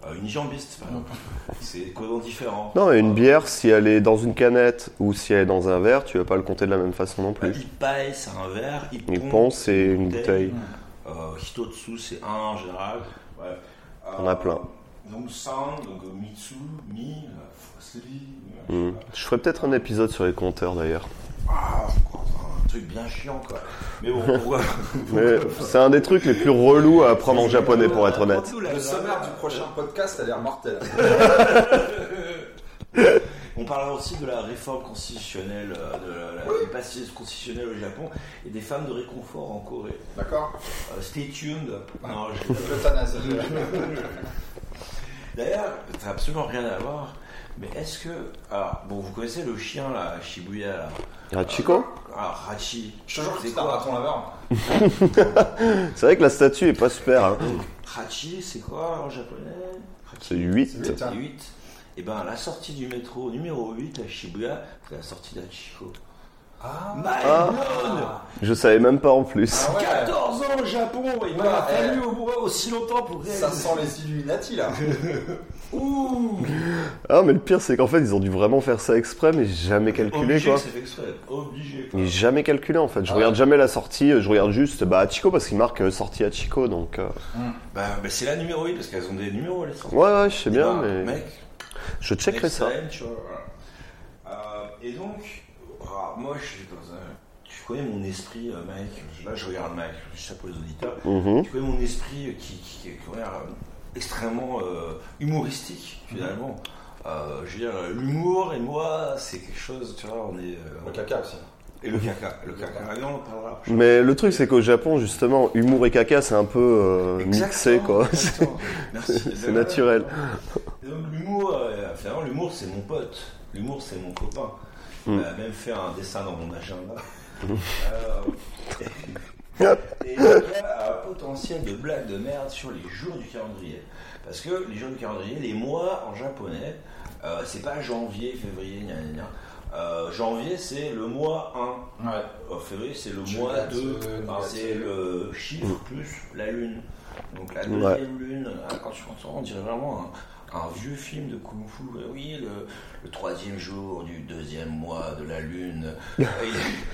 euh, unijambistes, par exemple. C'est complètement différent.
Non, et une bière, si elle est dans une canette ou si elle est dans un verre, tu vas pas le compter de la même façon non
Bah,
plus.
Ipai, c'est un verre.
Une
Ippon,
pont, c'est une bouteille.
Euh, Hitotsu, c'est un en général. Bref. Euh,
On a plein.
Donc, San, donc euh, Mitsu, Mi, euh, Sri, euh,
Mhm. Je ferai peut-être un épisode sur les compteurs d'ailleurs.
ah, un truc bien chiant, quoi. Mais bon, pourquoi
Mais c'est un des trucs les plus relous à apprendre en japonais pour
Euh,
être honnête.
Le sommaire du prochain podcast, elle est mortelle.
On parlera aussi de la réforme constitutionnelle, euh, de la, la- du passisme constitutionnel au Japon et des femmes de réconfort en Corée.
D'accord
Euh, stay tuned.
Ah.
Non, je-
L'euthanasie.
D'ailleurs, ça n'a absolument rien à voir. Mais est-ce que. Alors, bon, vous connaissez le chien là, à Shibuya là
Hachiko
Ah, Hachi.
Je te jure que
C'est
c'est un
quoi
raton laveur.
C'est vrai que la statue est pas super. hein.
Hachi, c'est quoi en japonais
C'est
C'est
8.
Putain.
8. Et ben, à la sortie du métro numéro 8 à Shibuya, c'est la sortie d'Hachiko.
Ah,
My
Ah.
God
Je savais même pas en plus.
Ah ouais.
14 ans au Japon, il m'a
Ouais.
fallu au moins aussi longtemps pour réaliser.
eh. Ça sent les Illuminati là.
Ouh
Ah, mais le pire, c'est qu'en fait, ils ont dû vraiment faire ça exprès, mais jamais calculé
Obligé
quoi. Mm.
que c'est fait exprès. Obligé. quoi.
Mais jamais calculé en fait. Je regarde jamais la sortie, je regarde juste bah, Hachiko parce qu'il marque euh, sortie Hachiko donc. euh,
Bah, bah, c'est la numéro 8 parce qu'elles ont des numéros les sorties.
Ouais, ouais, je sais bien,
Bah,
mais.
Mec,
Je checkerai
next
ça.
time, tu vois, voilà. Euh, et donc, ah, moi je suis dans un. Tu connais mon esprit, euh, mec. Là, je regarde mec, je chapeau les auditeurs.
Mhm.
Tu connais mon esprit euh, qui, qui, qui est quand même, euh, extrêmement euh, humoristique, finalement. Euh, je veux dire, l'humour et moi, c'est quelque chose, tu vois, on est. euh,
Le caca aussi.
Et le caca, le caca. Ah non, on en parlera.
Mais le truc, c'est qu'au Japon, justement, humour et caca, c'est un peu euh,
Exactement,
mixé, quoi.
exactement. Merci. Euh,
C'est naturel.
Et donc, L'humour, euh, finalement, l'humour, c'est mon pote. L'humour, c'est mon copain.
Hmm.
Il a même fait un dessin dans mon agenda. Euh, et il y a un potentiel de blague de merde sur les jours du calendrier. Parce que les jours du calendrier, les mois en japonais, euh, c'est pas janvier, février, gna gna gna. Euh, janvier, c'est le mois 1.
Ouais.
En février, euh, c'est le
Je
mois
regarde
2.
ce- Mm.
c'est le chiffre plus la lune. Donc la deuxième
Ouais.
lune, ah, quand tu entends, on dirait vraiment un, un vieux film de Kung Fu. Euh, Oui, le, le troisième jour du deuxième mois de la lune. Euh,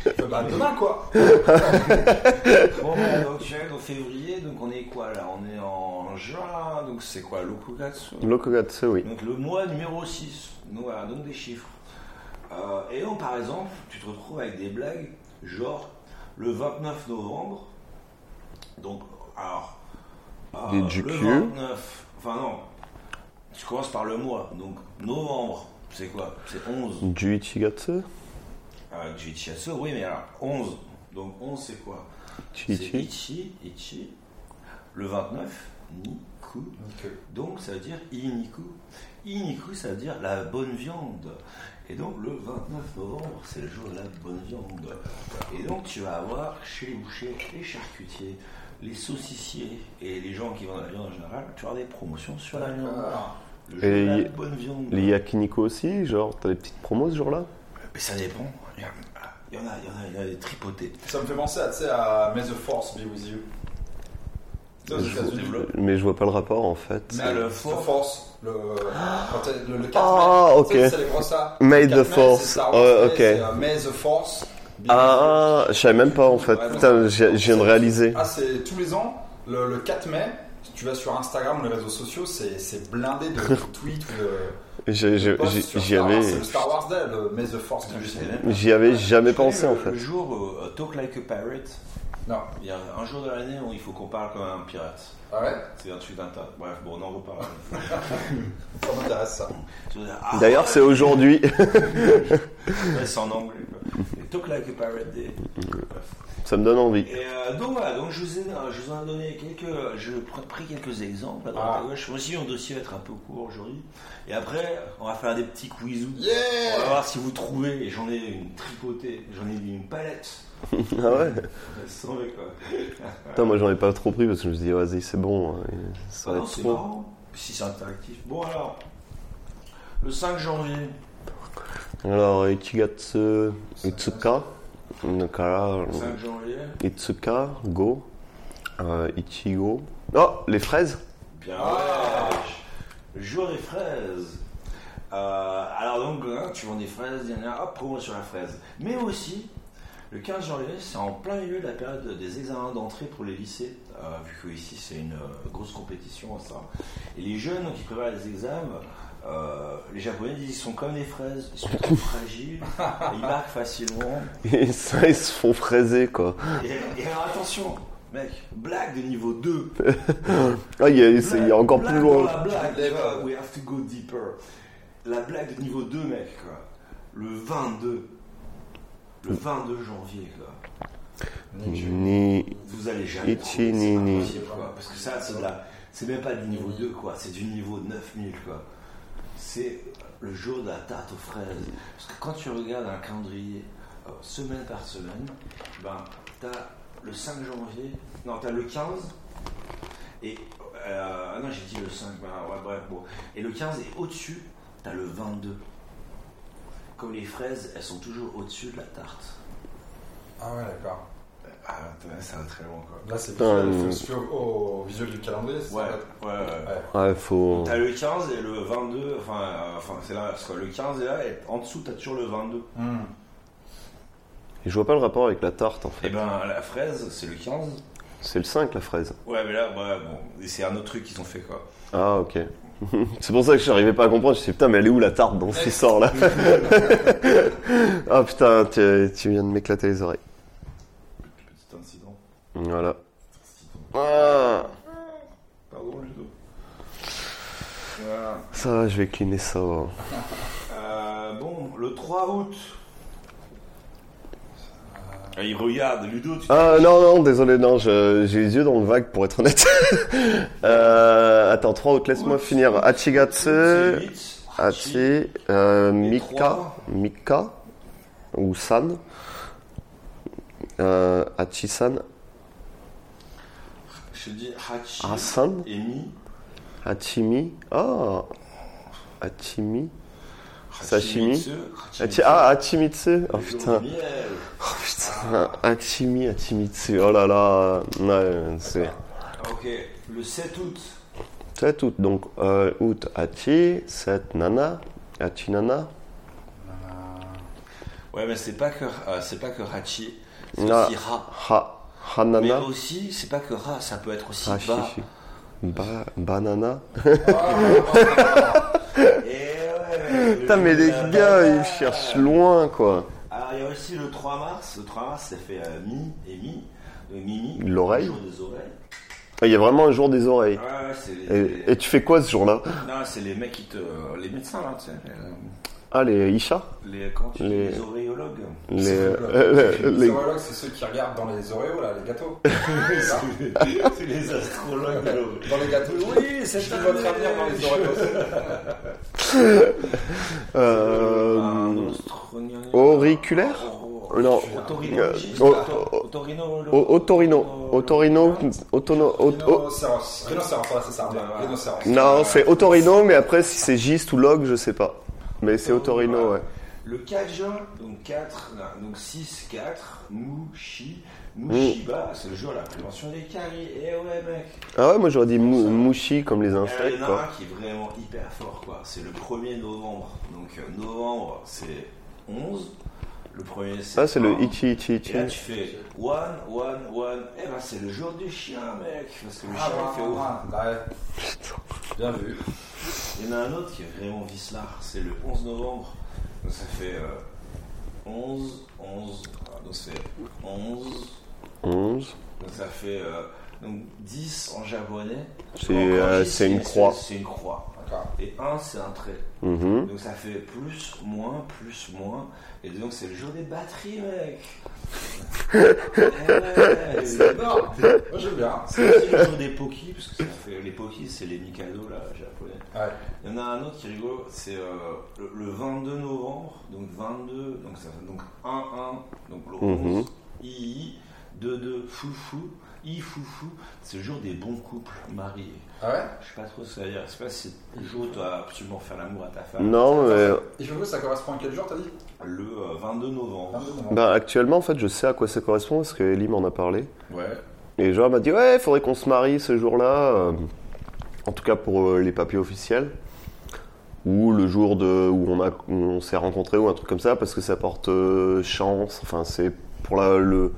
il-
Bah, demain quoi.
bon, bah, donc tu es au février, donc on est quoi là On est en juin, donc c'est quoi l'Okukatsu
Lokogatsu, oui.
donc le mois numéro 6, donc, voilà, donc des chiffres. Euh, et donc par exemple, tu te retrouves avec des blagues, genre le 29 novembre, donc alors... euh,
Des du
le
cul.
29, enfin non, tu commences par le mois, donc novembre, c'est quoi C'est 11.
Du Ichigatsu
Euh, du Ichiatsu, oui mais alors 11, donc 11 c'est quoi C'est
Ichi.
Ichi, Ichi, le 29, Nico, Iniku. Donc ça veut dire Iniku. Iniku, ça veut dire la bonne viande. Et donc le 29 novembre, c'est le jour de la bonne viande. Et donc tu vas avoir chez les bouchers, les charcutiers, les saucissiers et les gens qui vendent la viande en général, tu auras des promotions sur la viande.
Ah.
Le jour
Et
de
y-
la bonne viande.
Les yakiniku aussi, genre, t'as des petites promos ce jour-là
Mais ça dépend. Il y en a, il y en a, il y en a des tripotés.
Ça me fait penser à, tu sais, à May the Force be with you. Tu sais, aux
Je-
États-Unis.
Mais je vois pas le rapport en fait.
May
le
the
Force.
Force, le, quand t'es- le, le 4
Ah,
mai,
ok.
tu sais, c'est les grosses ça.
May
Le 4
the
mai, c'est
Force.
Star Wars
Ouais,
Day,
ok.
c'est, euh, May the Force. be
Ah, je savais même pas en fait.
Ouais, non.
Putain, je je viens de réaliser.
Ah, c'est tous les ans, le, le 4 mai, si tu vas sur Instagram ou les réseaux sociaux, c'est c'est blindé de tweets ou de
Je- je-
posts
J'y
sur
j'y
Star Wars.
avais,
C'est le Star Wars Day, le May the Force du
j'y avais jamais
Tu connais
pensé
le-
en fait.
Le jour euh, Talk Like a Pirate,
Non,
il y a un jour de l'année où il faut qu'on parle comme un pirate.
ah ouais
C'est un truc d'un tas. Bref, bon, on en reparle.
Ça m'intéresse ça.
Tu vas dire, ah,
D'ailleurs, c'est aujourd'hui.
ouais, c'est en anglais. quoi. Et Talk Like a Pirate Day. Bref.
Ça me donne envie.
Et euh, donc voilà, donc je vous, ai, euh, je vous en ai donné quelques, je pr- pris quelques exemples à droite à gauche. Moi aussi, mon dossier va être un peu court aujourd'hui. Et après, on va faire des petits quizous. On va
Yeah
voir si vous trouvez. Et j'en ai une tripotée, j'en ai une palette.
Ah ouais
Sans vrai, quoi.
Putain, moi j'en ai pas trop pris parce que je me suis dit, vas-y, c'est bon. hein, Ça
Ah
va
non,
être
c'est
trop.
marrant. Si c'est interactif. Bon alors, le 5 janvier.
Alors, Ichigatsu, Itsuka, Nakara,
5 janvier.
Itsuka, Go, euh, Ichigo. Oh, les fraises
Bien. ouais. Jour des fraises. Euh, alors donc, hein, tu vends des fraises, il y en a, hop, promo sur la fraise. Mais aussi, le 15 janvier, c'est en plein milieu de la période des examens d'entrée pour les lycées, euh, vu que ici c'est une euh, grosse compétition, ça. Et les jeunes qui préparent les examens, euh, les Japonais disent ils sont comme des fraises, ils sont trop fragiles, ils marquent facilement.
Et ça, ils se font fraiser quoi.
Et, et alors attention, mec, blague de niveau 2.
Ah, il y a, c'est- il y a encore plus
Blague dans La
loin.
blague,
Level.
tu vois, we have to go deeper. La blague de niveau 2, mec, quoi. Le 22. Le 22 janvier, quoi.
Ni.
Vous allez jamais.
Ichi
trouver, c'est
ni
pas
ni.
possible, quoi. Parce que ça, c'est de la- C'est même pas du niveau 2, quoi. C'est du niveau 9000, quoi. C'est le jour de la tarte aux fraises. Parce que quand tu regardes un calendrier, euh, semaine par semaine, ben, t'as le 5 janvier, non, t'as le 15, et euh, ah non, j'ai dit le 5, bah, ouais, bref, bon. Et le 15 et au-dessus, t'as le 22. Comme les fraises, elles sont toujours au-dessus de la tarte.
Ah ouais, d'accord.
Ah, ouais, ça va très loin quoi.
Là, c'est
Putain,
visuel,
euh,
faut se fier au, au visuel du calendrier. c'est
Ouais,
ça
ouais, ouais.
Ouais.
Ouais, Ah, faut.
T'as le 15 et le 22, enfin, euh, enfin c'est là, parce que le 15 est là, et en dessous, t'as toujours le 22.
Hmm.
Et je vois pas le rapport avec la tarte en
Et
fait.
ben, la fraise, c'est le 15.
C'est le 5 la fraise.
Ouais, mais là, ouais, bon, et c'est un autre truc qu'ils ont fait quoi.
Ah, ok. c'est pour ça que je n'arrivais pas à comprendre. Je me suis dit, putain, mais elle est où la tarte dans ce sort là Ah putain, tu, tu viens de m'éclater les oreilles.
Petit incident.
Voilà.
Incident.
Ah,
Pardon, Ludo. Voilà.
ça va, je vais cliner ça. hein.
Euh, bon, le 3 août. Ah, il regarde, Ludo, tu
Ah non, non, désolé, non, je- j'ai les yeux dans le vague pour être honnête. euh, attends, 3 autres, laisse-moi finir.
C'est
Achigatsu,
huit.
Achi, euh, Mika,
trois.
Mika, ou San, euh, Achi-san,
Je te dis Hachi
Asan,
et Mi.
Achimi, ah, Achimi,
Hachi
Sashimi.
Mitsu,
Achi,
Mitsu.
ah, Achimitsu, oh
Le jour
putain,
du miel. Ah,
oh putain, Achimi, Achimitsu, oh là là, ouais, c'est...
Ah, Ok, le 7 août.
7 août, donc euh, août Hachi, 7 Nana, Hachi Nana.
Ouais, mais c'est pas que euh, c'est pas que Hachi, c'est
Na-
aussi Ra.
Ha,
Mais
Hanana,
aussi, c'est pas que Ra, ça peut être aussi
Ha,
Ba.
Shishi. Ba, Banana. Eh
Et ouais,
Putain, mais les
euh,
gars, ils cherchent loin quoi.
Alors, il y a aussi le 3 mars. Le 3 mars, ça fait euh, mi et mi. Euh, mimi.
L'oreille.
Le jour des oreilles.
Il y a vraiment un jour des oreilles.
Ouais, ouais, c'est les,
Et, et tu fais quoi ce jour-là
non, c'est les mecs qui te. Les médecins, là, tu sais. Euh,
Ah, les Isha
Les, comment tu dis,
Les-
les auréologues.
Les, euh,
Les,
les-
horologues, c'est ceux qui regardent dans les oreos, là, les gâteaux.
C'est les astrologues. euh,
dans les gâteaux. Oui, c'est
année.
votre avenir dans les oreos.
euh,
un astronion-
auriculaire
Auro-
Non.
Autorynologiste,
Euh,
auto-
euh,
autorhino-
au- Autorino.
Ah.
Autorino. Autono. au- au-
Rhinocéros. Rhinocéros, voilà, c'est ça. voilà, Rhinocéros.
Non, c'est Autorino, mais après, si c'est giste ou log, je sais pas. Mais c'est Autorino, ouais.
Le Kaja, donc 4, donc 6, 4, Mushi,
Mm.
Mushiba, c'est le jeu à la prévention des caries. Eh ouais, mec.
Ah ouais, moi j'aurais dit mou- mouchi comme les
Alors, Il
insectes,
y en a
quoi.
un qui est vraiment hyper fort, quoi. C'est le 1er novembre. Donc, euh, novembre, c'est 11. Le premier, c'est.
Ah, c'est
un.
le ichi ichi
Et
ichi.
là, tu fais one, one, one. Eh ben, c'est le jour du chien, mec. Parce que le
Ah,
chien, il fait ouf.
ouais. Bien vu.
Il y en a un autre qui est vraiment vicelard, c'est le 11 novembre. Donc ça fait euh, 11, 11, ah, donc c'est 11,
11.
donc ça fait euh, donc 10 en japonais.
C'est,
En
euh,
kanji,
c'est une croix.
C'est une croix.
D'accord.
Et 1, c'est un trait.
Mhm.
Donc ça fait plus, moins, plus, moins. Et donc c'est le jour des batteries, mec. Eh, Ouais,
C'est énorme. Moi, j'aime bien.
c'est aussi le jour des pokis, parce que ça fait, les pokis, c'est les Mikado, là, japonais.
Ouais.
Il y en a un autre qui rigole, c'est euh, le, le 22 novembre, donc 22, donc ça fait donc 1-1, donc le
Mhm.
11, II, 2-2, foufou, i foufou, c'est le jour des bons couples mariés.
Ah ouais
Je sais pas trop ce que ça veut dire, je sais pas si c'est le jour où tu dois absolument faire l'amour à ta femme.
Non, mais.
Et je veux ça correspond à quel jour, t'as dit
Le euh, 22 novembre.
22 novembre.
Bah, actuellement, en fait, je sais à quoi ça correspond parce que Ellie m'en a parlé.
Ouais.
Et genre, elle m'a dit Ouais, faudrait qu'on se marie ce jour-là. euh, en tout cas, pour euh, les papiers officiels. Ou le jour de, où on, a- où on s'est rencontrés ou un truc comme ça parce que ça porte euh, chance. Enfin, c'est pour la, le.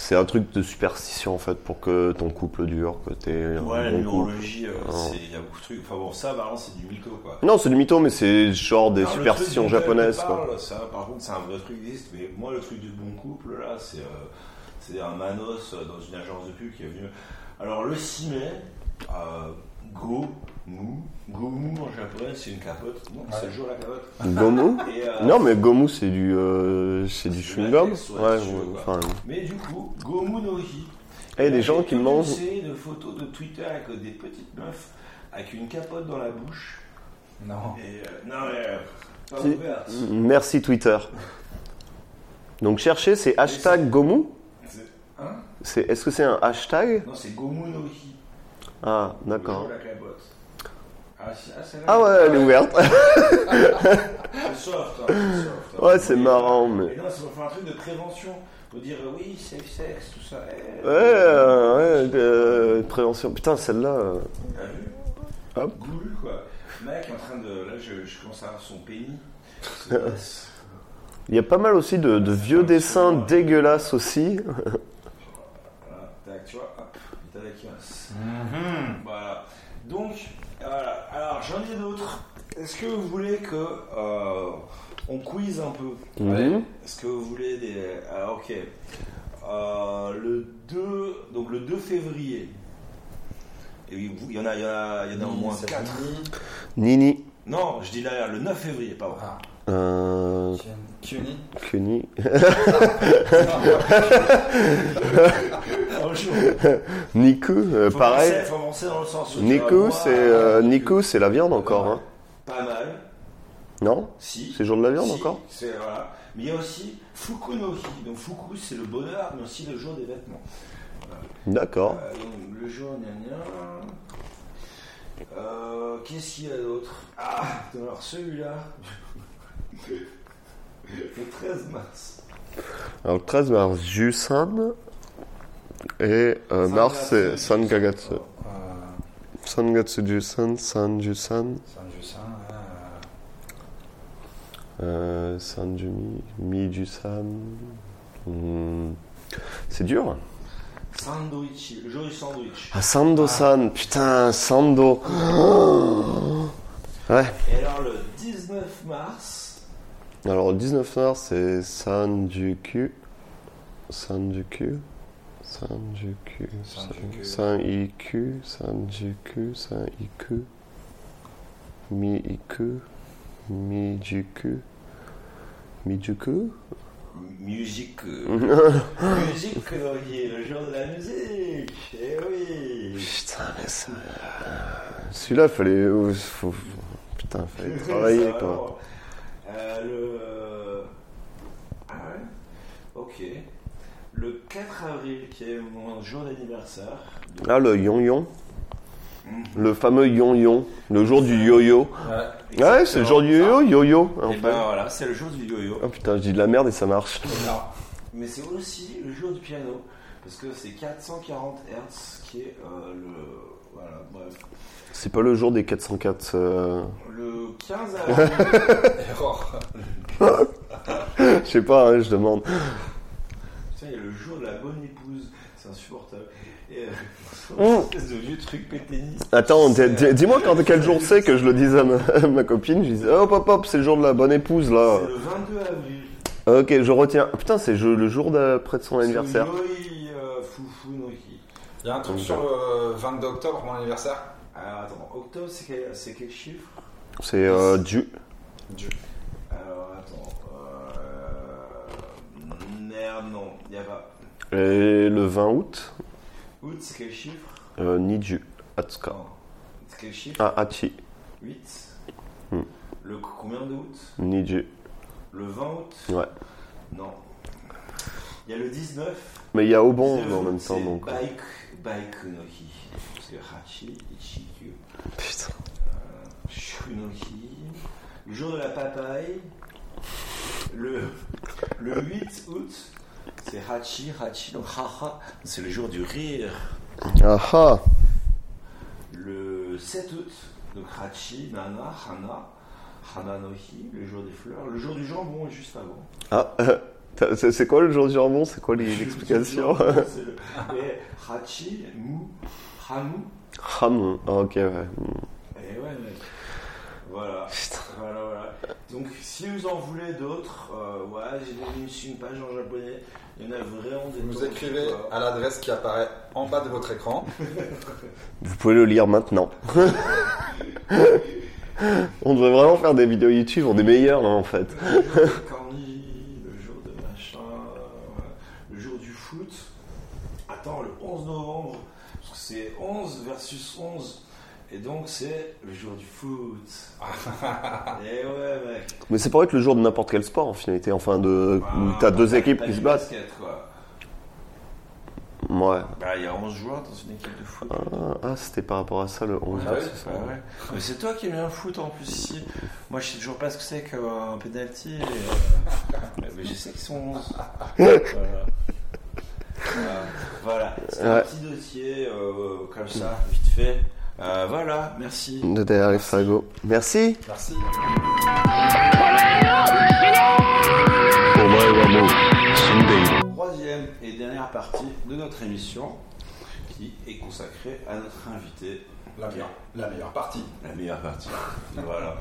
C'est un truc de superstition en fait pour que ton couple dure, que t'aies Ah. un
Ouais, la
bon couple.
numérologie, euh,
Oh.
c'est- il y a beaucoup de trucs. Enfin bon, ça, par contre, c'est du mytho, quoi.
Non, c'est du mytho, mais c'est genre des
Non, le truc
superstitions
dont elle
japonaises.
te
Quoi.
parle, Ça, par contre, c'est un vrai truc qui existe. Mais moi, le truc du bon couple, là, c'est euh, c'est un Manos euh, dans une agence de pub qui est venu. Alors, le 6 mai, euh, Go Mu, Go Mu en japonais, c'est une capote. Donc, c'est le jour de la capote.
Gomu
Et, euh,
Non, mais Gomu, c'est du, euh, c'est du
du
chewing-gum.
latex, ouais,
Ouais,
si tu veux, quoi.
enfin,
Mais du coup, Gomu no Hi.
Eh, les
J'ai
gens qui
toute
mangent-
Une série de photos de Twitter avec euh, des petites meufs avec une capote dans la bouche.
Non.
Et, euh, non, mais. euh, pas
Si. Mm.
ouvert.
Merci Twitter. Donc cherchez, c'est hashtag Gomu.
C'est- Hein
C'est, est-ce que c'est un hashtag
Non, c'est Gomu no Hi.
Ah,
Le
d'accord.
jour de la capote. Ah, c'est- ah, c'est là.
Ah ouais, elle est ouverte.
C'est soft, hein, c'est soft, hein.
Ouais, c'est marrant,
Et
mais.
non, c'est pour faire un truc de prévention. Faut dire euh, oui, safe sex, tout ça. eh.
Ouais, euh, ouais, euh, prévention. Putain, celle-là. euh,
T'as vu
Hop.
Goulu, quoi. Le Mec en train de. Là, je, je commence à avoir son pénis. qui se passe.
Il y a pas mal aussi de, de vieux dessins dégueulasses aussi.
Voilà, tac, tu vois, hop, itadakimasu. Voilà. Donc, voilà. Alors, j'en ai d'autres. Est-ce que vous voulez que euh, on quiz un peu
Mhm.
Allez. Est-ce que vous voulez des ah, OK. Euh, le 2 donc le 2 février. Et oui, vous- il y en a il y en a il y en a au moins 4.
Nini.
Non, je dis là le 9 février, pardon.
Ah,
Euh,
Cuny.
Kuni.
Bonjour.
Niku, euh,
Faut
pareil.
penser- faut penser dans le sens où tu vas
Niku,
voir,
c'est euh, Niku, c'est la viande encore, hein.
pas mal.
Non
Si.
C'est le jour de la viande
Si,
encore
c'est- voilà. Mais il y a aussi Fuku no Hi. Donc Fuku, c'est le bonheur, mais aussi le jour des vêtements.
D'accord.
Euh, donc, le jour, gna gna. Euh, Qu'est-ce qu'il y a d'autre Ah, alors celui-là. le 13 mars.
Alors le 13 mars, Jusan. Et euh, mars, c'est San Gagatsu.
Euh,
San Gatsu Jusan, San Jusan,
San Jussin. euh,
euh, San Jumi, Mi Jusan. Hmm. C'est dur.
Sandwich, le jour du sandwich.
Ah, Sando-san, putain, Sando. Ouais.
Et alors le 19 mars.
Alors, le 19 mars, c'est Sanjuku. Sanjuku. Sanjuku.
Sanjuku.
San-Iku. Sanjuku. San-Iku. Mi-Iku. Mijuku. Mijuku
Musique. euh,
Ah.
musique colorier, le jour de la musique. Eh oui.
Putain, mais ça. euh, Celui-là, fallait. euh, faut- Putain, fallait travailler,
Ça,
quoi.
alors, euh, le. Ah ouais Ok. Le 4 avril, qui est mon jour d'anniversaire.
Ah, le yon-yon. Le fameux yon-yon. Le jour du yo-yo. Ouais, c'est le jour du yo-yo, yo-yo. en
Et
fait.
ben voilà, c'est le jour du yo-yo.
Ah putain, je dis de la merde et ça marche.
Alors,
Mais c'est aussi le jour du piano, parce que c'est 440 Hz qui est euh, le. Voilà, bref.
C'est pas le jour des 404. euh,
Le 15 avril,
erreur.
Je sais pas, hein, je demande.
putain, il y a le jour de la bonne épouse, c'est insupportable. Et euh, c'est
Mm.
une espèce de vieux truc pétainiste. euh,
Attends, t'es- t'es- dis-moi quand quel jour c'est que je le disais à ma, à ma copine. Je disais, hop hop hop, c'est le jour de la bonne épouse là.
C'est le 22 avril.
Ok, je retiens. Ah, Putain, c'est je- le jour d'après de son anniversaire.
Yoi euh, Fufunoki.
Il y a un truc sur le 22 octobre, mon anniversaire.
Alors attends, octobre c'est quel, c'est quel chiffre
C'est euh, du.
Alors attends. Euh... Merde, non, il a pas.
Et le 20 août,
Août c'est quel chiffre
euh, Niju Atsuka.
Non. C'est quel chiffre
Ah, Hachi,
8
Hmm.
Le c- combien de août
Niju.
Le 20 août
Ouais.
Non. Il y a le 19.
Mais il y a Obon
19
en même
août,
temps
c'est
donc. euh,
Baik, Baikunoki. Parce que Hachi, Ichikyu,
Putain.
Shunoki. Le jour de la papaye. Le, le 8 août, c'est Hachi, Hachi, donc haha. C'est le jour du rire.
Ah ah.
Le 7 août, donc Hachi, Nana, Hana, Hana no hi, le jour des fleurs, le jour du jambon est juste avant.
Ah, euh, t'as- c'est c'est quoi le jour du jambon C'est quoi les- l'explication
C'est le- Et Hachi, Mou, Hamu.
Ham. Ah, ok, ouais.
Et Eh ouais, mec. Voilà.
Putain.
Voilà, voilà. Donc, si vous en voulez d'autres, euh, ouais, j'ai mis une, une page en japonais. Il y en a vraiment des
Vous nous
tonnes.
écrivez
Voilà.
à l'adresse qui apparaît en bas de votre écran.
Vous pouvez le lire maintenant. on devrait vraiment faire des vidéos YouTube, on est meilleurs là en fait.
Le jour de Corny, le jour de machin, euh, le jour du foot. Attends, le 11 novembre, parce que c'est 11 versus 11, et donc c'est le jour du foot. et ouais, mec.
Mais c'est pour être le jour de n'importe quel sport en finalité, enfin de où t'as deux équipes
Ah, T'as
qui
du
se battent.
basket, quoi.
Ouais.
Bah, il y a 11 joueurs dans une équipe de foot.
Ah, ah, c'était par rapport à ça le 11
Ah ouais,
c'est ça.
Ah ouais. Mais c'est toi qui aimes bien le foot en plus ici. Moi, je sais toujours pas ce que c'est qu'un penalty. et, euh, Mais je sais qu'ils sont 11. voilà. Euh, voilà. C'était un
Ouais.
petit dossier euh, comme ça, vite fait. Euh, voilà, merci.
De derrière les fagots. Merci.
Merci.
お前はもう死んでいる
Troisième et dernière partie de notre émission qui est consacrée à notre invité.
La meilleure, la meilleure partie.
La meilleure partie. voilà.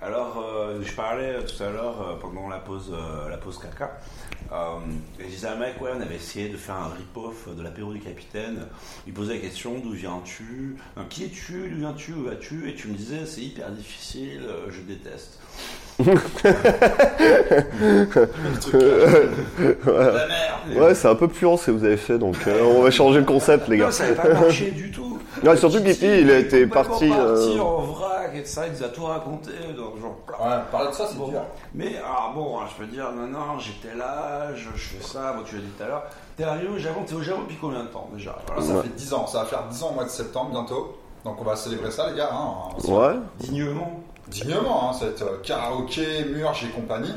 Alors, euh, je parlais euh, tout à l'heure euh, pendant la pause, euh, la pause caca. Euh, et je disais à Mike, ouais, on avait essayé de faire un rip-off de l'apéro du capitaine. Il posait la question d'où viens-tu Euh, Qui es-tu D'où viens-tu Où vas-tu Et tu me disais, c'est hyper difficile, euh, je déteste.
La merde
Ouais, c'est un peu puant ce que vous avez fait donc euh, on va changer le concept les
Non,
gars.
ça n'avait pas marché du tout.
Non, surtout que Guipi, il a été
complètement
parti, euh,
en vrac et tout ça, il nous a tout raconté. Donc, genre,
Ouais, parler de ça, c'est
Bon.
dur.
Mais alors bon, hein, je peux dire, non, non, j'étais là, je, je fais ça, moi tu l'as dit tout à l'heure. T'es arrivé au Japon, t'es au Japon depuis combien de temps déjà Voilà,
Alors,
ça
Ah, ça
Ouais.
fait 10 ans, ça va faire 10 ans au mois de septembre bientôt. Donc on va célébrer ça, les gars. hein. On se-
Ouais.
fait dignement.
Dignement, hein, cette euh, karaoké, murge et compagnie.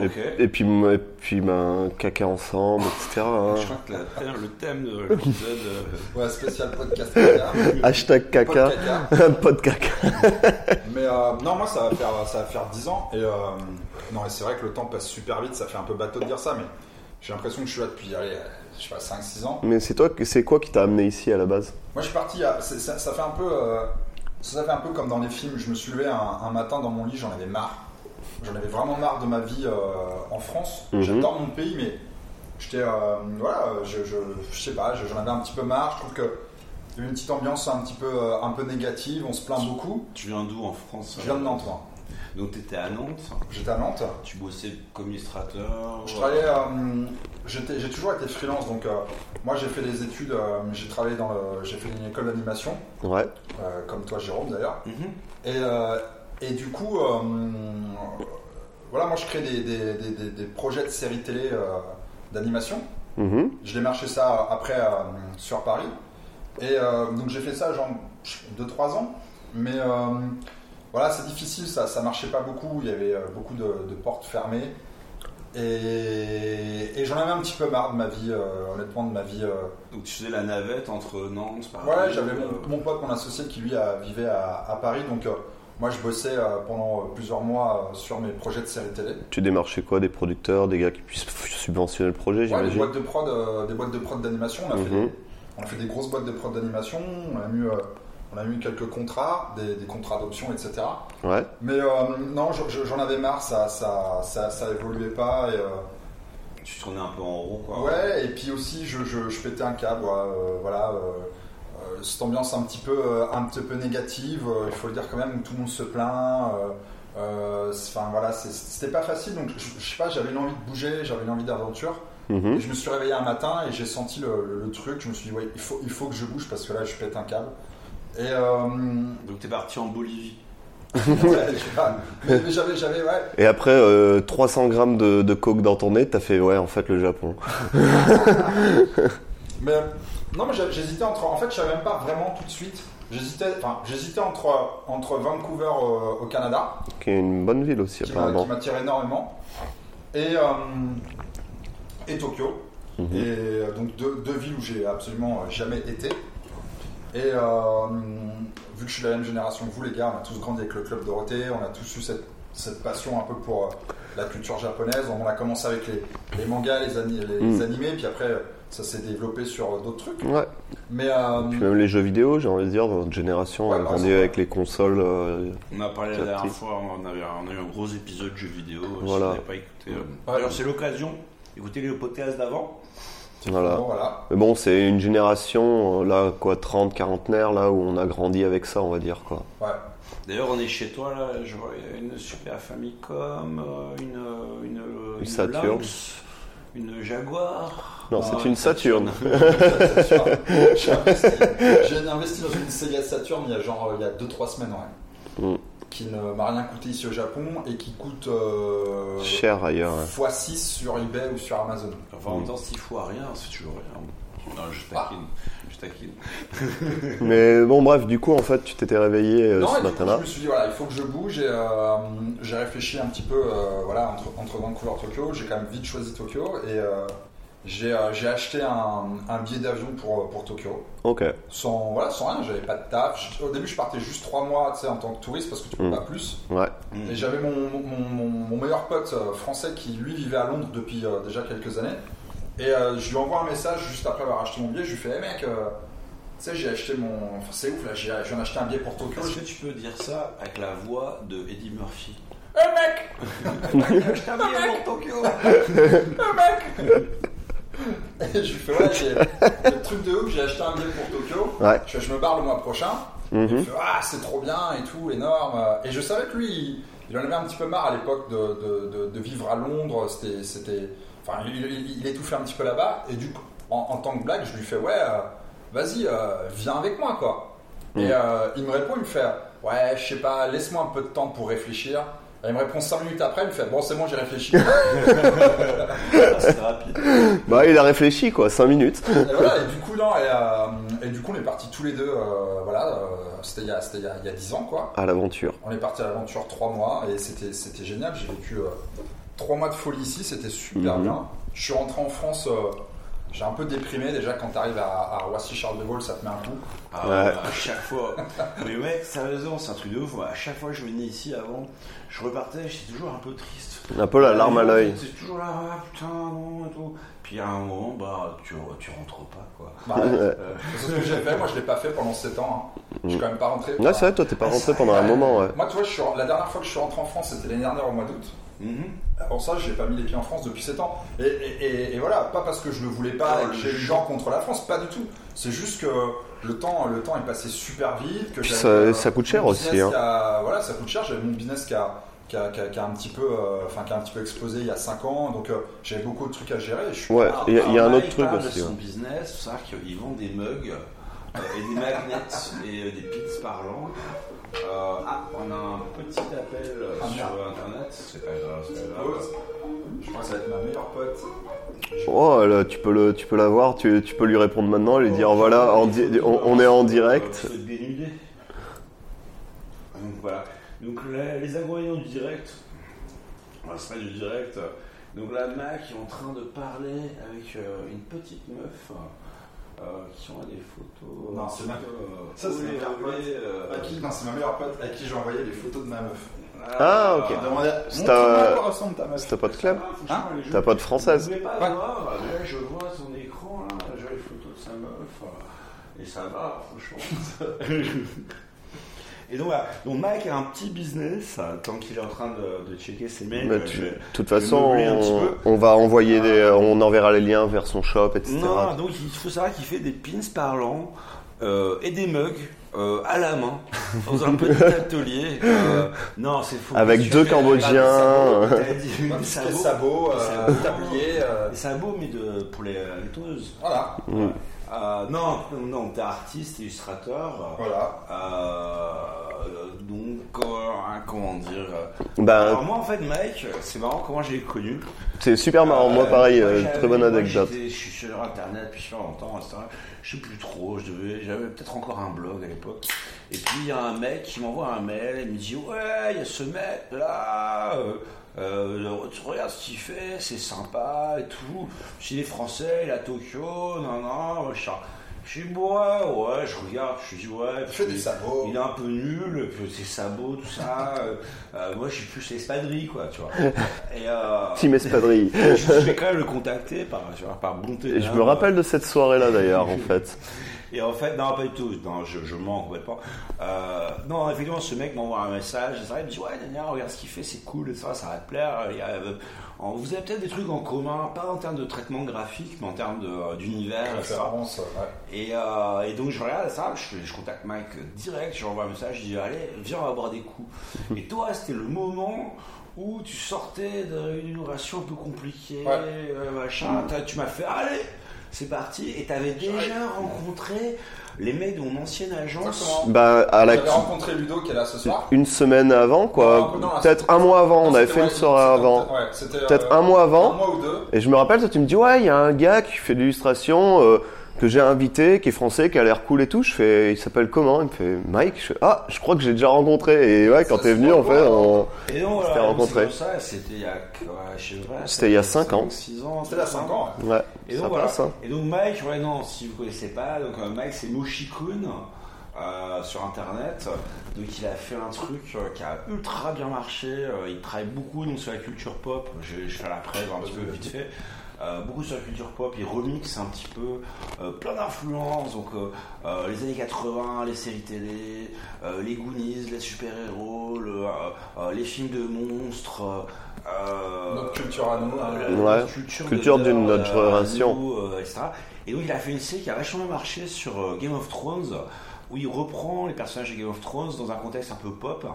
Et,
Ok.
et puis et puis ben caca ensemble, etc. hein.
Je crois que la thème- le thème de l'épisode. euh,
Ouais, spécial podcast caca.
Hashtag caca.
Pod caca.
Pod caca.
Mais euh, non, moi ça va faire ça va faire 10 ans et euh, non et c'est vrai que le temps passe super vite, ça fait un peu bateau de dire ça, mais j'ai l'impression que je suis là depuis allez, euh, je sais pas 5-6 ans.
Mais c'est toi, que- c'est quoi qui t'a amené ici à la base
Moi je suis parti, à- c'est- ça, ça fait un peu euh, ça fait un peu comme dans les films. Je me suis levé un, un matin dans mon lit, j'en avais marre, j'en avais vraiment marre de ma vie euh, en France.
Mhm.
J'adore mon pays, mais j'étais euh, voilà, euh, je, je, je sais pas, je- j'en avais un petit peu marre. Je trouve que il y avait une petite ambiance un petit peu euh, un peu négative, on se plaint beaucoup.
tu viens d'où en France hein?
Je viens de Nantes. moi.
Donc, tu étais à Nantes,
J'étais à Nantes.
tu bossais comme illustrateur.
Je travaillais, euh, j'étais- j'ai toujours été freelance, donc euh, moi j'ai fait des études, euh, j'ai travaillé dans, le- j'ai fait une école d'animation,
Ouais.
euh, comme toi Jérôme d'ailleurs.
Mhm.
Et, euh, et du coup, euh, voilà, moi je crée des, des- des- des- des projets de séries télé euh, d'animation.
Mhm.
Je démarchais ça après euh, sur Paris. Et euh, donc j'ai fait ça genre 2-3 ans. Mais euh, voilà, c'est difficile, ça ça marchait pas beaucoup. Il y avait euh, beaucoup de, de portes fermées. Et, et j'en avais un petit peu marre de ma vie, euh, honnêtement, de ma vie. euh.
Donc, tu faisais la navette entre Nantes, Paris.
Voilà, j'avais
euh,
mon, mon pote, mon associé qui lui a- vivait à, à Paris. Donc euh, moi je bossais euh, pendant plusieurs mois euh, sur mes projets de séries télé.
Tu démarchais quoi Des producteurs, des gars qui puissent subventionner le projet,
Ouais, des
j'imagine
boîtes de prod, euh, des boîtes de prod d'animation. On a fait
Mhm.
des- on a fait des grosses boîtes de prod d'animation. On a eu, euh, on a eu quelques contrats, des, des contrats d'options, etc.
Ouais.
Mais euh, non, je- je- j'en avais marre. Ça, ça, ça, ça évoluait pas. Et, euh,
Tu tournais un peu en rond, quoi.
ouais. Et puis aussi, je, je, je pétais un câble. ouais, euh, voilà. euh, euh, cette ambiance un petit peu, euh, un petit peu négative. euh, il faut le dire quand même. où Tout le monde se plaint. euh, euh, c'est- Enfin voilà, c'est- c'était pas facile. Donc je, je sais pas. J'avais l'envie de bouger. J'avais l'envie d'aventure.
Mhm.
Et je me suis réveillé un matin et j'ai senti le, le- le truc. Je me suis dit, ouais, il faut, il faut que je bouge parce que là, je pète un câble. Et euh,
Donc, t'es parti en Bolivie.
ouais, je sais pas. mais, mais j'avais, j'avais, ouais.
Et après euh, 300 grammes de, de coke dans ton nez, t'as fait ouais, en fait le Japon.
Mais euh, non, mais j'a- j'hésitais entre. En fait, je savais même pas vraiment tout de suite. J'hésitais, enfin, j'hésitais entre entre Vancouver euh, au Canada,
Qui est une bonne ville aussi
qui m'a-
apparemment.
qui m'attire énormément, et euh, et Tokyo.
Mhm.
Et euh, donc deux, deux villes où j'ai absolument euh, jamais été. Et euh, vu que je suis de la même génération que vous, les gars, on a tous grandi avec le club Dorothée, on a tous eu cette, cette passion un peu pour euh, la culture japonaise. On a commencé avec les, les mangas, les, ani- les
Mm.
animés, puis après euh, ça s'est développé sur euh, d'autres trucs.
Ouais.
Mais euh,
Puis même les jeux vidéo, j'ai envie de dire, dans notre génération,
Ouais,
on a
bah,
grandi
c'est-
avec les consoles. euh,
On a parlé la
Petit à
dernière
petit.
fois, on, avait, un- on a eu un gros épisode jeux vidéo. euh, Si
Voilà.
vous n'avez pas écouté. euh. D'ailleurs, c'est l'occasion. Écoutez le podcast d'avant.
voilà.
bon, voilà.
Mais bon, c'est une génération, euh, là, quoi, 30, quarantenaire, là, où on a grandi avec ça, on va dire, quoi.
Ouais.
D'ailleurs, on est chez toi, là. Je vois il y a une super Famicom, euh, une, euh, une, euh, une
Saturn.
Lynx, une Jaguar.
Non,
Ah,
c'est une Saturne.
J'ai investi- j'ai investi dans une Sega Saturn il y a genre il y a 2-3 semaines ouais.
Mm.
qui ne m'a rien coûté ici au Japon et qui coûte euh,
Cher ailleurs. ouais.
x6 sur eBay ou sur Amazon.
Enfin, en même temps, s'il faut à rien, c'est toujours rien. Non, je taquine. Je taquine.
Mais bon, bref, du coup, en fait, tu t'étais réveillé euh,
non, et
ce
du coup,
matin-là.
je me suis dit voilà, il faut que je bouge et euh, j'ai réfléchi un petit peu euh, voilà entre, entre Vancouver et Tokyo. J'ai quand même vite choisi Tokyo et euh, j'ai euh, j'ai acheté un, un billet d'avion pour, euh, pour Tokyo.
Ok.
Sans, voilà, sans rien, j'avais pas de taf. Je- au début, je partais juste 3 mois tu sais, en tant que touriste parce que tu peux
Mm.
pas plus.
Ouais.
Mm.
Et j'avais mon, mon- mon- mon meilleur pote euh, français qui lui vivait à Londres depuis euh, déjà quelques années. Et euh, je lui envoie un message juste après avoir acheté mon billet. Je lui fais hey, mec, euh, tu sais, j'ai acheté mon. Enfin, c'est ouf là, j'ai- je viens d'acheter un billet pour Tokyo.
Est-ce
Je
que tu peux dire ça avec la voix de Eddie Murphy
fais, hey, mec,
Je t'avais pour Tokyo
Et je lui fais ouais, j'ai le truc de ouf, j'ai acheté un billet pour Tokyo.
Ouais.
Je, fais, je me barre le mois prochain. Il me
Mhm.
fait, ah, c'est trop bien et tout, énorme. Et je savais que lui, il, il en avait un petit peu marre à l'époque de, de- de- de vivre à Londres. C'était, c'était, enfin, il, il, il étouffait un petit peu là-bas. Et du coup, en, en tant que blague, je lui fais ouais, euh, vas-y, euh, viens avec moi, quoi. Et euh, il me répond, il me fait ouais, je sais pas, laisse-moi un peu de temps pour réfléchir. Et il me répond 5 minutes après, il me fait bon, c'est bon, j'ai réfléchi.
Ah, C'est rapide.
Bah, il a réfléchi, quoi, 5 minutes.
Et voilà, et du coup, non, et, euh, et du coup, on est partis tous les deux, euh, voilà, euh, c'était il y a- c'était il y a- il y a 10 ans, quoi.
À l'aventure.
On est parti à l'aventure 3 mois, et c'était c'était génial, j'ai vécu 3 mois de folie ici, c'était super
Mhm.
bien. Je suis rentré en France, euh, j'ai un peu déprimé, déjà, quand t'arrives à, à Roissy-Charles de Gaulle, ça te met un coup.
Ah,
Ouais.
À chaque fois. Mais mec, sérieusement, c'est un truc de ouf. Moi, à chaque fois que je venais ici avant, je repartais, j'étais toujours un peu triste.
Un peu la larme à l'œil.
C'est toujours là, ah, putain, non, et tout. Puis à un moment, bah, tu, tu rentres pas, quoi.
Bah,
Euh,
c'est ce que j'ai fait, moi, je l'ai pas fait pendant 7 ans, hein. je suis quand même pas rentré.
Ouais, c'est vrai, toi, t'es pas rentré pendant un moment, ouais.
Moi, tu vois, je suis- la dernière fois que je suis rentré en France, c'était l'année dernière au mois d'août.
Mhm.
Avant ça, j'ai pas mis les pieds en France depuis 7 ans. Et, et- et- et voilà, pas parce que je le voulais pas, et que j'ai eu genre contre la France, pas du tout. C'est juste que le temps, le temps est passé super vite. Que
Puis
j'avais, euh,
ça- ça coûte cher
mon
aussi,
business
hein.
qui a- voilà, ça coûte cher. J'avais mon business qui a, qui a- qui a- qui a un petit peu, euh, enfin, qui a un petit peu explosé il y a 5 ans. Donc euh, j'avais beaucoup de trucs à gérer. et je suis-
Ouais,
Alors,
il y a- il y, a un
Arma,
autre
il
truc
parle
aussi.
De son
ouais.
business, faut savoir qu'ils vendent des mugs euh, et des magnets et euh, des pins par langue. Euh, ah, on a un petit appel euh,
Ah,
sur
merde.
internet. C'est pas grave, c'est pas
Ouais,
grave.
Je crois que ça va être ma meilleure pote.
Oh là, tu peux le, tu peux la voir, tu, tu peux lui répondre maintenant, lui dire oh, voilà, en di- on, on est en direct.
Euh, vous êtes dénudés. Donc voilà. Donc là, les inconvénients du direct, on va se faire du direct. euh, Donc là, Mac est en train de parler avec euh, une petite meuf euh, qui ont des photos.
Non, c'est Mac.
Euh,
Ça, c'est
olé,
Mac.
olé, euh,
À Ah, bah, qui Non, c'est ma meilleure pote à qui j'ai envoyé les photos de ma meuf.
Ah, ok.
Elle m'a demandé,
C'est
montre-moi
un-
à quoi ressemble ta meuf.
C'est ta pote Clem
Hein
Ta pote française
Je ne pouvais pas
Ouais.
voir, mais là je vois son écran, là, j'ai les photos de sa meuf, euh, et ça va, franchement. et donc voilà, donc Mike a un petit business, euh, tant qu'il est en train de, de checker ses mails.
Bah,
euh,
tu-
je-
De toute
je vais
façon,
meubler un petit
on,
peu.
on va envoyer des, on enverra les liens vers son shop, etc.
Non, donc il faut savoir qu'il fait des pins parlants euh, et des mugs. euh, à la main, dans un petit atelier. euh, non, c'est faux.
Avec
Tu
deux
fais-
Cambodgiens.
T'as dit des
Bah, tout ce qui est
sabots.
sabots, euh,
sabots.
tablier, euh,
Des sabots, mais de, pour les, les tondeuses.
voilà.
Euh, non, non, t'es artiste, illustrateur.
Voilà.
Euh, donc, euh, hein, comment dire Alors,
Bah,
moi, en fait, Mike, c'est marrant comment j'ai connu.
c'est super marrant. Moi,
Euh,
pareil, euh,
j'avais-
très bonne
moi,
anecdote.
j'étais- Je suis sur Internet depuis super longtemps, etc. Je sais plus trop, je devais- j'avais peut-être encore un blog à l'époque. Et puis il y a un mec qui m'envoie un mail, il me dit Ouais, il y a ce mec là, euh, euh, regarde ce qu'il fait, c'est sympa et tout. S'il est français, il est à Tokyo, non, non, machin. Je dis Ouais, ouais, je regarde, je dis Ouais,
Il fait
puis-
des sabots.
il est un peu nul, puis ses sabots, tout ça. euh, euh, moi, je suis plus l'espadrille, quoi, tu vois. Et, euh,
Team Espadrille.
je, je vais quand même le contacter par, tu vois, par bonté.
Et je
d'âme.
me rappelle de cette soirée-là d'ailleurs, en fait.
Et en fait, non, pas du tout. Non, je, je mens complètement. Euh, non, effectivement, ce mec m'envoie un message. etc. Il me dit Ouais, Daniel, regarde ce qu'il fait, c'est cool, ça, ça va te plaire. Il y a, euh, en- vous avez peut-être des trucs en commun, pas en termes de traitement graphique, mais en termes de, euh, d'univers, etc.
Référence, ouais.
Et, euh, et donc je regarde ça, je, je contacte Mike direct, je lui envoie un message, je dis allez, viens, on va boire des coups. et toi, c'était le moment où tu sortais d'une relation un peu compliquée,
Ouais. Mm.
euh, machin, T'as- tu m'as fait allez, c'est parti, et t'avais déjà rencontré les mecs de mon ancienne agence.
Exactement.
Bah, à la
J'avais rencontré Ludo qui est là ce soir.
une semaine avant, quoi.
Non, non, là,
Peut-être
c'était-
un mois avant. On
C'était-
avait fait
ouais,
une soirée
c'était-
avant.
ouais, c'était, euh,
Peut-être un mois
Un
avant.
mois ou deux.
Et je me rappelle, toi, tu me dis, ouais, il y a un gars qui fait de l'illustration, euh, que j'ai invité, qui est français, qui a l'air cool et tout. Je fais, il s'appelle comment Il me fait Mike. Je fais, ah, je crois que j'ai déjà rencontré. Et ouais, quand
Ça,
t'es
c'est
venu,
pas
en fait, on-
Et donc,
C'était
voilà, donc,
rencontré.
c'est comme ça, c'était il y a, ouais, je sais pas,
C'était il y a cinq ans.
6 ans,
C'était là 5 ans. ouais.
ouais,
Et
ça
donc, voilà.
passe. hein.
Et donc Mike, ouais, non, si vous connaissez pas, donc euh, Mike c'est Moshikun euh, sur internet. Donc il a fait un truc euh, qui a ultra bien marché. Euh, il travaille beaucoup donc, sur la culture pop. Je, je fais la presse un petit peu vite fait. Euh, beaucoup sur la culture pop, il remixe un petit peu euh, plein d'influences, donc euh, euh, les années 80, les séries télé, euh, les Goonies, les super-héros, le, euh, euh, les films de monstres, euh,
Notre culture à nous, hein.
la-
Ouais.
culture,
Culture
de-
d'une autre
euh,
génération.
nous, euh, etc. Et donc il a fait une série qui a vachement marché sur euh, Game of Thrones, où il reprend les personnages de Game of Thrones dans un contexte un peu pop.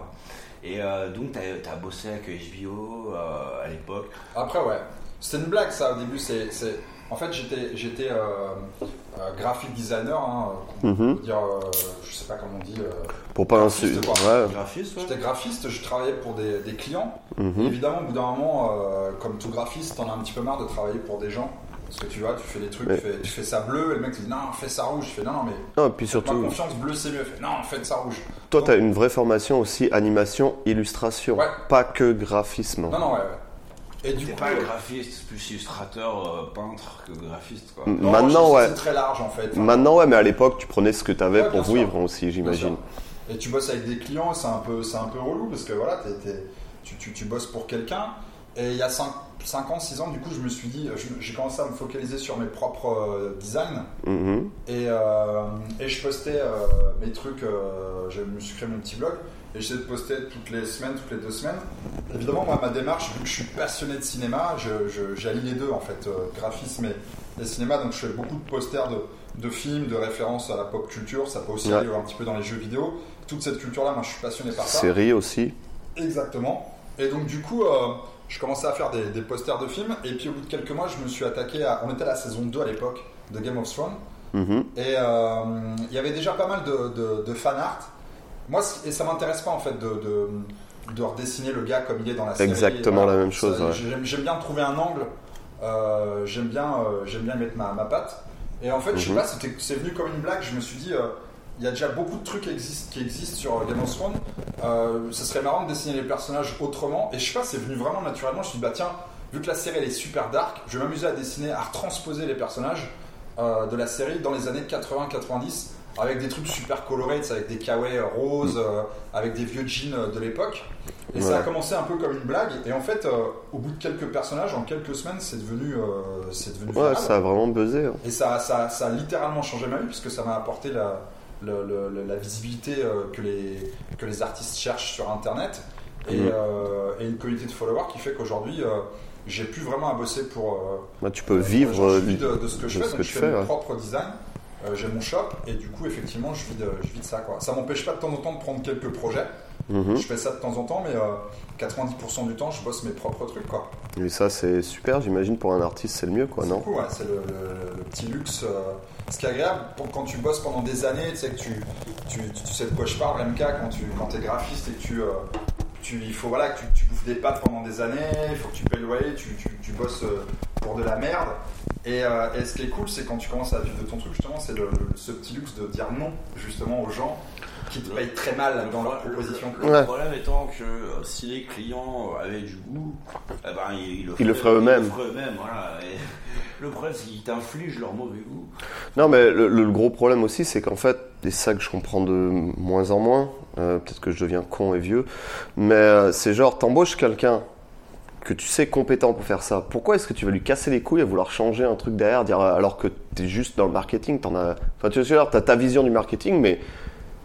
Et euh, donc t'as as bossé avec HBO euh, à l'époque.
Après, ouais. C'était une blague, ça, au début. C'est, c'est- En fait, j'étais, j'étais euh, euh, graphic designer. Hein, qu'on peut
Mhm.
dire, euh, je sais pas comment on dit. euh,
Pour pas insulter.
Juste
Ouais.
Graphiste, ouais.
J'étais graphiste, je travaillais pour des, des clients.
Mhm.
Et Évidemment, au bout d'un moment, euh, comme tout graphiste, t'en as un petit peu marre de travailler pour des gens. Parce que tu vois, tu fais des trucs,
Ouais.
tu, fais, tu fais ça bleu, et le mec dit non, fais ça rouge. Je fais non, non, mais
Non, et puis
moi
surtout,
confiance, bleu c'est mieux. Je fais non, fais ça rouge.
toi, t'as une vraie formation aussi animation, illustration,
Ouais.
pas que graphisme.
Non, non, ouais, ouais. Et du
T'es
coup,
pas
euh,
graphiste, plus illustrateur, euh, peintre que graphiste, quoi.
M-
non,
Maintenant,
je-
ouais.
C'est très large en fait. Enfin,
Maintenant, ouais, mais à l'époque, tu prenais ce que t'avais
Ouais,
pour
bien sûr.
vivre aussi,
bien sûr.
j'imagine.
Et tu bosses avec des clients, c'est un peu, c'est un peu relou parce que voilà, t'es- t'es- tu, tu- tu bosses pour quelqu'un. Et il y a 5, ans, 6 ans, du coup, je me suis dit, je- j'ai commencé à me focaliser sur mes propres euh, designs.
Mhm.
Et, euh, et je postais euh, mes trucs, euh, je me suis créé mon petit blog, et j'essayais de poster toutes les semaines, toutes les deux semaines. Évidemment, moi, ma démarche, vu que je suis passionné de cinéma, je- je- j'allie les deux, en fait, euh, graphisme et, et cinéma, donc je fais beaucoup de posters de, de films, de références à la pop culture, ça peut aussi
Ouais.
aller un petit peu dans les jeux vidéo. Toute cette culture-là, moi, je suis passionné par ça.
Série aussi.
Exactement. Et donc du coup, euh, je commençais à faire des, des posters de films. Et puis au bout de quelques mois, je me suis attaqué à... On était à la saison 2 à l'époque de Game of Thrones.
Mhm.
Et euh, il y avait déjà pas mal de, de, de fan art. Moi, c- et ça m'intéresse pas en fait de, de, de redessiner le gars comme il est dans la série. euh,
Exactement la même chose,
Ça,
ouais.
J'aime j'aime bien trouver un angle. Euh, j'aime bien, euh, j'aime bien mettre ma, ma patte. Et en fait, je sais
Mhm.
pas, c'était- c'est venu comme une blague. Je me suis dit, euh, il y a déjà beaucoup de trucs qui existent, qui existent sur Game of Thrones. Euh, ce serait marrant de dessiner les personnages autrement. Et je sais pas, c'est venu vraiment naturellement. Je me suis dit, bah tiens, vu que la série elle est super dark, je vais m'amuser à dessiner, à transposer les personnages euh, de la série dans les années 80-90 avec des trucs super colorés, tu sais, avec des kawaii roses, euh, avec des vieux jeans euh, de l'époque. Et ça a
Mm. Ouais.
commencé un peu comme une blague. Et en fait, euh, au bout de quelques personnages, en quelques semaines, c'est devenu, euh, c'est devenu
Ouais,
viral.
ça a vraiment buzzé. hein.
Et ça, ça, ça a littéralement changé ma vie puisque ça m'a apporté la, le- le- le- la visibilité euh, que, les, que les artistes cherchent sur Internet et,
Mhm.
euh, et une communauté de followers qui fait qu'aujourd'hui, euh, j'ai plus vraiment à bosser pour... euh,
Bah, tu peux vivre
pour-
euh,
je vis de, de ce que je
de
fais,
ce
donc
que
je
tu
fais,
fais,
mon
ouais.
propre design. euh, j'ai mon shop et du coup effectivement je vis de, je vis de ça quoi. Ça m'empêche pas de temps en temps de prendre quelques projets.
Mhm.
Je fais ça de temps en temps mais euh, 90% du temps je bosse mes propres trucs quoi.
Et ça, c'est super, j'imagine, pour un artiste, c'est le mieux, quoi,
C'est
non
cool, ouais, c'est le, le- le petit luxe. euh, ce qui est agréable, pour- quand tu bosses pendant des années, tu sais que tu, tu, tu- tu sais de quoi je parle, MK, quand tu quand es graphiste et que tu, euh, tu- il faut voilà, que tu, tu bouffes des pâtes pendant des années, il faut que tu payes le loyer, tu, tu- tu bosses euh, pour de la merde. Et, euh, et ce qui est cool, c'est quand tu commences à vivre de ton truc, justement, c'est le- le- ce petit luxe de dire non, justement, aux gens qui te payent très mal dans leurs propositions.
Le
Ouais.
problème étant que euh, si les clients euh, avaient du goût, eh ben, ils, ils le
Ils le feraient
ils
eux-mêmes.
feraient eux-mêmes, voilà. Et le problème, c'est qu'ils t'infligent leur mauvais goût.
Non, mais le, le gros problème aussi, c'est qu'en fait, et c'est ça que je comprends de moins en moins, euh, peut-être que je deviens con et vieux, mais euh, c'est genre, t'embauches quelqu'un que tu sais compétent pour faire ça. Pourquoi est-ce que tu vas lui casser les couilles à vouloir changer un truc derrière, dire, euh, alors que t'es juste dans le marketing, t'en as. Enfin, tu vois, t'as ta vision du marketing, mais.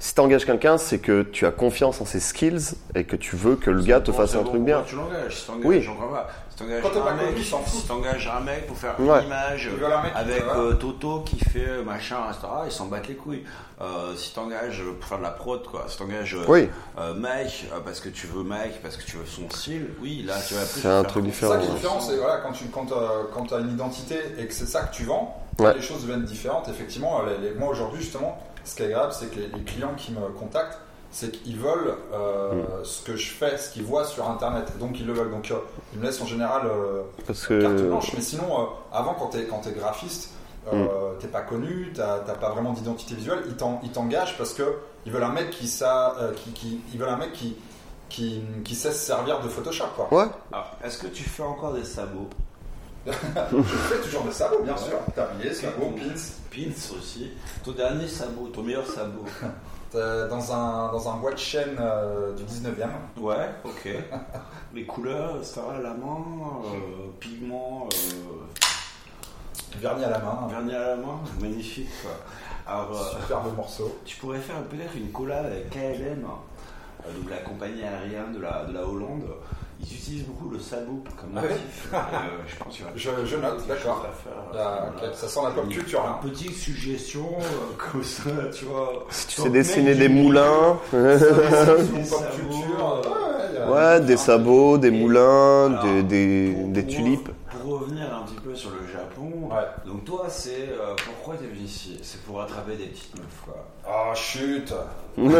Si t'engages quelqu'un, c'est que tu as confiance en ses skills et que tu veux que le gars te
Bon,
fasse
c'est
un
bon,
truc
bon,
bien.
bah, Tu l'engages, si t'engages,
Oui.
j'en crois pas. Si t'engages
Quand t'es pas
un mec,
connu, ils s'en foutent.
si t'engages un mec pour faire
Ouais.
une image
Ils veulent un mec qui
avec
fait, voilà.
euh, Toto qui fait euh, machin, etc., ils s'en battent les couilles. Euh, si t'engages pour faire de la prod, quoi, si t'engages euh,
Oui.
euh, Mike euh, parce que tu veux Mike, parce que tu veux son style, oui, là tu vas plus.
C'est un
faire
truc
C'est ça qui est
différent,
différent, c'est voilà, quand tu quand, euh, quand t'as une identité et que c'est ça que tu vends,
Ouais.
les choses deviennent différentes. Effectivement, euh, les- les- moi aujourd'hui, justement, ce qui est grave, c'est que les, les clients qui me contactent, c'est qu'ils veulent euh, ce que je fais, ce qu'ils voient sur Internet. Et donc ils le veulent. Donc euh, ils me laissent en général euh,
Parce
carte
que.
blanche. Mais sinon, euh, avant, quand t'es quand es graphiste, euh, t'es pas connu, t'as t'as pas vraiment d'identité visuelle. Ils t'en- ils t'engagent parce que ils veulent un mec qui ça, euh, qui, qui- ils veulent un mec qui qui, qui sait se servir de Photoshop quoi.
Ouais,
Alors, est-ce que tu fais encore des sabots
Je fais toujours des sabots, bien sûr. Tablier, sabots, pins.
Pins aussi. Ton dernier sabot, ton meilleur sabot.
Euh, dans, un, dans un bois de chêne euh, du 19 e
Ouais, ok. Les couleurs, ça va, la main, euh, pigment, euh,
vernis à la main,
vernis à la main, magnifique quoi. Alors, euh,
un superbe morceau.
tu pourrais faire peut-être une collab avec KLM, hein, euh, donc la compagnie aérienne de la, de la Hollande. Ils utilisent beaucoup le sabot comme
Ah ouais
motif. Euh, je pense qu'il y aura
Je- je note,
quelque
d'accord.
chose à faire,
La-
voilà.
Ça sent la pop culture. hein.
Petite suggestion, euh, comme ça, tu vois.
si tu
Sur
sais
le mec
dessiner
du
des
milieu,
moulins.
Mon
Des
pop
sabots,
culture.
euh,
Ouais, ouais, y a-
Ouais, des sabots, des moulins,
Alors,
des, des,
pour-
des
pour-
tulipes.
Pour revenir un petit peu sur le Japon,
Ouais.
donc toi, c'est euh, pourquoi t'es venu ici C'est pour attraper des petites meufs, quoi.
Ah, chut Non,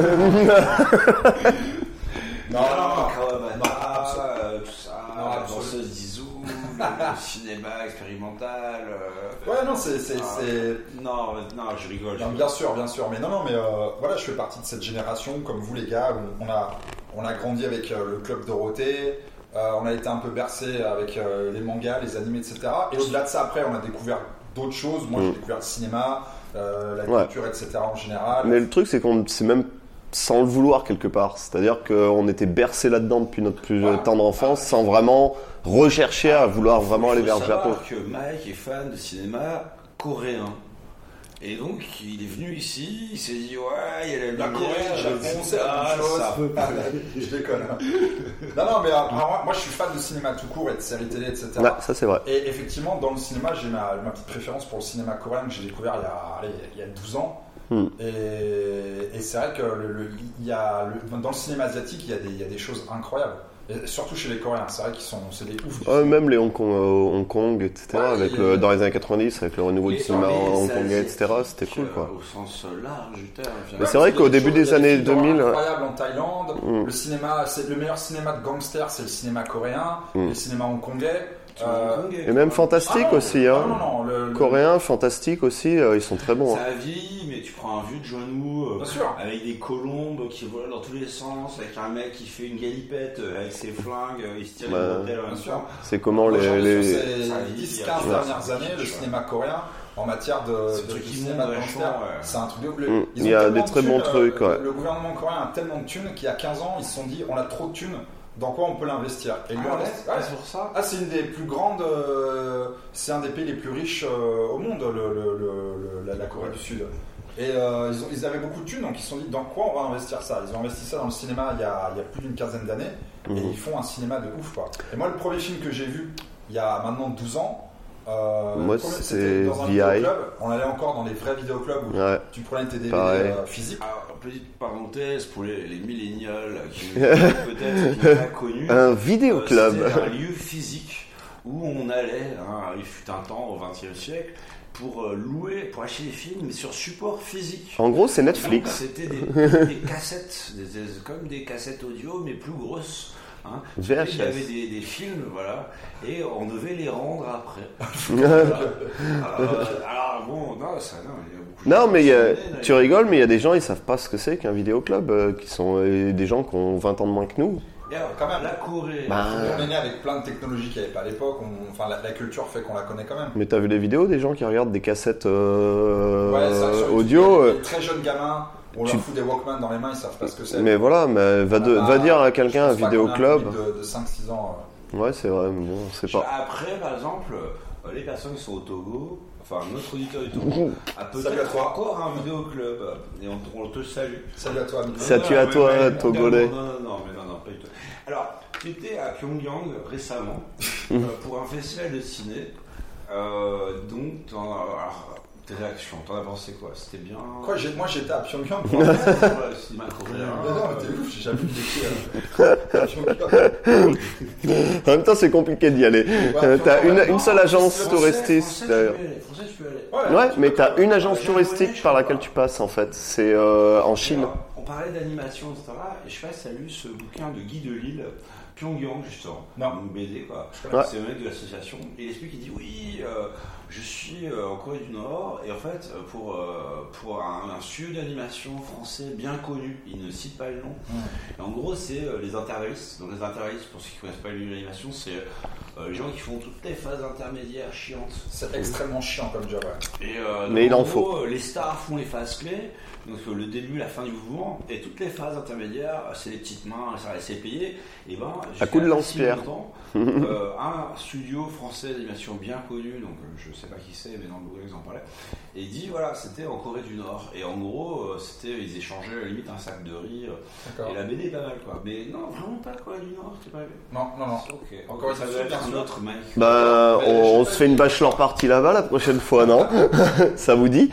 Ah,
non,
Kawabata, euh, tout ça,
Non,
la
absolument.
danseuse d'Izu, le cinéma expérimental. euh,
non. Ouais, non, c'est. c'est-
Ah.
c'est-
Non, euh, non, je rigole. je
Non,
rigole.
bien sûr, bien sûr. Mais non, non, mais euh, voilà, je fais partie de cette génération, comme vous les gars, où on a, on a grandi avec euh, le club Dorothée, euh, on a été un peu bercé avec euh, les mangas, les animés, etc. Et au-delà de ça, après, on a découvert d'autres choses. Moi, j'ai
Mm.
découvert le cinéma, euh, la
Ouais.
culture, etc. en général.
Mais le truc, c'est qu'on ne sait même sans le vouloir quelque part. C'est-à-dire qu'on était bercé là-dedans depuis notre plus tendre enfance sans vraiment rechercher à vouloir vraiment aller vers le Japon.
que Mike est fan de cinéma coréen. Et donc, il est venu ici, il s'est dit, ouais, il y a la
La
lumière,
Corée, le Japon, c'est la
ah,
même chose.
ça peut
Ah,
plus.
je déconne. hein. non, non, mais euh, moi, moi, je suis fan de cinéma tout court et de séries télé, etc.
Ouais, ça c'est vrai.
Et effectivement, dans le cinéma, j'ai ma, ma petite préférence pour le cinéma coréen que j'ai découvert il y, a, allez, il y a 12 ans.
Hmm.
Et, et c'est vrai que le, le- il y a le- dans le cinéma asiatique, il y a des, il y a des choses incroyables. Et surtout chez les Coréens, c'est vrai qu'ils sont c'est des ouf.
Ouais, même les Hong Kong, euh, Hong Kong etc.
Ouais,
avec
il y a-
le, dans les années 90, avec le renouveau
Mais
du cinéma
non, mais
Hong
ça,
Kong,
c'est-
etc. C'était cool quoi.
euh, Au sens large du terme. je
Mais
dirais.
c'est vrai
Il y a
qu'au
des
début
choses- il y a
des années
films
2000,
incroyables en Thaïlande.
Hmm.
Le cinéma, c'est le meilleur cinéma de gangsters, c'est le cinéma coréen,
Hmm.
le cinéma hongkongais.
Tout le
Euh,
monde est-
Et même fantastique
ah non,
aussi,
ah
hein.
non, non, le- le-
Coréens, fantastiques aussi, euh, ils sont très bons. hein.
Ça vieillit, mais tu prends un vieux John Woo euh,
Bien sûr.
avec des colombes qui volent dans tous les sens, avec un mec qui fait une galipette euh, avec ses flingues, euh, il se tire les
Bah,
bretelles en même
Bien sûr.
temps.
C'est comment les,
Aujourd'hui,
les-
sur ces
Ça, il y a-
10-15
il y a-
dernières années, le
Ouais.
cinéma coréen en matière de,
C'est le
de, de
truc qui
cinéma
monte
de
vachement,
gangster,
ouais.
c'est un truc de ouf. Le-
Mm.
ils ont
Il y a
tellement
des
de
très bons
thunes,
trucs,
euh,
ouais.
Le, le gouvernement coréen a tellement de thunes qu'il y a 15 ans, ils se sont dit on a trop de thunes, dans quoi on peut l'investir Et le
Ah ouais,
reste- ouais.
c'est pour ça.
Ah, c'est une des plus grandes. euh, c'est un des pays les plus riches euh, au monde, le, le- le- le- la, la Corée du Sud. Et euh, ils, ont- ils avaient beaucoup de thunes, donc ils se sont dit dans quoi on va investir ça Ils ont investi ça dans le cinéma il y a, il y a plus d'une quinzaine d'années, et
Mhm.
ils font un cinéma de ouf quoi. Et moi, le premier film que j'ai vu il y a maintenant 12 ans, euh,
Moi,
le premier,
c'est
c'était dans un
VI.
vidéoclub. On allait encore dans les vrais vidéoclubs où
Ouais.
tu prenais tes DVD
Pareil.
euh, physiques.
Alors, Ah, petite parenthèse pour les, les millénials qui peut-être qui n'ont pas connu.
Un
euh,
vidéoclub.
C'était un lieu physique où on allait, hein, il fut un temps au XXe siècle, pour euh, louer, pour acheter des films, mais sur support physique.
En gros, c'est
Donc,
Netflix.
C'était des, des cassettes, des- des- comme des cassettes audio, mais plus grosses. hein.
VHS.
Il y avait des, des films, voilà, et on devait les rendre après. Voilà. Euh, alors bon, non, ça, non, il y a beaucoup de
Non,
gens
mais
qui
il y a-
sont nés, là,
tu rigoles, mais il y a des gens, ils savent pas ce que c'est qu'un vidéoclub, euh, qui sont euh, des gens qui ont 20 ans de moins que nous.
Et alors,
Quand même.
la Corée.
Bah,
On est né avec plein de technologies qu'il n'y avait pas à l'époque. On- Enfin, la, la culture fait qu'on la connaît quand même.
Mais t'as vu les vidéos des gens qui regardent des cassettes euh,
Ouais, ça, sur les-
audio
les-
euh,
les très jeunes gamins, on
tu-
leur fout des Walkman dans les mains, ils savent pas ce que c'est.
Mais voilà, mais va, de-
Ah,
va dire à
je
quelqu'un un
pense pas qu'on ait
vidéoclub.
public De, de 5-6 ans. euh,
Ouais, c'est vrai, mais bon, c'est pas.
Après, par exemple, euh, les personnes qui sont au Togo, enfin notre auditeur du Togo, a
Salut à
peut-être
toi.
encore un vidéoclub. Et on, on te salue.
euh, Salut à toi, Miguel.
Ça- Salut à
mais-
toi,
Ah mais-
Togolais.
Non, non, non, mais non, non, pas du tout. Alors, tu étais à Pyongyang récemment euh, pour un festival de ciné. Euh, donc, t'en as- alors, tes réactions, t'en as pensé quoi C'était bien
Quoi, j'ai- moi j'étais à Pyongyang.
Ouais, le cinéma
Mais
coréen,
non, mais
euh,
t'es ouf, j'ai jamais vu de Pyongyang.
En même temps, c'est compliqué d'y aller. Euh, t'as une, une seule agence
Français,
touristique.
Français,
d'ailleurs.
tu peux y aller, Français, tu peux y aller.
Ouais, mais t'as une agence
J'ai un
touristique
voyage,
par
je
laquelle
crois.
tu passes en fait. C'est euh, en Chine.
Alors, on parlait d'animation, etc. Et je sais pas si t'as lu ce bouquin de Guy de Lille, Pyongyang, justement.
Non.
Une BD, quoi.
Ouais.
C'est le mec de l'association. Et il explique, il dit Oui, euh, je suis euh, en Corée du Nord. Et en fait, euh, pour, euh, pour un, un studio d'animation français bien connu, il ne cite pas le nom. Et en gros, c'est euh, les intervallistes. Donc, les intervallistes, pour ceux qui connaissent pas le milieu de l'animation, c'est euh, les gens qui font toutes les phases intermédiaires chiantes.
C'est extrêmement chiant comme job. ouais.
Et, euh,
Mais
donc,
il en
gros, euh, Les stars font les phases clés, donc euh, le début, la fin du mouvement, et toutes les phases intermédiaires, euh, c'est les petites mains, ça reste payé. Et ben, jusqu'à
coup de
il y a
lance-pierre.
si longtemps, euh, un studio français d'animation bien connu, donc euh, je sais pas qui c'est, mais dans le bouquin ils en parlaient, et il dit voilà, c'était en Corée du Nord. Et en gros, euh, c'était, ils échangeaient limite un sac de riz. euh,
D'accord.
Et la BD est pas mal quoi. Mais non, vraiment pas Corée du Nord, c'est pas mal.
Non, non, non.
Ok,
Encore
encore
une
ça
fois,
doit être un
super.
autre mec.
Bah,
Mais je sais
on, on
pas
se fait une bachelor party là-bas la prochaine fois, non Ça vous dit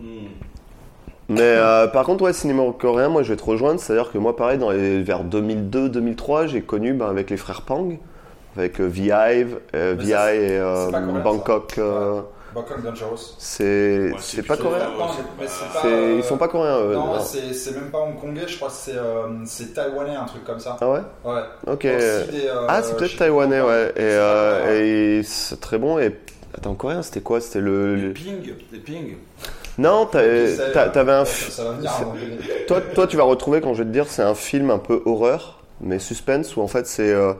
Hmm.
Mais euh, par contre, ouais, cinéma coréen, moi je vais te rejoindre. C'est-à-dire que moi, pareil, dans les, vers 2002-2003, j'ai connu ben, avec les frères Pang, avec euh, Vive, euh,
Mais
VI et
ça,
euh,
c'est pas coréen, ça.
Bangkok. euh,
Bangkok Bah, Dangerous.
c'est
Ouais,
c'est pas
plutôt-
coréen.
ouais, c'est
Mais
pas-
c'est pas-
C'est-
euh,
Ils sont pas coréens, eux.
Non,
non.
c'est c'est même pas hongkongais, je crois que c'est euh, c'est taïwanais, un truc comme ça.
Ah ouais
Ouais.
Ok.
Aussi des, euh,
Ah, c'est
je
peut-être
sais
taïwanais,
pas.
ouais. Et,
C'est pas grave.
euh, et c'est très bon. Et attends, coréen, c'était quoi C'était le.
Les
le-
ping, les ping.
Non, t'as-
Je sais,
t'as-
euh,
t'avais un.
Ça
f-
ça va venir. à un moment donné.
Toi, toi, tu vas retrouver quand je vais te dire, c'est un film un peu horreur, mais suspense où en fait c'est. euh,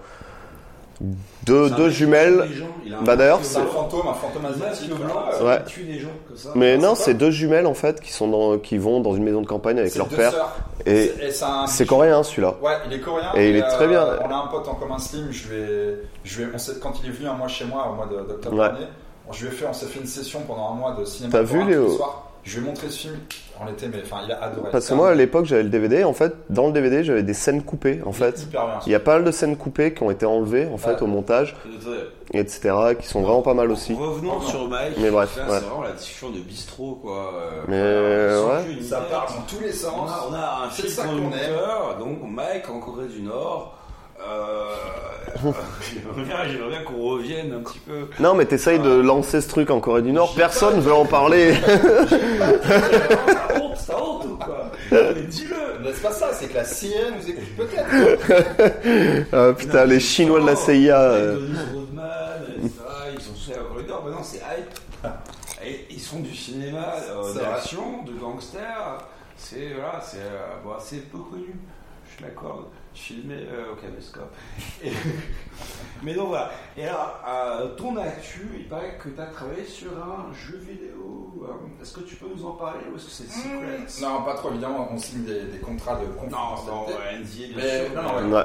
Deux,
C'est un
deux
mec qui
jumelles.
tue des gens, il a un
Bah, d'ailleurs,
masque
C'est un
blanc.
fantôme, un fantôme
Un masque
asiatique.
blanc,
voilà.
ça
Ouais.
tue des gens comme ça.
Mais non,
c'est
c'est
pas-
deux jumelles en fait qui sont dans, qui vont dans une maison de campagne avec
C'est
leur
deux
père.
sœurs.
Et
C'est- c'est un-
c'est coréen celui-là.
Ouais, il est coréen. euh,
Et il est très bien.
On a un pote en commun Slim. Je vais, je vais, on s'est- quand il est venu un mois chez moi au mois de- d'octobre
Ouais.
dernier, je lui ai fait, on s'est fait une session pendant un mois de cinéma.
T'as
coréen
vu, Léo
tous les soirs. Je lui ai montré ce film. On était, mais enfin, il a adoré.
Parce que
C'est
moi à
un-
l'époque j'avais le DVD. En fait, dans le DVD j'avais des scènes coupées en fait.
Hyper bien.
Il y a pas mal de scènes coupées qui ont été enlevées en fait
Ouais.
au montage,
Attendez,
etc. Qui sont vraiment pas mal aussi.
Revenons sur Mike.
Mais bref,
Là,
ouais.
c'est vraiment la discussion de bistrot, quoi. Euh, voilà,
Mais,
on sent
ouais.
plus une
Ça
tête.
part dans tous les
On
sens.
a, on a un
C'est
fil
ça qu'on aime.
conducteur, donc Mike en Corée du Nord. Euh, j'aimerais bien- j'aimerais bien qu'on revienne un petit peu.
Non mais t'essayes de lancer ce truc en Corée du Nord. Personne veut en parler.
ça honte, ça honte ou quoi Mais Dis-le
Mais c'est pas ça, c'est que la CIA nous écoute peut-être.
Ah, putain
Non,
les
mais
Chinois de la
justement,
CIA.
avec
euh,
Dennis Rodman, et ça, ils sont sur la Corée du Nord. Maintenant, Bah c'est hype.
Ah.
Et ils font du cinéma euh,
C'est vrai.
d'action, de gangsters. C'est voilà, c'est euh, bon, c'est peu connu. Je l'accorde. Filmé euh, au caméscope. Et- Mais donc voilà. Et alors, euh, ton actu, il paraît que tu as travaillé sur un jeu vidéo. euh, Est-ce que tu peux nous en parler ou est-ce que c'est secret
non, pas trop, évidemment, on signe des, des contrats
Non,
de
non, ouais,
confidentialité.
NDA, bien
Mais-
sûr.
non, non, ouais.
ouais.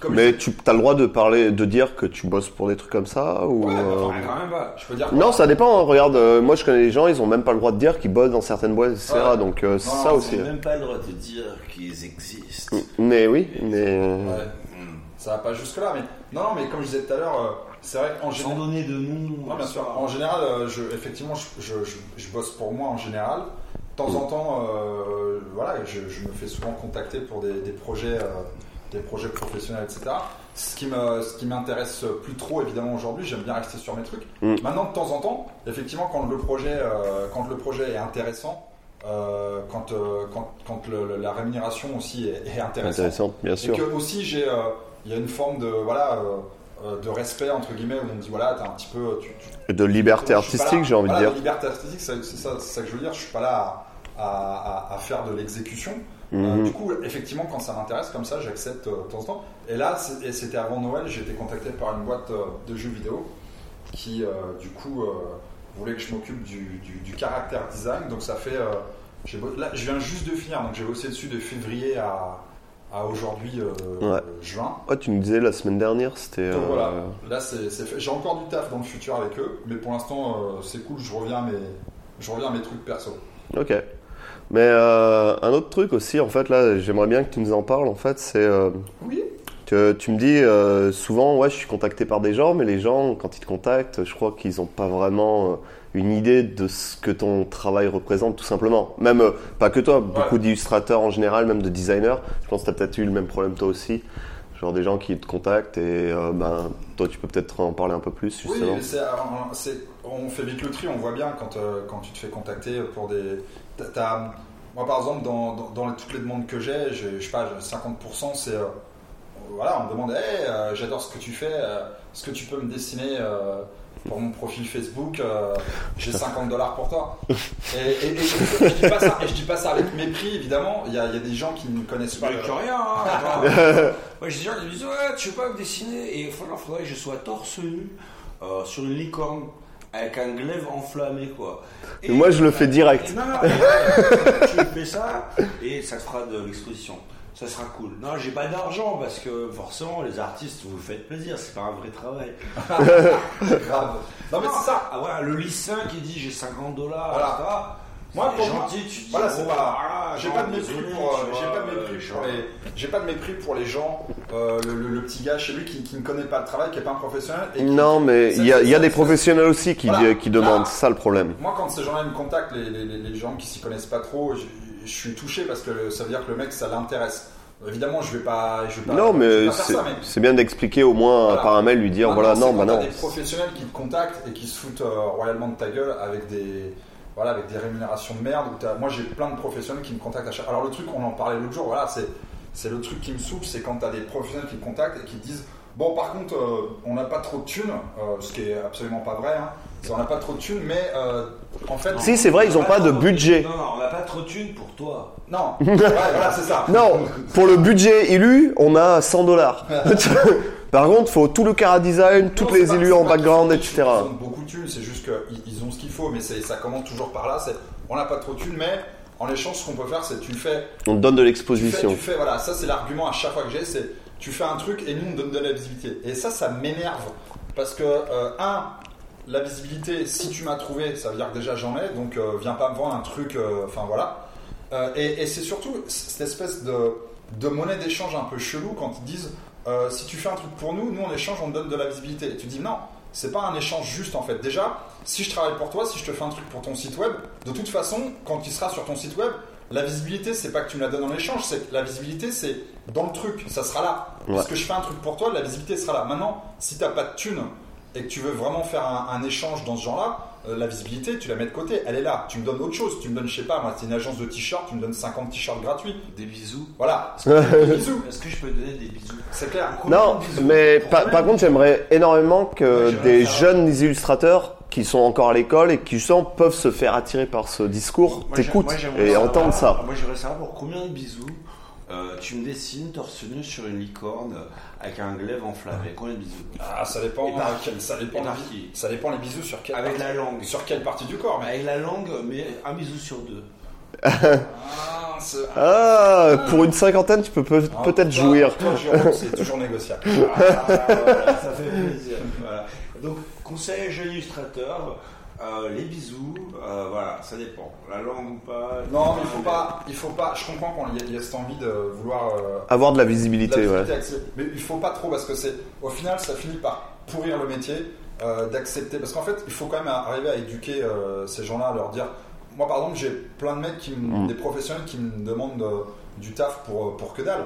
Comme
Mais tu as le droit de parler, de dire que tu bosses pour des trucs comme ça ou
Ouais,
euh,
Ah, quand même pas.
Je peux dire
Non, ça dépend. hein. Regarde, euh, moi je connais des gens, ils ont même pas le droit de dire qu'ils bossent dans certaines boîtes, etc.
Ouais.
Donc euh, c'est ça
non,
aussi. Mm.
Ils n'ont même pas le droit de dire qu'ils existent.
Mais oui, mais
Ouais. Hmm. Ça va pas jusque là, mais non, non, mais comme je disais tout à l'heure, euh, c'est vrai qu'en
Sans
général,
donner de nom.
Ouais, Ah, bien sûr. en général, euh, je, effectivement, je, je- je- je bosse pour moi en général. De temps en temps, euh, voilà, je, je me fais souvent contacter pour des, des projets, euh, des projets professionnels, etc. Ce qui me, ce qui m'intéresse plus trop évidemment aujourd'hui, j'aime bien rester sur mes trucs.
Mm.
Maintenant, de temps en temps, effectivement, quand le projet, euh, quand le projet est intéressant. euh, quand euh, quand, quand le- le- la rémunération aussi est, est intéressante,
euh, intéressante, bien
et que
sûr.
aussi j'ai, euh, il y a une forme de voilà euh, euh, de respect entre guillemets où on dit voilà t'as un petit peu, tu, tu-
Et De liberté
je suis pas
artistique,
là-
j'ai envie de
voilà,
dire.
la liberté artistique, c'est c'est ça, c'est ça que je veux dire. Je suis pas là à, à- à- à faire de l'exécution. Euh,
Mhm.
du coup, effectivement, quand ça m'intéresse comme ça, j'accepte euh, de temps en temps. Et là, c'est- et c'était avant Noël, j'ai été contacté par une boîte euh, de jeux vidéo qui, euh, du coup, euh, voulait que je m'occupe du, du- du caractère design. Donc ça fait, euh, j'ai bo- là, je viens juste de finir, donc j'ai bossé dessus de février à, à aujourd'hui euh,
Ouais.
juin.
Ouais, tu nous disais la semaine dernière, c'était.
Donc
euh,
voilà, là c'est c'est fait. J'ai encore du taf dans le futur avec eux, mais pour l'instant euh, c'est cool, je reviens à mes, je reviens à mes trucs perso.
Ok. Mais euh, un autre truc aussi, en fait, là, j'aimerais bien que tu nous en parles. En fait, c'est euh,
Oui.
que tu me dis euh, souvent, ouais, je suis contacté par des gens, mais les gens, quand ils te contactent, je crois qu'ils n'ont pas vraiment euh, une idée de ce que ton travail représente, tout simplement. Même euh, pas que toi, beaucoup d'illustrateurs en général, même de designers. Je pense que tu as peut-être eu le même problème toi aussi. Genre des gens qui te contactent et euh, ben toi, tu peux peut-être en parler un peu plus
Oui,
justement.
c'est- alors, c'est- on fait vite le tri, on voit bien quand, euh, quand tu te fais contacter pour des. t'as- t'as- moi par exemple, dans, dans- dans les- toutes les demandes que j'ai, j'ai- je sais pas, j'ai 50% c'est. euh, voilà, on me demande, Hey, euh, j'adore ce que tu fais, euh, est-ce que tu peux me dessiner euh, pour mon profil Facebook euh, J'ai 50 dollars pour toi. Et, et- et- et je, dis pas ça, et je dis pas ça avec mépris, évidemment, il y a, il y a des gens qui ne connaissent pas.
Pas
le-
que rien, hein, attends. Moi, j'ai des gens qui me disent Ouais, tu sais pas me dessiner. Et il faudrait, faudrait que je sois torse nu euh, sur une licorne avec un glaive enflammé, quoi. Et
Moi, je le fais direct.
Et non, non, mais, tu fais ça et ça te fera de l'exposition. Ça sera cool. Non, j'ai pas d'argent parce que forcément, les artistes, vous faites plaisir. C'est pas un vrai travail.
Grave. Non mais c'est ça.
Ah, voilà, le lycin qui dit j'ai 50 dollars,
Voilà. Moi, pour moi,
gentil, tu dis,
voilà, c'est
oh,
pas-
voilà,
J'ai
non,
pas de mépris
désolé,
pour, euh,
tu
j'ai
vois,
pas de mépris
euh,
pour
genre,
les, j'ai pas de mépris pour les gens. euh, le, le- le petit gars chez lui qui, qui ne connaît pas le travail, qui est pas un professionnel. et qui-
Non, mais
Ça,
il y a, il y a
ça,
des
ça,
professionnels aussi qui,
Voilà.
qui demandent,
Ah.
c'est ça le problème.
Moi, quand ces gens-là me contactent, les, les- les- les gens qui s'y connaissent pas trop, je, je suis touché parce que ça veut dire que le mec, ça l'intéresse. Évidemment, je vais pas, je vais pas.
non,
je vais
mais
pas faire
c'est
ça, mais
c'est bien d'expliquer au moins
Voilà.
par un mail, lui dire
Maintenant,
voilà,
Ah, c'est
non,
quand
bah
t'as
non.
des professionnels qui te contactent et qui se foutent euh, royalement de ta gueule avec des voilà avec des rémunérations de merde. où t'as- moi j'ai plein de professionnels qui me contactent à chaque. Alors le truc, on en parlait l'autre jour. Voilà, c'est c'est le truc qui me souffle, c'est quand t'as des professionnels qui te contactent et qui te disent bon par contre euh, on n'a pas trop de thunes, euh, ce qui est absolument pas vrai. hein. C'est- on n'a pas trop de thunes, mais euh, en fait
Si, c'est vrai, ils
Bah
ont pas de
trop-
budget.
Non, non, on n'a pas trop de thunes pour toi.
non. Ouais, voilà, c'est ça.
Non, pour le budget élu, on a 100 dollars. Par contre, faut tout le cara design, toutes
Non, c'est
les
pas-
élus
c'est
en
pas qu'ils
background,
ont-
etc.
Ils ont beaucoup de thunes, c'est juste qu'ils ils ont ce qu'il faut, mais c'est- ça commence toujours par là. c'est On n'a pas trop de thunes, mais en échange, ce qu'on peut faire, c'est tu fais.
On te donne de
Tu fais,
l'exposition.
tu fais- voilà, ça c'est l'argument à chaque fois que j'ai, c'est tu fais un truc et nous on donne de la visibilité. Et ça, ça m'énerve parce que euh, un, la visibilité, si tu m'as trouvé, ça veut dire que déjà j'en ai, donc euh, viens pas me vendre un truc, euh, enfin voilà. Euh, et et c'est surtout cette espèce de, de monnaie d'échange un peu chelou quand ils disent euh, si tu fais un truc pour nous, nous on échange, on te donne de la visibilité. Et tu dis non, c'est pas un échange juste en fait. Déjà, si je travaille pour toi, si je te fais un truc pour ton site web, de toute façon, quand il sera sur ton site web, la visibilité, c'est pas que tu me la donnes en échange, c'est que la visibilité, c'est dans le truc, ça sera là. Parce
Ouais.
que je fais un truc pour toi, la visibilité sera là. Maintenant, si t'as pas de thune et que tu veux vraiment faire un, un échange dans ce genre-là, euh, la visibilité, tu la mets de côté, elle est là. Tu me donnes autre chose, tu me donnes, je sais pas, moi, c'est une agence de t-shirts, tu me donnes 50 t-shirts gratuits.
Des bisous.
Voilà, Des bisous,
Est-ce que je peux te donner des bisous
c'est clair.
Non, mais par, par contre, j'aimerais énormément que
Ouais, j'aimerais
des
ça.
jeunes illustrateurs qui sont encore à l'école et qui, je sens, peuvent se faire attirer par ce discours,
Moi, j'ai-
t'écoutent
moi, j'aimerais
et
savoir- Ah,
entendent ça.
Moi j'aimerais savoir pour combien de bisous euh, tu me dessines torse nu sur une licorne euh, avec un glaive enflammé. Combien de bisous
Ah, ça dépend,
Et par
euh, quel- ça, dépend
Et par
les-
qui
ça dépend les bisous sur quelle,
Avec
partie,
la langue.
sur quelle partie du corps, mais.
Avec la langue, mais un bisou sur deux.
Ah, c'est-
Ah, pour une cinquantaine, tu peux peut-
Ah,
peut-être
toi-
jouir.
toi, Jérôme, c'est toujours négociable. Ah,
Ça fait plaisir. Voilà. Donc, conseil jeune illustrateur, euh, les bisous, euh, voilà, ça dépend. La langue ou pas.
Non, mais il faut pas, il faut pas. Je comprends qu'on il y, a cette envie de vouloir euh,
Avoir de la
de la
visibilité, ouais.
visibilité, accepter. mais il faut pas trop parce que c'est, au final, ça finit par pourrir le métier euh, d'accepter. Parce qu'en fait, il faut quand même arriver à éduquer euh, ces gens-là, à leur dire. Moi, par exemple, j'ai plein de mecs qui, me-
Mm.
des professionnels qui me demandent euh, du taf pour euh, pour que dalle.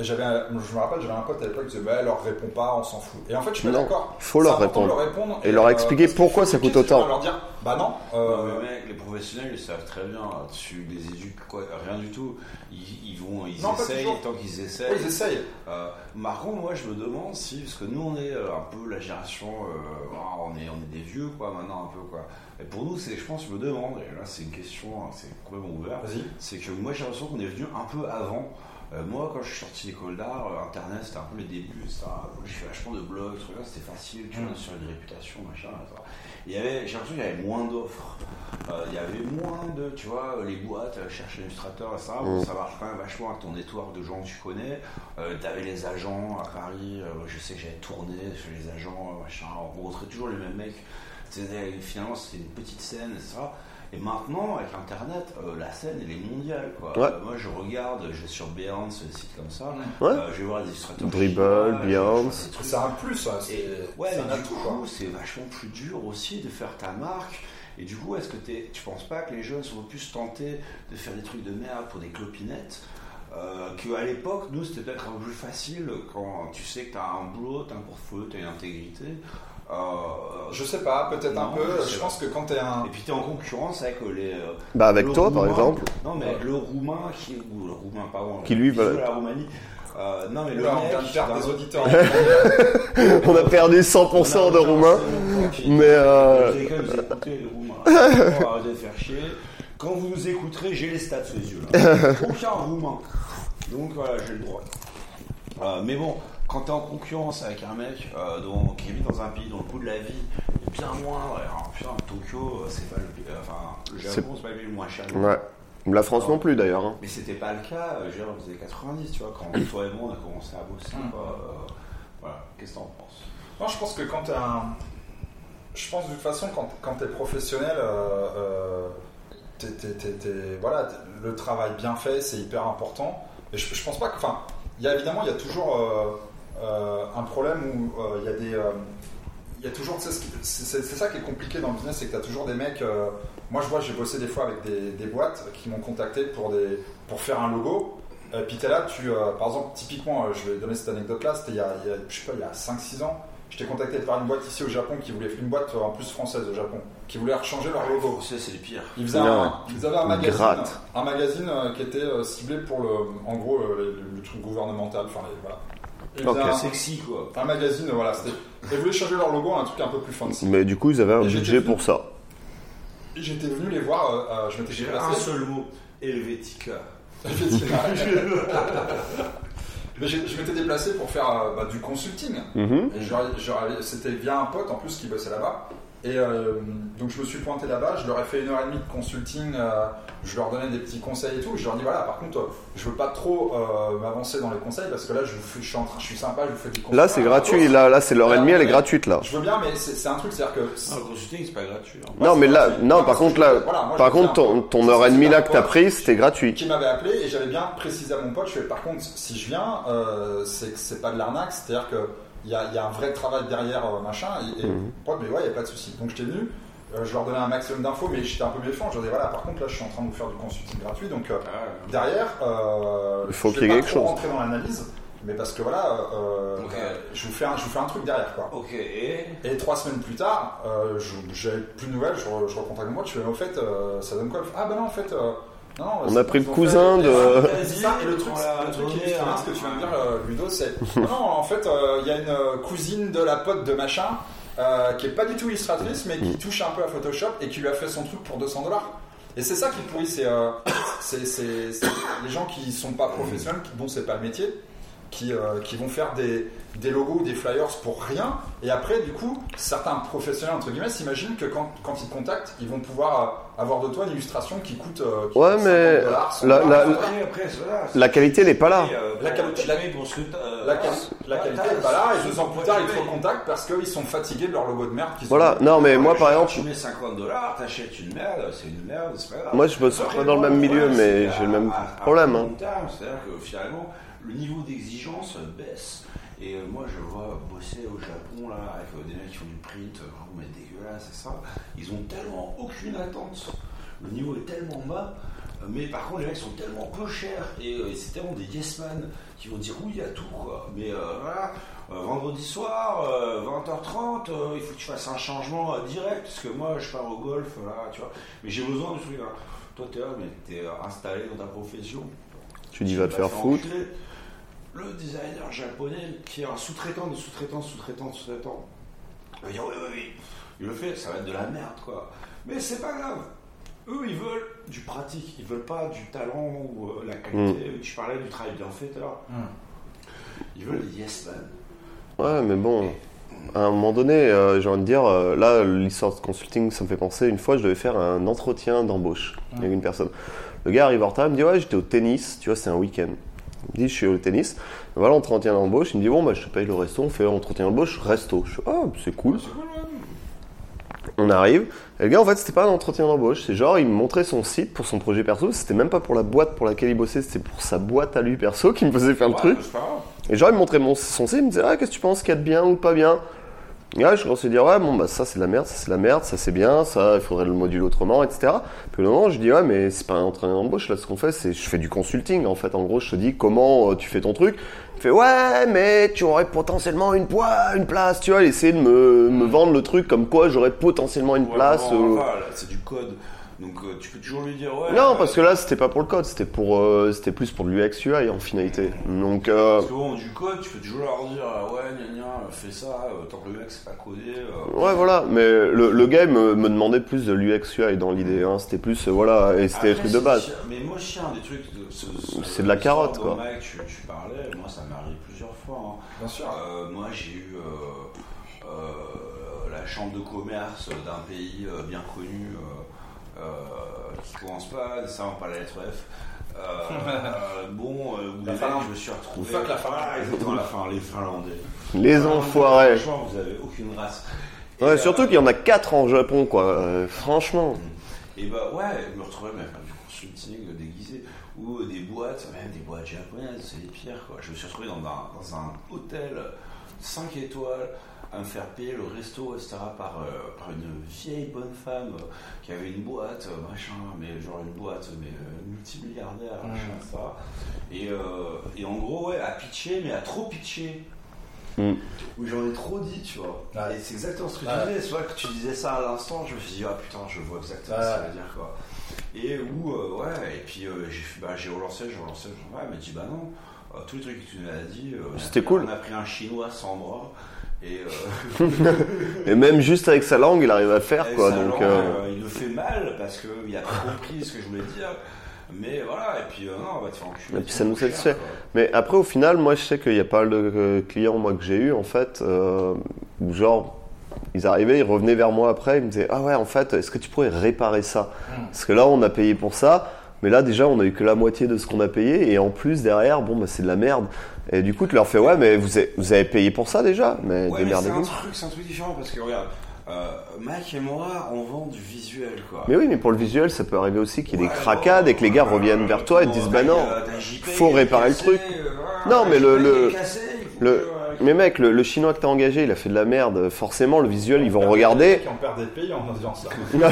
Et j'avais, un- je me rappelle, j'avais un pote à l'époque qui disait, bah, leur répond pas, on s'en fout. Et en fait, je suis pas
Non,
d'accord.
faut
C'est
leur
important de
répondre. Et
euh,
leur expliquer
parce qu'il faut
pourquoi ça
éduquer
coûte
ces gens,
autant.
Leur dire, bah non.
Non,
euh,
mais mec, les professionnels ils savent très bien, tu les éduques quoi, rien du tout. Ils, ils vont, ils
Non, pas
essayent,
toujours.
tant qu'ils
ouais,
essayent.
ils essayent.
Euh, par contre, moi, je me demande si, parce que nous, on est euh, un peu la génération, euh, ah, on est, on est des vieux, quoi, maintenant un peu, quoi. Et pour nous, c'est, je pense, je me demande, et là, c'est une question, hein, c'est complètement ouvert,
Vas-y.
c'est que moi, j'ai l'impression qu'on est venu un peu avant. Euh, moi, quand je suis sorti d'école d'art, euh, Internet, c'était un peu les débuts, c'était un- j'ai fait vachement de blogs, ce truc-là, c'était facile, tu vois, sur une réputation, machin, etc. Il y avait, j'ai l'impression qu'il y avait moins d'offres. Euh, il y avait moins de, tu vois, les boîtes, euh, chercher l'illustrateur, etc.
Mm.
Bon, ça marche quand même vachement avec ton network de gens que tu connais. Euh, T'avais les agents à Paris, euh, je sais que j'avais tourné chez les agents, euh, machin, on rencontrait toujours les mêmes mecs. C'était- Finalement, c'était une petite scène, etc. Et maintenant, avec Internet, euh, la scène, elle est mondiale. Quoi.
Ouais.
Euh, moi, je regarde, je vais sur Behance, des sites comme ça.
Ouais.
Euh, je vais voir des illustrateurs.
Dribble,
chinois, je- je
Behance.
vois des trucs.
C'est un plus, ça. c'est-
Et, ouais,
euh, c'est un
mais du
atout, quoi.
coup, c'est vachement plus dur aussi de faire ta marque. Et du coup, est-ce que t'es- tu penses pas que les jeunes sont plus tentés de faire des trucs de merde pour des clopinettes euh, que à l'époque, nous, c'était peut-être un peu plus facile quand tu sais que t'as un boulot, t'as un portfolio, t'as une intégrité. Euh,
Je sais pas, peut-être un
Non,
peu.
je sais
Je,
pas.
pense que quand t'es un.
Et puis t'es en concurrence avec euh, les. euh,
Bah, avec
le
toi, par
Roumain-
exemple.
Non, mais avec le Roumain qui. Ou le Roumain, pardon.
Qui, lui,
bisous
va-
à la Roumanie. Euh, non, mais le.
Là, on
mec,
vient de perdre
d'un-
des auditeurs.
On a perdu
On a
100% de
aucun
Roumains.
seul, qui-
mais, euh,
Vous avez quand même vous écoutez les Roumains. Bon, arrêtez de faire chier. Quand vous nous écouterez, j'ai les stats sous les yeux. là. Aucun Roumain. Donc voilà, j'ai le droit. Euh, mais bon, quand t'es en concurrence avec un mec euh, dont- qui vit dans un pays dont le coût de la vie est bien moindre, alors, putain, Tokyo, euh, c'est pas le, pays- euh, enfin, le Japon, c'est pas le pays le moins cher.
Ouais. La France non plus, d'ailleurs. hein.
Mais c'était pas le cas, euh, je veux dire, dans les années 90, tu vois, quand toi et moi on a commencé à bosser. quoi, euh, voilà, qu'est-ce que t'en penses
Non, je pense que quand t'es un. Je pense de toute façon, quand, quand t'es professionnel, euh, euh, t'es- t'es- t'es- t'es- voilà, t'es- le travail bien fait, c'est hyper important. Et je, je pense pas que. Enfin, il y a évidemment, il y a toujours euh, euh, un problème où euh, il y a des. euh, il y a toujours, tu sais, ce qui- c'est c'est- c'est ça qui est compliqué dans le business, c'est que tu as toujours des mecs. euh, moi, je vois, j'ai bossé des fois avec des, des boîtes qui m'ont contacté pour, des, pour faire un logo. Et puis t'es là, tu, euh, par exemple, typiquement, euh, je vais donner cette anecdote-là, c'était il y a, il y a, je sais pas, il y a 5-6 ans. Je t'ai contacté par une boîte ici au Japon qui voulait une boîte euh, en plus française au Japon qui voulait rechanger leur
Les
logo.
Français, c'est le pire.
Ils, faisaient
Ouais.
un, ils avaient un magazine,
Gratte.
un magazine euh, qui était euh, ciblé pour le, en gros euh, le, le truc gouvernemental. Enfin, les- voilà. Ils
Ok.
faisaient
Sexy, quoi.
un, un magazine, voilà. c'était- Ils voulaient changer leur logo à un truc un peu plus fancy.
Mais du coup, ils avaient un
Et j'étais
budget
venu.
pour ça.
J'étais venu les voir, euh, euh, je m'étais
J'ai
fait
un
passer. Ah,
seul mot, Helvetica.
Effectivement. Mais j'ai- je m'étais déplacé pour faire euh, bah, du consulting.
Mhm.
Et j'aurais- j'aurais- C'était via un pote en plus qui bossait là-bas. Et euh, donc je me suis pointé là-bas, je leur ai fait une heure et demie de consulting, euh, je leur donnais des petits conseils et tout. Je leur dis voilà, par contre, euh, je veux pas trop euh, m'avancer dans les conseils parce que là, je, vous fais- je suis, en train- je suis sympa, je vous fais des conseils.
Là, c'est gratuit. Là, là c'est l'heure et demie, elle est gratuite, là.
Je veux bien, mais c'est c'est un truc, c'est-à-dire que.
Non, le consulting, Ah, c'est pas gratuit. hein.
Non, mais là, non, par contre, là,
Voilà, moi, Ah, je
par
veux
contre,
bien.
ton, ton
Ça,
heure et
c'est
demie
pas
là que t'as
moi.
pris, c'était gratuit.
qui m'avait appelé et j'avais bien précisé à mon pote, je fais par contre, si je viens, euh, c'est que c'est pas de l'arnaque, c'est-à-dire que il y a, il y a un vrai travail derrière, euh, machin, et, et
Mhm.
mon pote, mais ouais, il n'y a pas de souci. Donc j'étais venu, euh, je leur donnais un maximum d'infos, mais j'étais un peu méfiant, je leur disais, voilà, par contre, là, je suis en train de vous faire du consulting gratuit, donc euh,
Ah,
derrière, euh,
Il faut
je
qu'il y
vais
ait
pas
quelque
trop
chose.
rentrer dans l'analyse, mais parce que voilà, euh,
Ok.
euh, je, vous fais un, je vous fais un truc derrière, quoi.
Ok, et
Et trois semaines plus tard, euh, je- j'avais plus de nouvelles, je, re- je recontacte moi, je fais mais au fait, euh, ça donne quoi Ah bah non, en fait, euh, non,
On
c'est
a pris
ils
le
ont
cousin
fait-
de-
C'est ça, et le truc, le truc qui est extraordinaire, ce que tu vas me dire, euh, Ludo, c'est non, en fait, euh, il y a une euh, cousine de la pote de machin euh, qui est pas du tout illustratrice, mais
Mm.
qui touche un peu à Photoshop et qui lui a fait son truc pour 200 dollars. Et c'est ça qui pourrit, c'est euh, c'est- c'est- c'est les gens qui sont pas professionnels, qui- dont c'est pas le métier, qui, euh, qui vont faire des, des logos ou des flyers pour rien. Et après, du coup, certains professionnels, entre guillemets, s'imaginent que quand, quand ils te contactent, ils vont pouvoir euh, avoir de toi une illustration qui coûte. euh, qui
Ouais,
coûte
mais
50 dollars, 100
la-
dollars.
la-
Ah, Après, après, voilà.
La qualité, elle est pas là.
Et, euh,
La
pour-
qualité- la-
pour ce que t'as, euh,
La, quali- la
t'as-
qualité
t'as-
est pas là et deux ans
ce
plus tard ils
que
te
tu payes.
recontactent parce qu'ils sont fatigués de leur logo de merde. qu'ils
Voilà.
ont-
Non, mais moi, par
Tu
exemple,
mets 50 dollars, t'achètes une merde, c'est une merde, c'est pas grave.
Moi, je bosse
Après,
pas dans le même milieu,
problème,
mais
c'est
j'ai le
qu'à-
même
à- à
problème, hein.
long terme, C'est-à-dire que finalement, le niveau d'exigence baisse. Et euh, moi, je vois bosser au Japon, là, avec euh, des mecs qui font du print, euh, vraiment, mais dégueulasse, c'est ça. Ils ont tellement aucune attente. Le niveau est tellement bas. euh, Mais par contre, les mecs sont tellement peu chers et, euh, c'est tellement des yes man qui vont dire oui à tout quoi. Mais euh, voilà, euh, vendredi soir, euh, 20h30, euh, il faut que tu fasses un changement euh, direct parce que moi je pars au golf là, tu vois. Mais j'ai besoin de truc. Hein. Toi t'es là, mais t'es euh, installé dans ta profession.
tu dis va te
vas
faire foutre.
enculer. Le designer japonais qui est un sous-traitant de sous-traitant, sous-traitant, sous-traitant. Il va dire oui, oui, oui. Il le fait, ça va être de la merde, quoi. Mais c'est pas grave. Eux, ils veulent du pratique. Ils veulent pas du talent ou euh, la qualité.
Mm.
Tu parlais du travail bien fait tout à l'heure. Ils veulent des yes man.
Ouais, mais bon, à un moment donné, euh, j'ai envie de dire, euh, là, l'histoire de consulting, ça me fait penser, une fois, je devais faire un entretien d'embauche avec une personne. Le gars arrive en retard, il me dit, ouais, j'étais au tennis, tu vois, c'est un week-end. Il me dit, je suis au tennis. Voilà, entretien d'embauche. Il me dit, bon, bah, je te paye le resto, on fait entretien d'embauche, resto. Je fais, ah, c'est cool. On arrive. Et le gars, en fait, c'était pas un entretien d'embauche. C'est genre, il me montrait son site pour son projet perso. C'était même pas pour la boîte pour laquelle il bossait, c'était pour sa boîte à lui perso qui me faisait faire le
Ouais,
truc.
c'est pas grave.
Et genre, il me montrait mon, son site, il me disait, ah, qu'est-ce que tu penses qu'il y a de bien ou pas bien Et là, je commençais à dire, ouais, bon, bah, ça, c'est de la merde, ça, c'est de la merde, ça, c'est bien, ça, il faudrait le moduler autrement, etc. Puis au moment, je dis, ouais, mais c'est pas un entraînement d'embauche, là, ce qu'on fait, c'est, je fais du consulting, en fait. En gros, je te dis, comment euh, tu fais ton truc Il fait, ouais, mais tu aurais potentiellement une, poi- une place, tu vois, il essayait de me, me vendre le truc comme quoi j'aurais potentiellement une
Hmm. Ouais,
place.
bon,
euh,
voilà, c'est du code. Donc euh, tu peux toujours lui dire ouais.
Non, parce que là, c'était pas pour le code, c'était pour, euh, c'était plus pour l'UX UI en finalité. Donc, euh,
Parce que bon, du code, tu peux toujours leur dire ah ouais, gna gna, fais ça, euh, tant que le mec c'est pas codé. euh,
Ouais, voilà, mais le, le gars il me, me demandait plus de l'UX UI dans l'idée, hein. c'était plus, euh, voilà, et
Après,
c'était les trucs de
c'est
base.
chi- Ah, Mais moi, chien, des trucs. de- ce- ce-
C'est de la
l'histoire
carotte, quoi.
dont, Mec, tu, tu parlais, moi, ça m'est arrivé plusieurs fois. hein.
Bien sûr.
Euh, moi, j'ai eu euh, euh, la chambre de commerce d'un pays euh, bien connu euh, euh, qui commence pas nécessairement par la lettre F. Euh, euh, bon, euh, où
La
les mecs,
Finlande.
je me suis retrouvé.
Fuck la Finlande.
Ah, exactement, la Finlande, les Finlandais.
Les enfoirés.
Ah, Franchement, vous avez aucune race. Et,
Ouais,
euh,
surtout qu'il y en a quatre en Japon, quoi, euh, franchement.
Et bah ouais, je me retrouvais même à faire du consulting déguisé ou des boîtes, même des boîtes japonaises, c'est les pires quoi. Je me suis retrouvé dans un, dans un hôtel 5 étoiles à me faire payer le resto, etc. par, euh, par une vieille bonne femme euh, qui avait une boîte, euh, machin, mais genre une boîte, mais euh, multimilliardaire, machin, ça. Et, euh, et en gros, ouais, à pitcher, mais à trop pitcher.
Mm.
Oui, j'en ai trop dit, tu vois.
Ouais.
Et c'est exactement ce que
Ouais.
tu disais. C'est vrai que tu disais ça à l'instant, je me suis dit, ah putain, je vois exactement
Ouais.
ce que ça veut dire, quoi. Et où, euh, ouais, et puis euh, j'ai fait- bah, j'ai relancé, j'ai relancé, j'ai relancé, elle m'a dit, bah non, euh, tous les trucs que tu nous as dit, euh, on a
C'était
pris-
cool.
On a pris un chinois sans bras, et euh,
Et même juste avec sa langue, il arrive à faire,
avec
quoi,
sa
donc...
langue,
euh,
euh, il le fait mal parce qu'il a pas compris ce que je voulais dire. Mais voilà, et puis euh, non, on va te faire enculer.
Et puis
c'est
ça nous
trop cher,
satisfait.
quoi.
Mais après, au final, moi, je sais qu'il y a pas mal de euh, clients, moi, que j'ai eu, en fait, euh, où genre, ils arrivaient, ils revenaient vers moi après, ils me disaient, ah ouais, en fait, est-ce que tu pourrais réparer ça Parce que là, on a payé pour ça, mais là, déjà, on a eu que la moitié de ce qu'on a payé, et en plus, derrière, bon, bah, c'est de la merde. Et du coup, tu leur fais, ouais, mais vous avez, vous avez payé pour ça déjà, mais
Ouais, mais c'est un
démerdez-vous.
truc, c'est un truc différent parce que regarde, euh, Mike et moi, on vend du visuel quoi.
Mais oui, mais pour le visuel, ça peut arriver aussi qu'il y ait
Ouais,
des cracades et que les gars
bon,
reviennent
euh,
vers toi et te
bon,
disent, bah
t'as-
non,
euh, t'as JP,
faut
il est
réparer le
cassé,
truc.
euh, voilà,
Non, mais
JP,
le-
il
le-
est cassé, il faut
Le...
que-
Mais mec, le, le chinois que t'as engagé, il a fait de la merde. Forcément, le visuel, ils vont regarder.
Qui en perd des pays en audience là.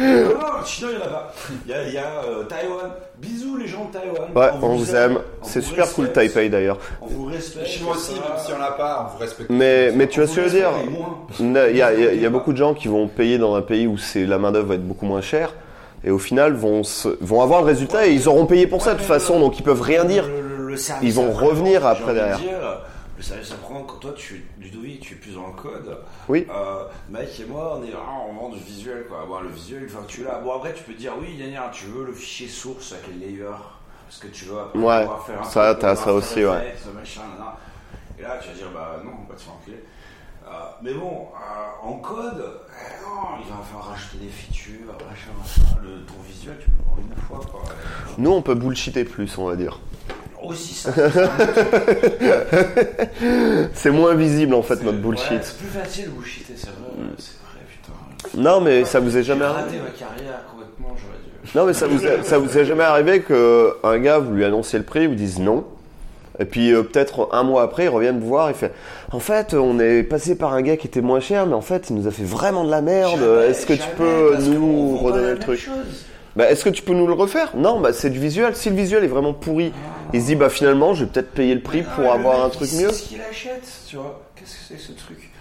Non, non, le Chinois, il y en a pas. Il y a, il y a, euh, Taïwan. Bisous les gens de Taïwan.
Ouais, on vous aime. C'est
vous
super cool
respecte,
Taipei d'ailleurs.
On vous respecte.
Les Chinois aussi,
ça.
même si on l'a pas, on vous respecte.
Mais, mais tu
On
vois ce
vous
que je veux dire
respecte, mais moins.
Il y a, il y a- il y a beaucoup de gens qui vont payer dans un pays où c'est la main-d'œuvre va être beaucoup moins chère. Et au final, vont, se- vont avoir le résultat et ils auront payé pour ça de toute façon, donc ils peuvent rien dire.
Le- le- le service
Ils vont
après,
revenir
j'ai
après
envie de
derrière.
dire, le service après, quand toi, tu, Ludovic, tu es plus dans le code.
Oui.
Euh, Mike et moi, on est ah, on vend du visuel, quoi. Bon, le visuel, enfin, tu l'as. Bon, après, tu peux dire, oui, gna, gna, tu veux le fichier source avec les layers. Parce que tu veux après
Ouais,
pouvoir faire un
ça,
truc
t'as
comme
ça
After
aussi, ouais.
Effects, machin, nana. Et là, tu vas dire, bah non, on va te faire enculer. Euh, mais bon, euh, en code, eh non, il va falloir rajouter des features, machin, machin. Le, ton visuel, tu peux le prendre une fois, quoi.
Nous, on peut bullshiter plus, on va dire.
Aussi, ça.
C'est moins visible en fait
C'est-
notre
ouais,
bullshit.
c'est plus facile de bullshiter, c'est vrai. C'est vrai, putain.
Non, mais ça vous est jamais
J'ai
arrivé.
raté ma carrière complètement, j'aurais dû.
Non, mais ça vous, est, ça vous est jamais arrivé qu'un gars, vous lui annonciez le prix, il vous dise non. Et puis euh, peut-être un mois après, il revient me voir et fait En fait, on est passé par un gars qui était moins cher, mais en fait, il nous a fait vraiment de la merde.
Jamais,
Est-ce que tu
jamais,
peux
parce qu'on
nous
vend pas la
redonner le
même
truc
chose.
bah, Est-ce que tu peux nous le refaire Non, bah, c'est du visuel. Si le visuel est vraiment pourri, il se dit Bah finalement, je vais peut-être payer le prix
Ah,
pour
le
avoir
mec,
un
il
truc
sait
mieux.
ce qu'il achète, tu vois. Qu'est-ce que c'est que ce truc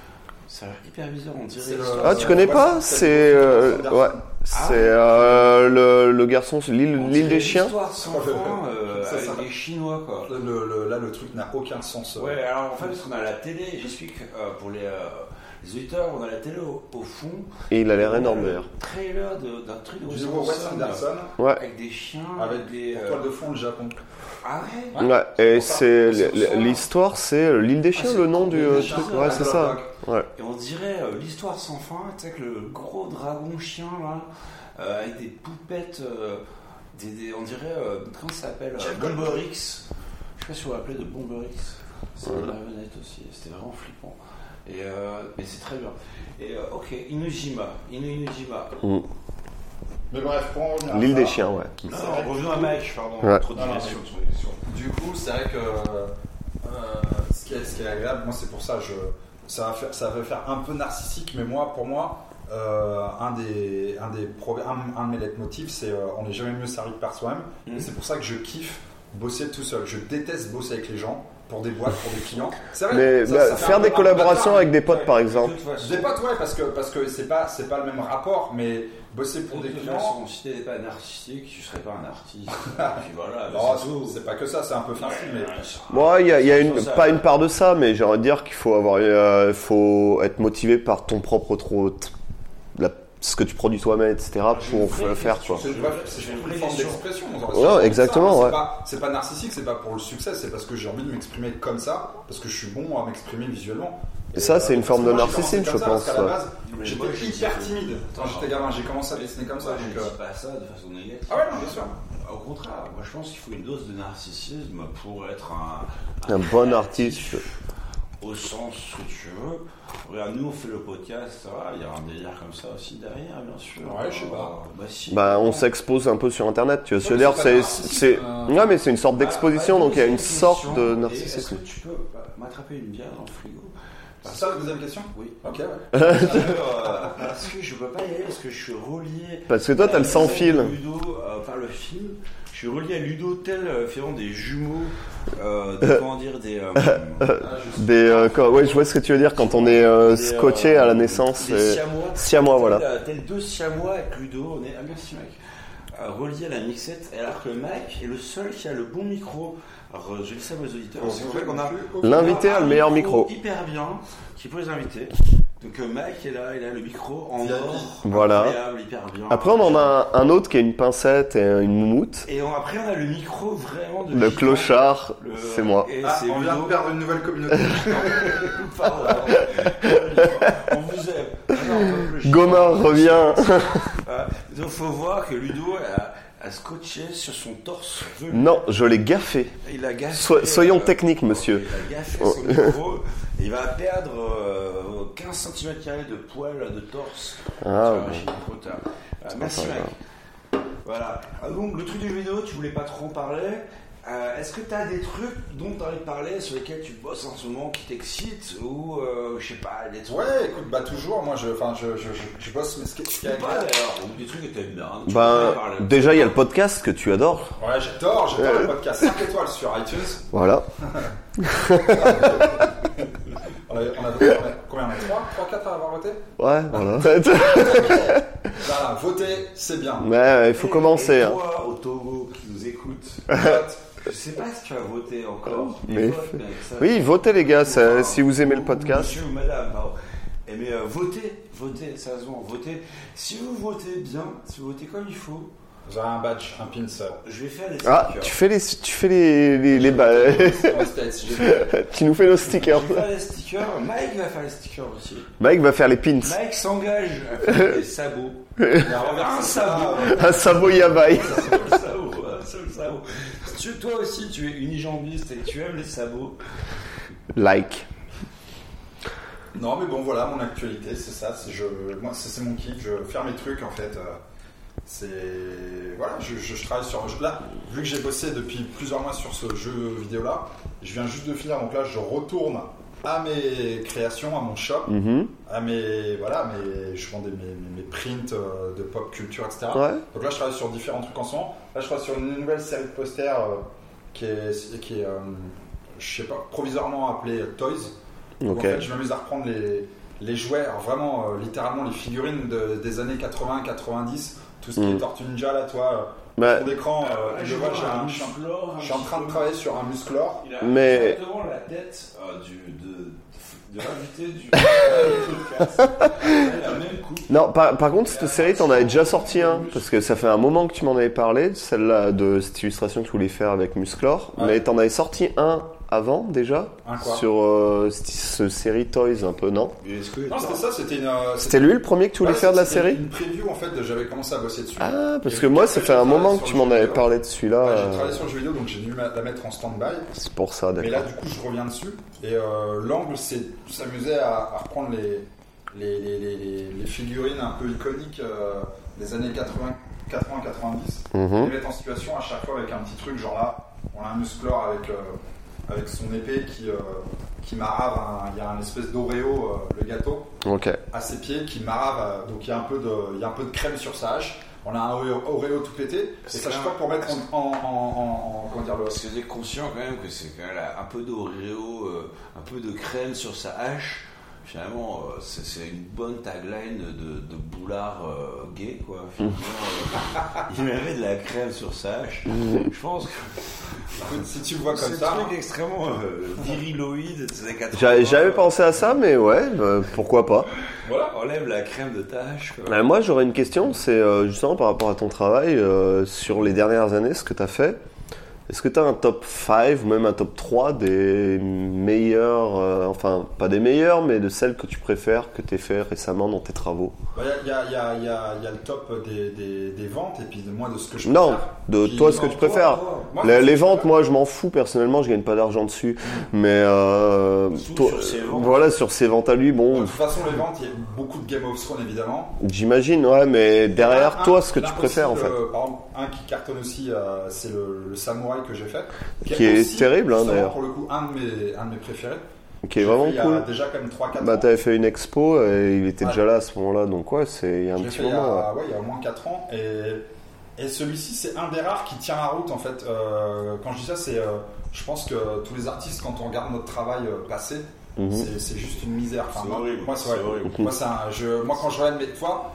Ça a l'air hyper bizarre, on dirait.
C'est le-
l'histoire
Ah,
de-
tu connais
Ouais,
pas
c'est-
C'est. euh,
c'est-
ouais.
Ah.
C'est euh, le, le garçon, c'est
on
l'île
dirait
l'île des chiens.
l'histoire de San Juan, euh,
C'est
avec
ça.
des Chinois, quoi.
Le- le- le- là, le truc n'a aucun sens. euh.
Ouais, alors en fait, parce qu'on a la télé, j'explique euh, pour les, euh, les auditeurs, on a la télé au, au fond.
Et il a l'air
On
énorme
le
d'ailleurs.
Trailer de- d'un truc de
Du
Wes
nouveau Wes
Anderson,
Anderson
Ouais.
Avec des chiens,
avec
des.
des
euh,
toiles de fond le Japon.
Ah ouais
Ouais, et
ça.
c'est
C'est pour ça.
l'histoire, c'est euh, l'île des
Ah,
chiens,
c'est
le nom
l'île
du
des
euh,
chiens,
truc.
c'est
Ouais,
la
c'est
Underdog.
ça. Ouais.
Et on dirait euh, l'histoire sans fin, tu sais, avec le gros dragon chien là, euh, avec des poupettes, euh, des, des- on dirait, euh, comment ça s'appelle euh, Bomberix. Je sais pas si on l'appelait de Bomberix. C'est une marionnette aussi, c'était vraiment flippant. Et, euh, mais c'est très bien. Et euh, ok, Inujima, Inu Inujima.
Mais bref, pour en revenir à
L'île des
ça,
chiens, ouais.
Non, non, revenons à Mike, pardon,
Ouais.
trop de
Non, non,
digression,
mais-
trop de digression.
Du coup, c'est vrai que euh, ce, qui est, ce qui est agréable, moi, c'est pour ça, je, ça, va faire, ça va faire un peu narcissique, mais moi, pour moi, euh, un, des, un, des progr- un, un de mes leitmotifs, c'est euh, on n'est jamais mieux servi que par soi-même.
Mhm.
Et C'est pour ça que je kiffe bosser tout seul. Je déteste bosser avec les gens, pour des boîtes, pour des clients. C'est vrai,
Mais
ça-
bah,
ça fait un
faire
peu-
des
un peu
collaborations
bâtard,
avec des
Ouais,
potes, par
de
exemple.
toute façon-
Des potes, ouais, parce que parce que c'est pas c'est pas le même rapport, mais bosser pour
De
des
toute
clients,
façon, si t'étais pas un artistique, tu serais pas un artiste. Et puis voilà,
Oh,
c'est tout.
c'est pas que ça, c'est un peu facile, mais
Moi, il y a, il y a une,
Ça, ça,
pas une part de ça, mais j'ai envie de dire qu'il faut avoir, euh, faut être motivé par ton propre trop, la- ce que tu produis toi-même, etc. pour le faire, quoi.
C'est une vraie- c'est une forme d'expression. on aurait
Ouais,
ça.
exactement,
C'est
ouais.
pas- C'est pas, narcissique, c'est pas pour le succès, c'est parce que j'ai envie de m'exprimer comme ça, parce que je suis bon à m'exprimer visuellement.
Et ça, c'est une
parce
forme
que
de
moi, j'ai commencé
narcissisme,
comme
je
ça, parce
pense,
qu'à la
ouais.
base,
Mais moi,
J'étais
je dis-
hyper timide quand
Attends,
j'étais gamin, j'ai commencé à dessiner comme ça.
Moi,
donc,
je ne
euh,
dis pas ça de façon négative.
Ah ouais, non, bien sûr.
Au contraire, moi je pense qu'il faut une dose de narcissisme pour être un,
Un bon artiste.
au sens où tu veux. Regarde, nous on fait le podcast, ça va, il y a un délire comme ça aussi derrière, bien sûr.
Ouais, je sais pas.
Euh, Bah, si.
Bah, on s'expose un peu sur Internet, tu vois.
Ouais,
C'est-à-dire,
mais
c'est,
c'est
c'est,
pas narcissique, euh.
ouais, mais c'est une sorte
Bah,
d'exposition,
bah,
donc il y a une
c'est
sorte
question.
de
Et
narcissisme.
Est-ce que tu peux bah, m'attraper une bière dans le frigo
C'est ça la deuxième question
Oui.
Ok, ouais.
Euh, parce que je peux pas y aller, parce que je suis relié.
Parce que toi, t'as le sans
fil.
fil.
Ludo, euh, par le film. Je suis relié à Ludo, tel euh, faisant des jumeaux, euh, des- comment dire, des. euh,
Des, euh, quand- ouais, je vois ce que tu veux dire quand on est euh,
des,
scotché
euh,
à la naissance.
Des
et-
siamois.
Siamois, voilà.
Tel, euh, Tel deux siamois avec Ludo, on est. Ah merci mec. Euh, relié à la mixette, alors que Mike est le seul qui a le bon micro. Alors, euh, je le sais à mes auditeurs.
Bon,
c'est
on
vrai qu'on a
L'invité
on
a le meilleur micro.
Hyper bien, qui peut les inviter. Donc euh, Mike est là, il a le micro en
Il a-
or.
Voilà.
Incroyable, hyper bien.
Après, on en a un autre qui a une pincette et une moumoute.
Et on- après, on a le micro vraiment de.
Le
gitan.
clochard,
Le-
c'est moi.
Et
Ah,
c'est
on vient de
Ludo.
perdre une nouvelle communauté.
Pardon. on vous aime. Ah non, on peut plus.
Gomard revient.
Ah, donc faut voir que Ludo a, a scotché sur son torse velu.
Non, je l'ai gaffé.
Il a gaffé,
So- soyons
euh,
techniques, monsieur. Oh.
Il a gaffé son micro. Il va perdre euh, 15 cm de poils de torse. Tu
Ah,
vois, j'ai dit trop tard. Ah, merci,
pas
mec. Voilà. Ah, donc, le truc du jeu vidéo, tu voulais pas trop en parler. Euh, Est-ce que tu as des trucs dont tu envie de parler, sur lesquels tu bosses en ce moment, qui t'excitent Ou, euh, je sais pas, des trucs.
Ouais, écoute, bah toujours, moi je, enfin, je, je, je, je bosse mes sketchs.
Ou pas, d'ailleurs, ou des trucs que t'aimes bien. Tu peux en
Ben,
parler.
déjà, il y a le podcast que tu adores.
Ouais, j'adore, j'adore le podcast 5 étoiles sur iTunes.
Voilà.
On a, on a, on a- combien on a 3, 3, 4 à avoir voté
Ouais, voilà.
Voilà, voter, c'est bien.
Mais euh, il faut commencer.
Et
hein.
toi, au Togo, qui nous écoute,
Vote.
je sais pas si tu as voté encore.
Oh, Mais-
vote, mec, ça-
Oui, votez les gars, ça-
Enfin,
si vous aimez le
ou-
podcast.
Monsieur ou madame, pardon. Eh, mais euh, votez, votez, sérieusement, votez. Si vous votez bien, si vous votez comme il faut,
J'ai un badge, un pin seul.
je vais faire les
Ah,
stickers.
tu fais les, tu fais les, les, les ba-
Sur Space, j'ai fait.
tu nous fais nos stickers.
Je vais faire les stickers. Mike va faire les stickers aussi.
Mike va faire les pins.
Mike s'engage à faire des sabots.
Il a renversé
Un sabot.
Un sabot Yabai.
Un seul sabot, un seul sabot. Si tu- toi aussi, tu es unijambiste et que tu aimes les sabots.
Like.
Non, mais bon, voilà, mon actualité, c'est ça. C'est je, moi, c'est c'est mon kiff. Je faire mes trucs, en fait. euh, C'est voilà, je, je- je travaille sur là. Vu que j'ai bossé depuis plusieurs mois sur ce jeu vidéo là, je viens juste de finir. Donc là, je retourne à mes créations, à mon shop,
Mhm.
à mes voilà, mes, je vendais mes, mes, mes prints euh, de pop culture, etc.
Ouais.
Donc là, je travaille sur différents trucs en ce moment. Là, je travaille sur une nouvelle série de posters euh, qui est, qui est euh, je sais pas, provisoirement appelée Toys. Où,
Ok.
En fait, je m'amuse à reprendre les, les jouets, alors vraiment euh, littéralement les figurines de- des années 80-90, tout ce qui
Mm.
est Tortue Ninja là, toi,
Bah,
pour l'écran, euh,
Ah,
je vois, j'ai un-
un
je suis en-
flore, un
je suis en
petit
train de
peu.
travailler sur un musclor.
Il a
Mais-
exactement la tête euh, du, de, de l'invité du podcast. Il a la même coupe.
non, par, par contre, cette série, t'en avais déjà sorti un. Parce que ça fait un moment que tu m'en avais parlé, celle-là, de cette illustration que tu voulais faire avec Musclor.
Ouais.
Mais t'en avais sorti un avant, déjà.
Un quoi
Sur euh, cette ce série Toys, un peu, non
Mais est-ce que-
Non, c'était ça, c'était une. euh,
C'était lui le premier que tu voulais
ouais,
faire de la
c'était
série
Une preview en fait, de- j'avais commencé à bosser dessus.
Ah, parce
Et
que moi,
après,
ça
j'ai
fait un
travaillé
moment
sur
que tu
le
m'en
jeu
avais
vidéo.
parlé de celui-là.
Ouais, j'ai
euh,
travaillé sur le jeu vidéo donc j'ai dû la la mettre en stand-by.
C'est pour ça,
Mais
d'accord.
là, du coup, je reviens dessus. Et euh, l'angle, c'est s'amuser à, à reprendre les, les, les, les- les- les figurines un peu iconiques euh, des années 80, 80-90.
Mhm.
Les mettre en situation à chaque fois avec un petit truc, genre là, on a un musclor avec, euh, avec son épée qui, euh, qui marave, un- il y a un espèce d'oreo, euh, le gâteau,
Ok.
à ses pieds qui marave, euh, donc il y, a un peu de, il y a un peu de crème sur sa hache. On a un Oreo, Oreo tout pété, et
C'est
ça, je
un-
crois, pour mettre en, en, en- en- en- comment dire, le,
Parce que vous êtes conscient quand même que c'est quand même un peu d'Oreo, euh, un peu de crème sur sa hache. Finalement, euh, c'est c'est une bonne tagline de, de boulard euh, gay, quoi. Finalement, euh, il avait de la crème sur sa hache. Je pense que
Écoute, si tu le vois comme
c'est
ça.
un truc extrêmement euh, viriloïde de ces 80.
J'avais
hein.
j'avais pensé à ça, mais ouais, euh, pourquoi pas.
Voilà, enlève la crème de ta hache, quoi.
Euh, moi, j'aurais une question, c'est euh, justement par rapport à ton travail, euh, sur les dernières années, ce que tu as fait. Est-ce que tu as un top 5 ou même un top 3 des meilleurs, euh, enfin, pas des meilleurs, mais de celles que tu préfères, que tu fait récemment dans tes travaux
bah, Il y, a- y a- y a- y a le top des, des- des ventes et puis de moi de ce que je
Non,
préfère.
de
Puis,
toi, ce que
non,
tu préfères.
toi, moi, Mm.
Les,
ce
les
que je
ventes,
préfère.
moi, je m'en fous personnellement, je gagne pas d'argent dessus. Mais euh,
Sous- sur ses ventes.
voilà, sur ses ventes à lui,
De
bon,
toute façon, les ventes, il y a beaucoup de Game of Thrones évidemment.
j'imagine, ouais, mais derrière
Un-
toi, ce que
ah, là
tu préfères en
aussi,
fait.
le- par exemple, un qui cartonne aussi, euh, c'est le, le samouraï que j'ai fait.
Qui est terrible, hein,
justement,
d'ailleurs.
Pour le coup, un de mes, un de mes préférés.
Qui est
J'ai fait
vraiment
euh, il y a
cool.
déjà quand même 3-4
Bah,
ans.
t'avais fait une expo et il était
Ouais.
déjà là à ce moment-là, donc ouais, c'est il y a un
Je l'ai
petit
fait il y a-
moment. ouais.
ouais, il y a au moins 4 ans. Et, et celui-ci, c'est un des rares qui tient la route, en fait. Euh, quand je dis ça, c'est. euh, je pense que tous les artistes, quand on regarde notre travail euh, passé,
Mhm.
c'est- c'est juste une misère. Enfin,
C'est
moi-
horrible,
Moi, c'est ouais,
c'est horrible.
moi, c'est un- je- moi, quand je regarde mes. tu vois,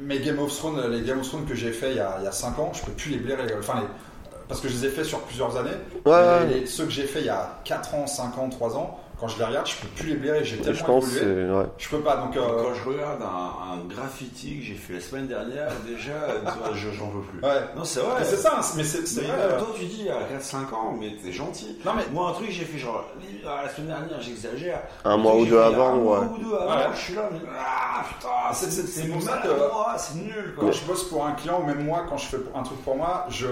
mes Game of Thrones, euh, les Game of Thrones que j'ai fait il y, a, il y a 5 ans, je peux plus les blairer. Enfin, les- euh, parce que je les ai fait sur plusieurs années.
Ouais,
Mais
ouais.
les- ceux que j'ai fait il y a 4 ans, 5 ans, 3 ans, Quand je les regarde, je peux plus les blairer. J'ai
Et je
tellement
pense, que
évolué.
c'est- ouais.
Je peux pas. Donc, euh,
Quand je regarde un, un graffiti que j'ai fait la semaine dernière, déjà, toi, je- j'en veux plus.
Ouais.
Non, c'est vrai.
mais c'est ça. hein, Mais c'est c'est
Mais
vrai.
en même
euh,
temps, tu dis à 4-5 ans, mais t'es gentil.
Non, mais-
Moi, un truc, j'ai fait genre, ah, la semaine dernière, j'exagère.
Un
truc,
mois ou
j'ai
deux
fait il y a
avant,
Un mois
ouais.
ou deux avant,
Ouais.
je suis là, mais ah putain,
C'est- c'est- c'est
c'est
pour ça que-
maladroit, c'est nul quoi.
Quand je bosse pour un client ou même moi, quand je fais un truc pour moi, je,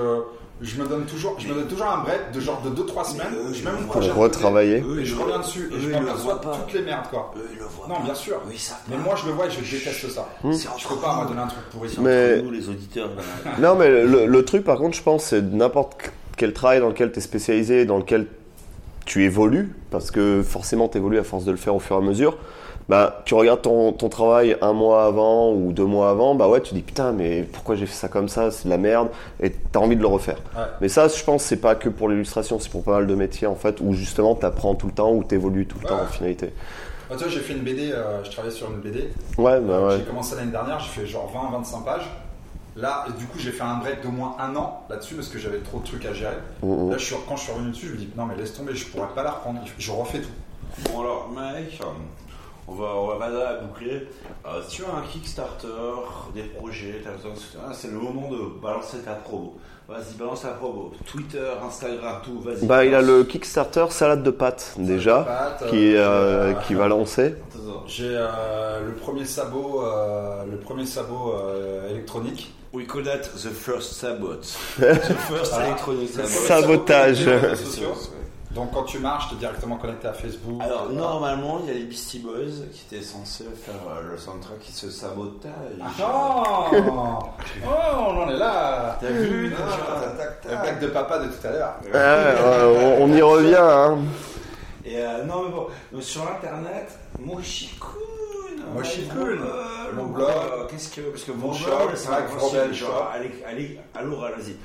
je me donne toujours, je me donne toujours un break de genre de 2-3 semaines.
Mais, euh,
je mets mon
pour
projet à côté,
retravailler.
Eux,
Et je
ils
reviens
le-
dessus et
eux,
je
ils le voient
m'aperçois de
pas.
toutes les merdes quoi.
Eux, ils le voient
Non,
pas.
bien sûr.
Eux, ils savent
Mais
pas.
moi je le vois et je déteste ça.
C'est
Ah, Je
entre
peux pas
nous.
me donner un truc pourri.
C'est entre
Mais-
nous, les auditeurs. là.
Non, mais le, le truc, par contre, je pense, c'est n'importe quel travail dans lequel tu es spécialisé, dans lequel tu évolues, parce que forcément, tu évolues à force de le faire au fur et à mesure. Bah, tu regardes ton, ton travail un mois avant ou deux mois avant, bah ouais, tu dis putain, mais pourquoi j'ai fait ça comme ça, c'est de la merde, et t'as envie de le refaire.
Ouais.
Mais ça, je pense, c'est pas que pour l'illustration, c'est pour pas mal de métiers en fait, où justement t'apprends tout le temps, où t'évolues tout le
Ouais.
temps en finalité.
Bah, tu vois, j'ai fait une BD, euh, je travaillais sur une BD.
Ouais, bah ouais.
J'ai commencé l'année dernière, j'ai fait genre 20-25 pages. Là, du coup, j'ai fait un break d'au moins un an là-dessus parce que j'avais trop de trucs à gérer.
Mhm.
Là, je suis, quand je suis revenu dessus, je me dis non, mais laisse tomber, je pourrais pas la reprendre. Je refais tout.
Bon alors mec, euh, on va on va la boucler. Euh, si tu as un Kickstarter, des projets, t'as besoin de soutien, ah, c'est le moment de balancer ta promo. Vas-y, balance ta promo. Twitter, Instagram, tout, vas-y.
Bah, il a
balance.
le Kickstarter salade de pâtes déjà,
Pâtes,
qui,
euh,
euh, qui va lancer.
Attends,
J'ai euh, le premier sabot, euh, le premier sabot euh, électronique.
We call that the first sabot. The first
Ah.
electronic sabot.
Le premier
Sabotage.
sabot des réseaux
C'est
sociaux.
ça, ouais.
Donc quand tu marches, t'es directement connecté à Facebook.
Alors normalement, il y a les Beastie Boys qui étaient censés faire euh, le soundtrack qui se sabotage.
Ah, non oh, on en est là.
T'as vu
Ah,
tac, tac,
Le
tac.
blague de papa de tout à l'heure.
Ouais, ouais, on, on y revient. Hein.
Et euh, non, mais bon, donc sur internet, Moshikun
Moshikun,
Mongol,
mon
ou,
blog.
euh, Qu'est-ce que. Parce que Mongol,
shop,
c'est
Mac
un gros
Robel
style,
shop.
genre. Allez, allez, à l'oral, vas-y.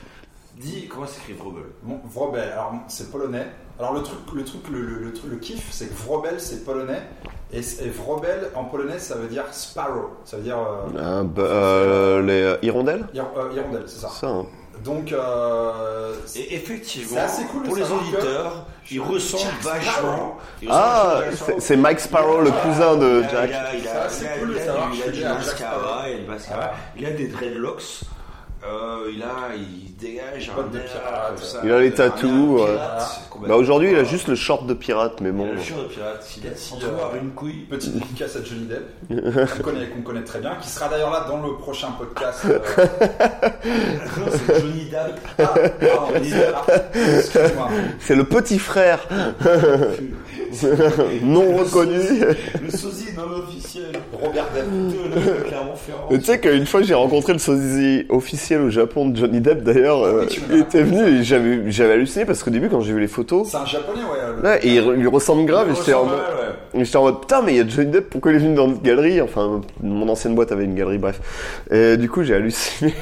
Dis, comment s'écrit Vrobel
Bon, Vrobel, alors c'est polonais. Alors le truc, le truc, le, le- le truc, le kiff, c'est que Vrobel c'est polonais et, c- et Vrobel en polonais ça veut dire sparrow, ça veut dire euh,
Hein, bah, euh, les euh, hirondelles
hir- euh, hirondelle, c'est ça.
Ça, hein.
Donc euh, c'est-
Et effectivement,
C'est assez cool de
pour les
savoir
auditeurs, ils ressemblent vachement. ils
Ah,
ressemblent
c'est- c'est Mike Sparrow, le cousin de
vachement-
Jack.
Il a, il
Ça,
a,
c'est
il a,
cool de
il a,
savoir
il a
que je
du
connais un Jack Sparrow.
mascara, il a du mascara,
Ah.
il a des dreadlocks. Euh, il a, il dégage un
Botte de
air,
pirate.
tout ça,
Il a
un
les
air
tatous,
pirate,
euh.
complètement.
Bah, aujourd'hui, il a juste le short de pirate, mais bon.
Le chien de pirate, il a sans
Il a-
avoir une couille.
une euh, petite dédicace à Johnny Depp qu'on connaît, qu'on connaît très bien, qui sera d'ailleurs là dans le prochain podcast. euh,
Non, c'est Johnny Depp.
ah, pardon, Johnny Depp, excuse-moi.
C'est le petit frère non reconnu.
Le sosie non officiel
Robert Depp.
de le Clermont-Ferrand.
Tu sais qu'une fois j'ai rencontré le sosie officiel au Japon de Johnny Depp d'ailleurs, euh,
Oui, tu m'as
il était venu et j'avais j'avais halluciné parce qu'au début quand j'ai vu les photos,
C'est un japonais, ouais. le-
là, et il lui ressemble grave et j'étais en mode... Et J'étais en mode putain mais il y a Johnny Depp pourquoi il est venu dans notre galerie enfin mon ancienne boîte avait une galerie bref et du coup j'ai halluciné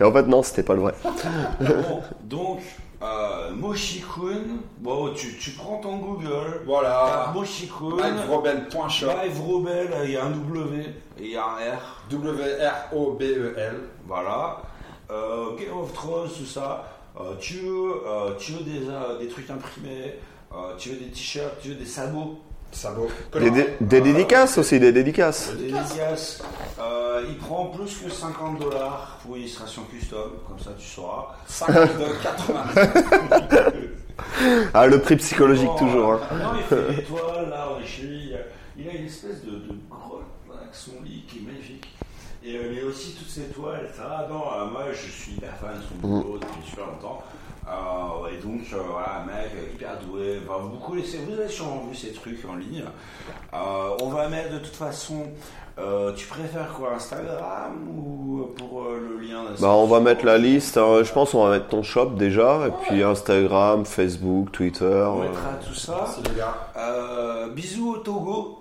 et en fait non c'était pas le vrai
Bon, donc, euh, Moshikun, bon, tu, tu prends ton Google,
Voilà.
tape Moshikun,
Mike Vrobel.shop.
Live Robel, il y a un W et il y a un R,
W-R-O-B-E-L.
voilà. Euh, Game of Thrones, tout ça. Euh, tu veux, euh, tu veux des, euh, des trucs imprimés, euh, tu veux des t-shirts, tu veux des sabots.
Sabot.
des, dé- des dédicaces aussi des dédicaces
Des dédicaces. Euh, il prend plus que 50 dollars pour une illustration custom, comme ça tu sauras.
52, 80.
ah le prix psychologique
Bon,
toujours hein.
euh, Non, il fait des toiles, là, on est chez lui. Il a- Il a une espèce de, de grotte là, avec son lit qui est magnifique. Et euh, mais aussi toutes ces toiles, ça. Non, euh, moi je suis hyper fan de son
Mm.
boulot depuis super longtemps. Euh, et donc, euh, voilà, un mec euh, hyper doué. Enfin, vous, beaucoup laissez- vous avez sûrement vu ces trucs en ligne. Euh, on va mettre de toute façon. euh, tu préfères quoi Instagram ou euh, pour euh, le lien
bah on va mettre la liste hein. je pense on va mettre ton shop déjà et puis Instagram Facebook Twitter
On
euh.
mettra tout ça.
Merci les gars.
Euh, bisous au Togo.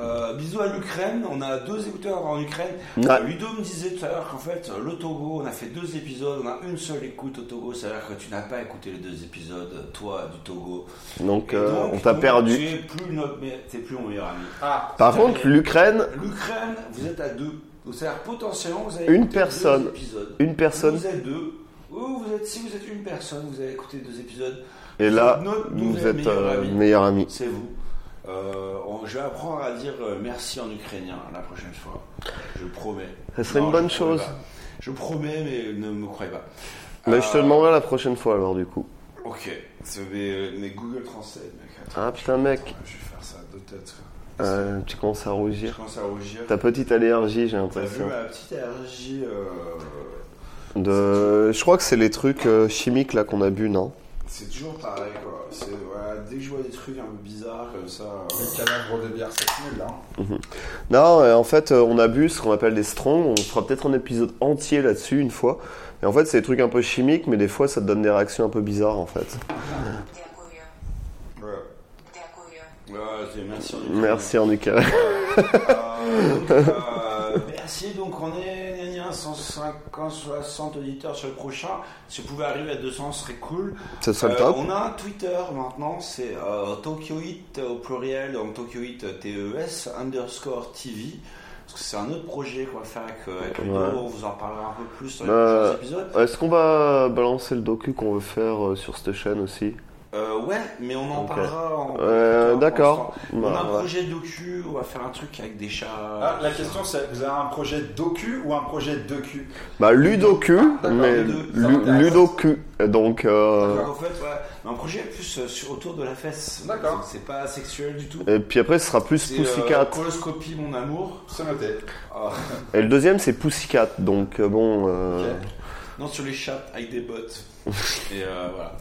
Euh, bisous à l'Ukraine, on a deux écouteurs en Ukraine.
Ouais.
Euh, Ludo me disait tout à l'heure qu'en fait, euh, le Togo, on a fait deux épisodes, on a une seule écoute au Togo, c'est-à-dire que tu n'as pas écouté les deux épisodes, toi, du Togo.
donc,
Et
euh,
donc,
on t'a
donc, Tu
perdu
es plus, notre me- t'es plus mon meilleur ami.
Ah,
par contre l'Ukraine
L'Ukraine, vous êtes à deux. Donc, C'est-à-dire potentiellement, vous avez
Une
écouté
personne.
deux épisodes.
une personne
Vous êtes deux. Ou vous êtes, si vous êtes une personne, vous avez écouté deux épisodes.
et là
Notre
vous
nouvel
êtes
meilleur
euh,
ami.
meilleur ami
C'est vous. Euh, on- je vais apprendre à dire euh, merci en ukrainien la prochaine fois. Je promets.
Ça serait une
je
bonne
promets
chose.
pas. Je promets, mais ne me croyez pas.
Mais je te
Euh,
demanderai la prochaine fois alors du coup.
Ok, C'est mes, mes Google Translate, mec. Attends,
Ah putain mec,
attends, je vais faire ça de tête. quoi.
euh, tu commences à
Je
rougir.
commence à rougir.
Ta petite allergie j'ai
T'as vu
l'impression.
ma petite allergie euh,
De... Je crois que c'est les trucs euh, chimiques là qu'on a bu, non
C'est toujours pareil, quoi. C'est- voilà, dès que je vois des trucs un peu bizarres comme ça. euh,
Le cadavre de bière, c'est nul là. hein.
Non, euh, en fait, euh, on a bu ce qu'on appelle des strongs. On fera peut-être un épisode entier là-dessus une fois. Et en fait, c'est des trucs un peu chimiques, mais des fois, ça te donne des réactions un peu bizarres en fait.
Дякую.
ouais.
Дякую.
Ouais, c'est- merci. en ukrainien.
Merci en Ukraine.
Euh, donc, euh, merci, donc on est gna, gna, 150, 60 auditeurs sur le prochain. Si vous pouvez arriver à 200, ce serait cool.
Ça serait le
Euh,
top.
on a un Twitter maintenant, c'est euh, Tokyoit au pluriel, donc Tokyoit TES E underscore TV. Parce que c'est un autre projet qu'on va faire avec, euh, avec Ludo,
Ouais.
on vous en parlera un peu plus dans les
Bah,
prochains épisodes.
Est-ce qu'on va balancer le docu qu'on veut faire euh, sur cette chaîne aussi
Euh, ouais, mais on en
Ok.
parlera en.
Euh,
en-
D'accord.
en- On a
Bah,
un
ouais.
projet docu, on va faire un truc avec des chats.
Ah, la question c'est vous avez un projet docu ou un projet de cul
Bah, Ludocu, mais
Ah, Ludo,
ça
Lu-
m'intéresse.
Ludocu. Donc, euh,
Donc, en fait, ouais, mais un projet plus euh, sur, autour de la fesse.
D'accord.
C'est c'est pas sexuel du tout.
et puis après, ce sera plus
C'est
Pussycat.
euh, Coloscopie, mon amour.
C'est noté.
Ah,
Et le deuxième, c'est Pussycat. Donc, euh, bon. euh,
Ok.
non, sur les chats avec des bottes. Et euh, voilà.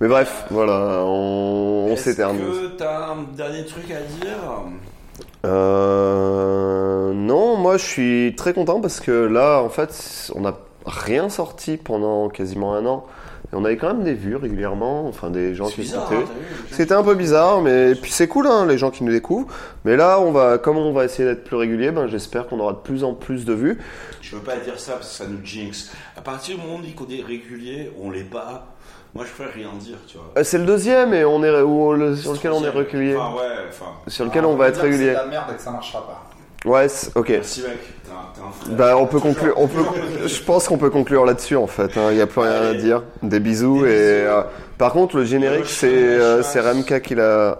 Mais bref, voilà, on, on
Est-ce
s'éternise.
que t'as un dernier truc à dire
Euh, non, moi je suis très content parce que là, en fait, on n'a rien sorti pendant quasiment un an. Et on avait quand même des vues régulièrement, enfin des gens
C'est
qui
bizarre,
écoutaient.
hein, t'as vu
C'était un peu bizarre, mais puis c'est cool, hein, les gens qui nous découvrent. Mais là, on va, comme on va essayer d'être plus régulier, ben, j'espère qu'on aura de plus en plus de vues.
Je veux pas dire ça parce que ça nous jinx. À partir du moment où on dit qu'on est régulier, on l'est pas. Moi, je préfère rien dire, tu vois.
Euh, C'est le deuxième et on est, ou le- sur lequel on est régulier,
Enfin, ouais, enfin.
sur lequel
Ah,
on va
peut
être
dire que C'est
régulier.
de la merde et que ça marchera pas.
Ouais, c'est- ok.
Merci, mec. T'es un- t'es un frère.
Bah, on peut conclure. On peut, je pense qu'on peut conclure là-dessus en fait. hein. Il y a plus rien à
Allez.
dire. Des bisous
Des
et
bisous.
euh, par contre le générique
Le
c'est
chien, la
euh,
chasse.
c'est Ramka qui l'a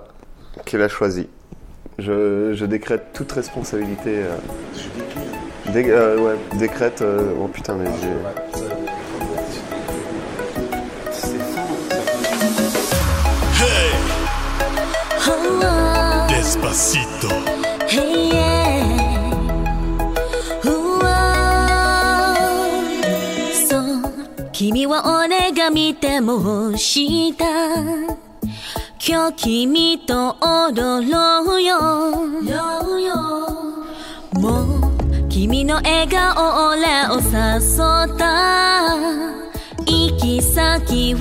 qui l'a choisi. Je, je décrète toute responsabilité. euh,
Je décline.
dé- euh, ouais, décrète. euh, oh putain mais j'ai.
Despacito.
Hey yeah. Ooh, oh. そう君は俺が見ても欲した今日君と踊ろうよもう君の笑顔俺を誘った行き先を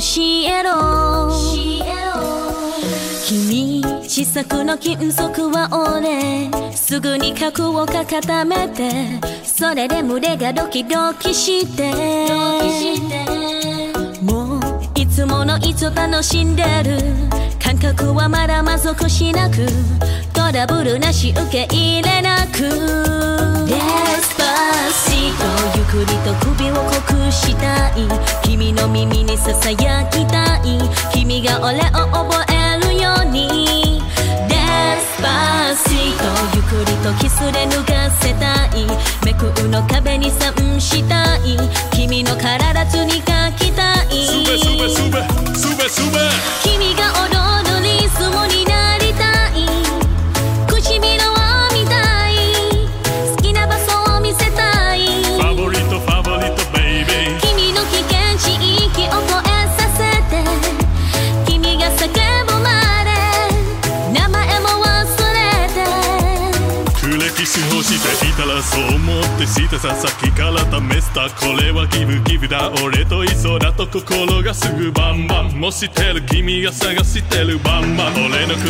教えろ君試作の金属は俺すぐに核を固めてそれで群れがドキドキしてもういつものいつを楽しんでる感覚はまだ満足しなくトラブルなし受け入れなくデスパシートゆっくりと首を濃くしたい君の耳にささやきたい君が俺を覚えるようにデスパシートゆっくりとキスで脱がせたいめくうの壁に散したい君の体つに書きたい
Sube, sube, sube, sube, sube.
君が踊るリズムになりたい唇を見たい好きな場所を見せたい
Favorito, favorito, baby.
君の危険地域を越えさせて君が叫ぶまで名前も忘れて
触れキスをしていたらそう思ってしたささっきから試したこれはギブギブだ俺といそうだと心がすぐバンバンもしてる君が探してるバンバン俺の唇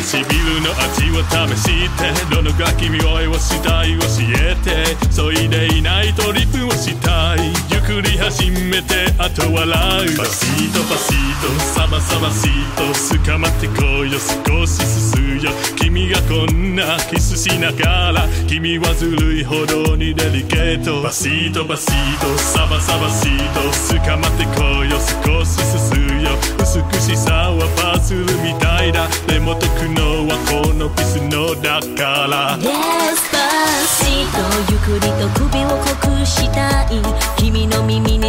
の味を試してどの楽器見声をしたい教えてそいでいないとリプをしたいゆっくり始めてあと笑うパシートパシートサバサバシート捕まってこいよ少し進むよ君がこんなキスしながら君はずるいほどにデリケートバシートバシートサバサバシート捕まってこいよ少し進むよ美しさはパズルみたいだでも解くのはこの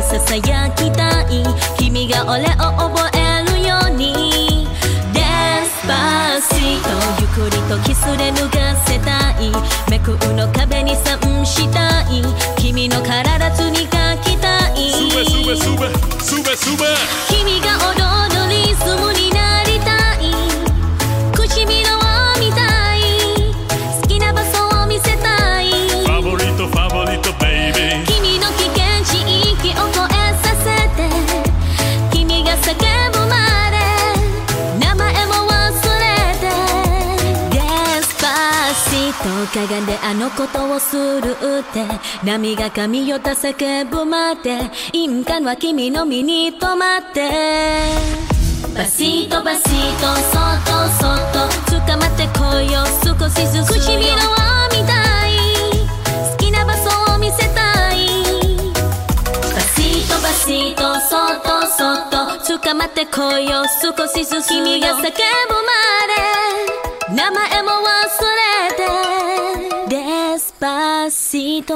ささやきたい君が俺を覚えるようにデスパシートゆっくりとキスで脱がせたいめくうの壁に散したい君の体つに描きたい
すべすべすべすべすべ
君が踊るリズムになりたい唇を見たい好きな場所を見せたい
ファボリットファボリットベイビー
君の危険地域を越えさせて君が叫ぶまで名前も忘れてデスパシとかがんであのことをするって波が髪をた叫ぶまで印鑑は君の身に止まってバシッとバシッとそっとそっと捕まってこいよ少しずつ唇を見たい好きな場所を見せたいバシッとバシッとそっとそっと捕まってこいよ少しずつ君が叫ぶまで名前も忘れてデスパシと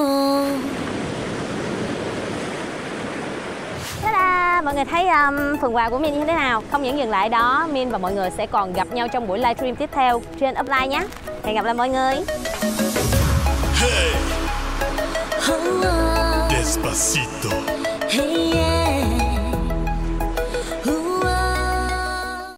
Thế là mọi người thấy um, phần quà của Min như thế nào? Không những dừng lại đó, Min và mọi người sẽ còn gặp nhau trong buổi livestream tiếp theo trên Upline nhé. Hẹn gặp lại mọi người.
デスパシット
Hey, yeah.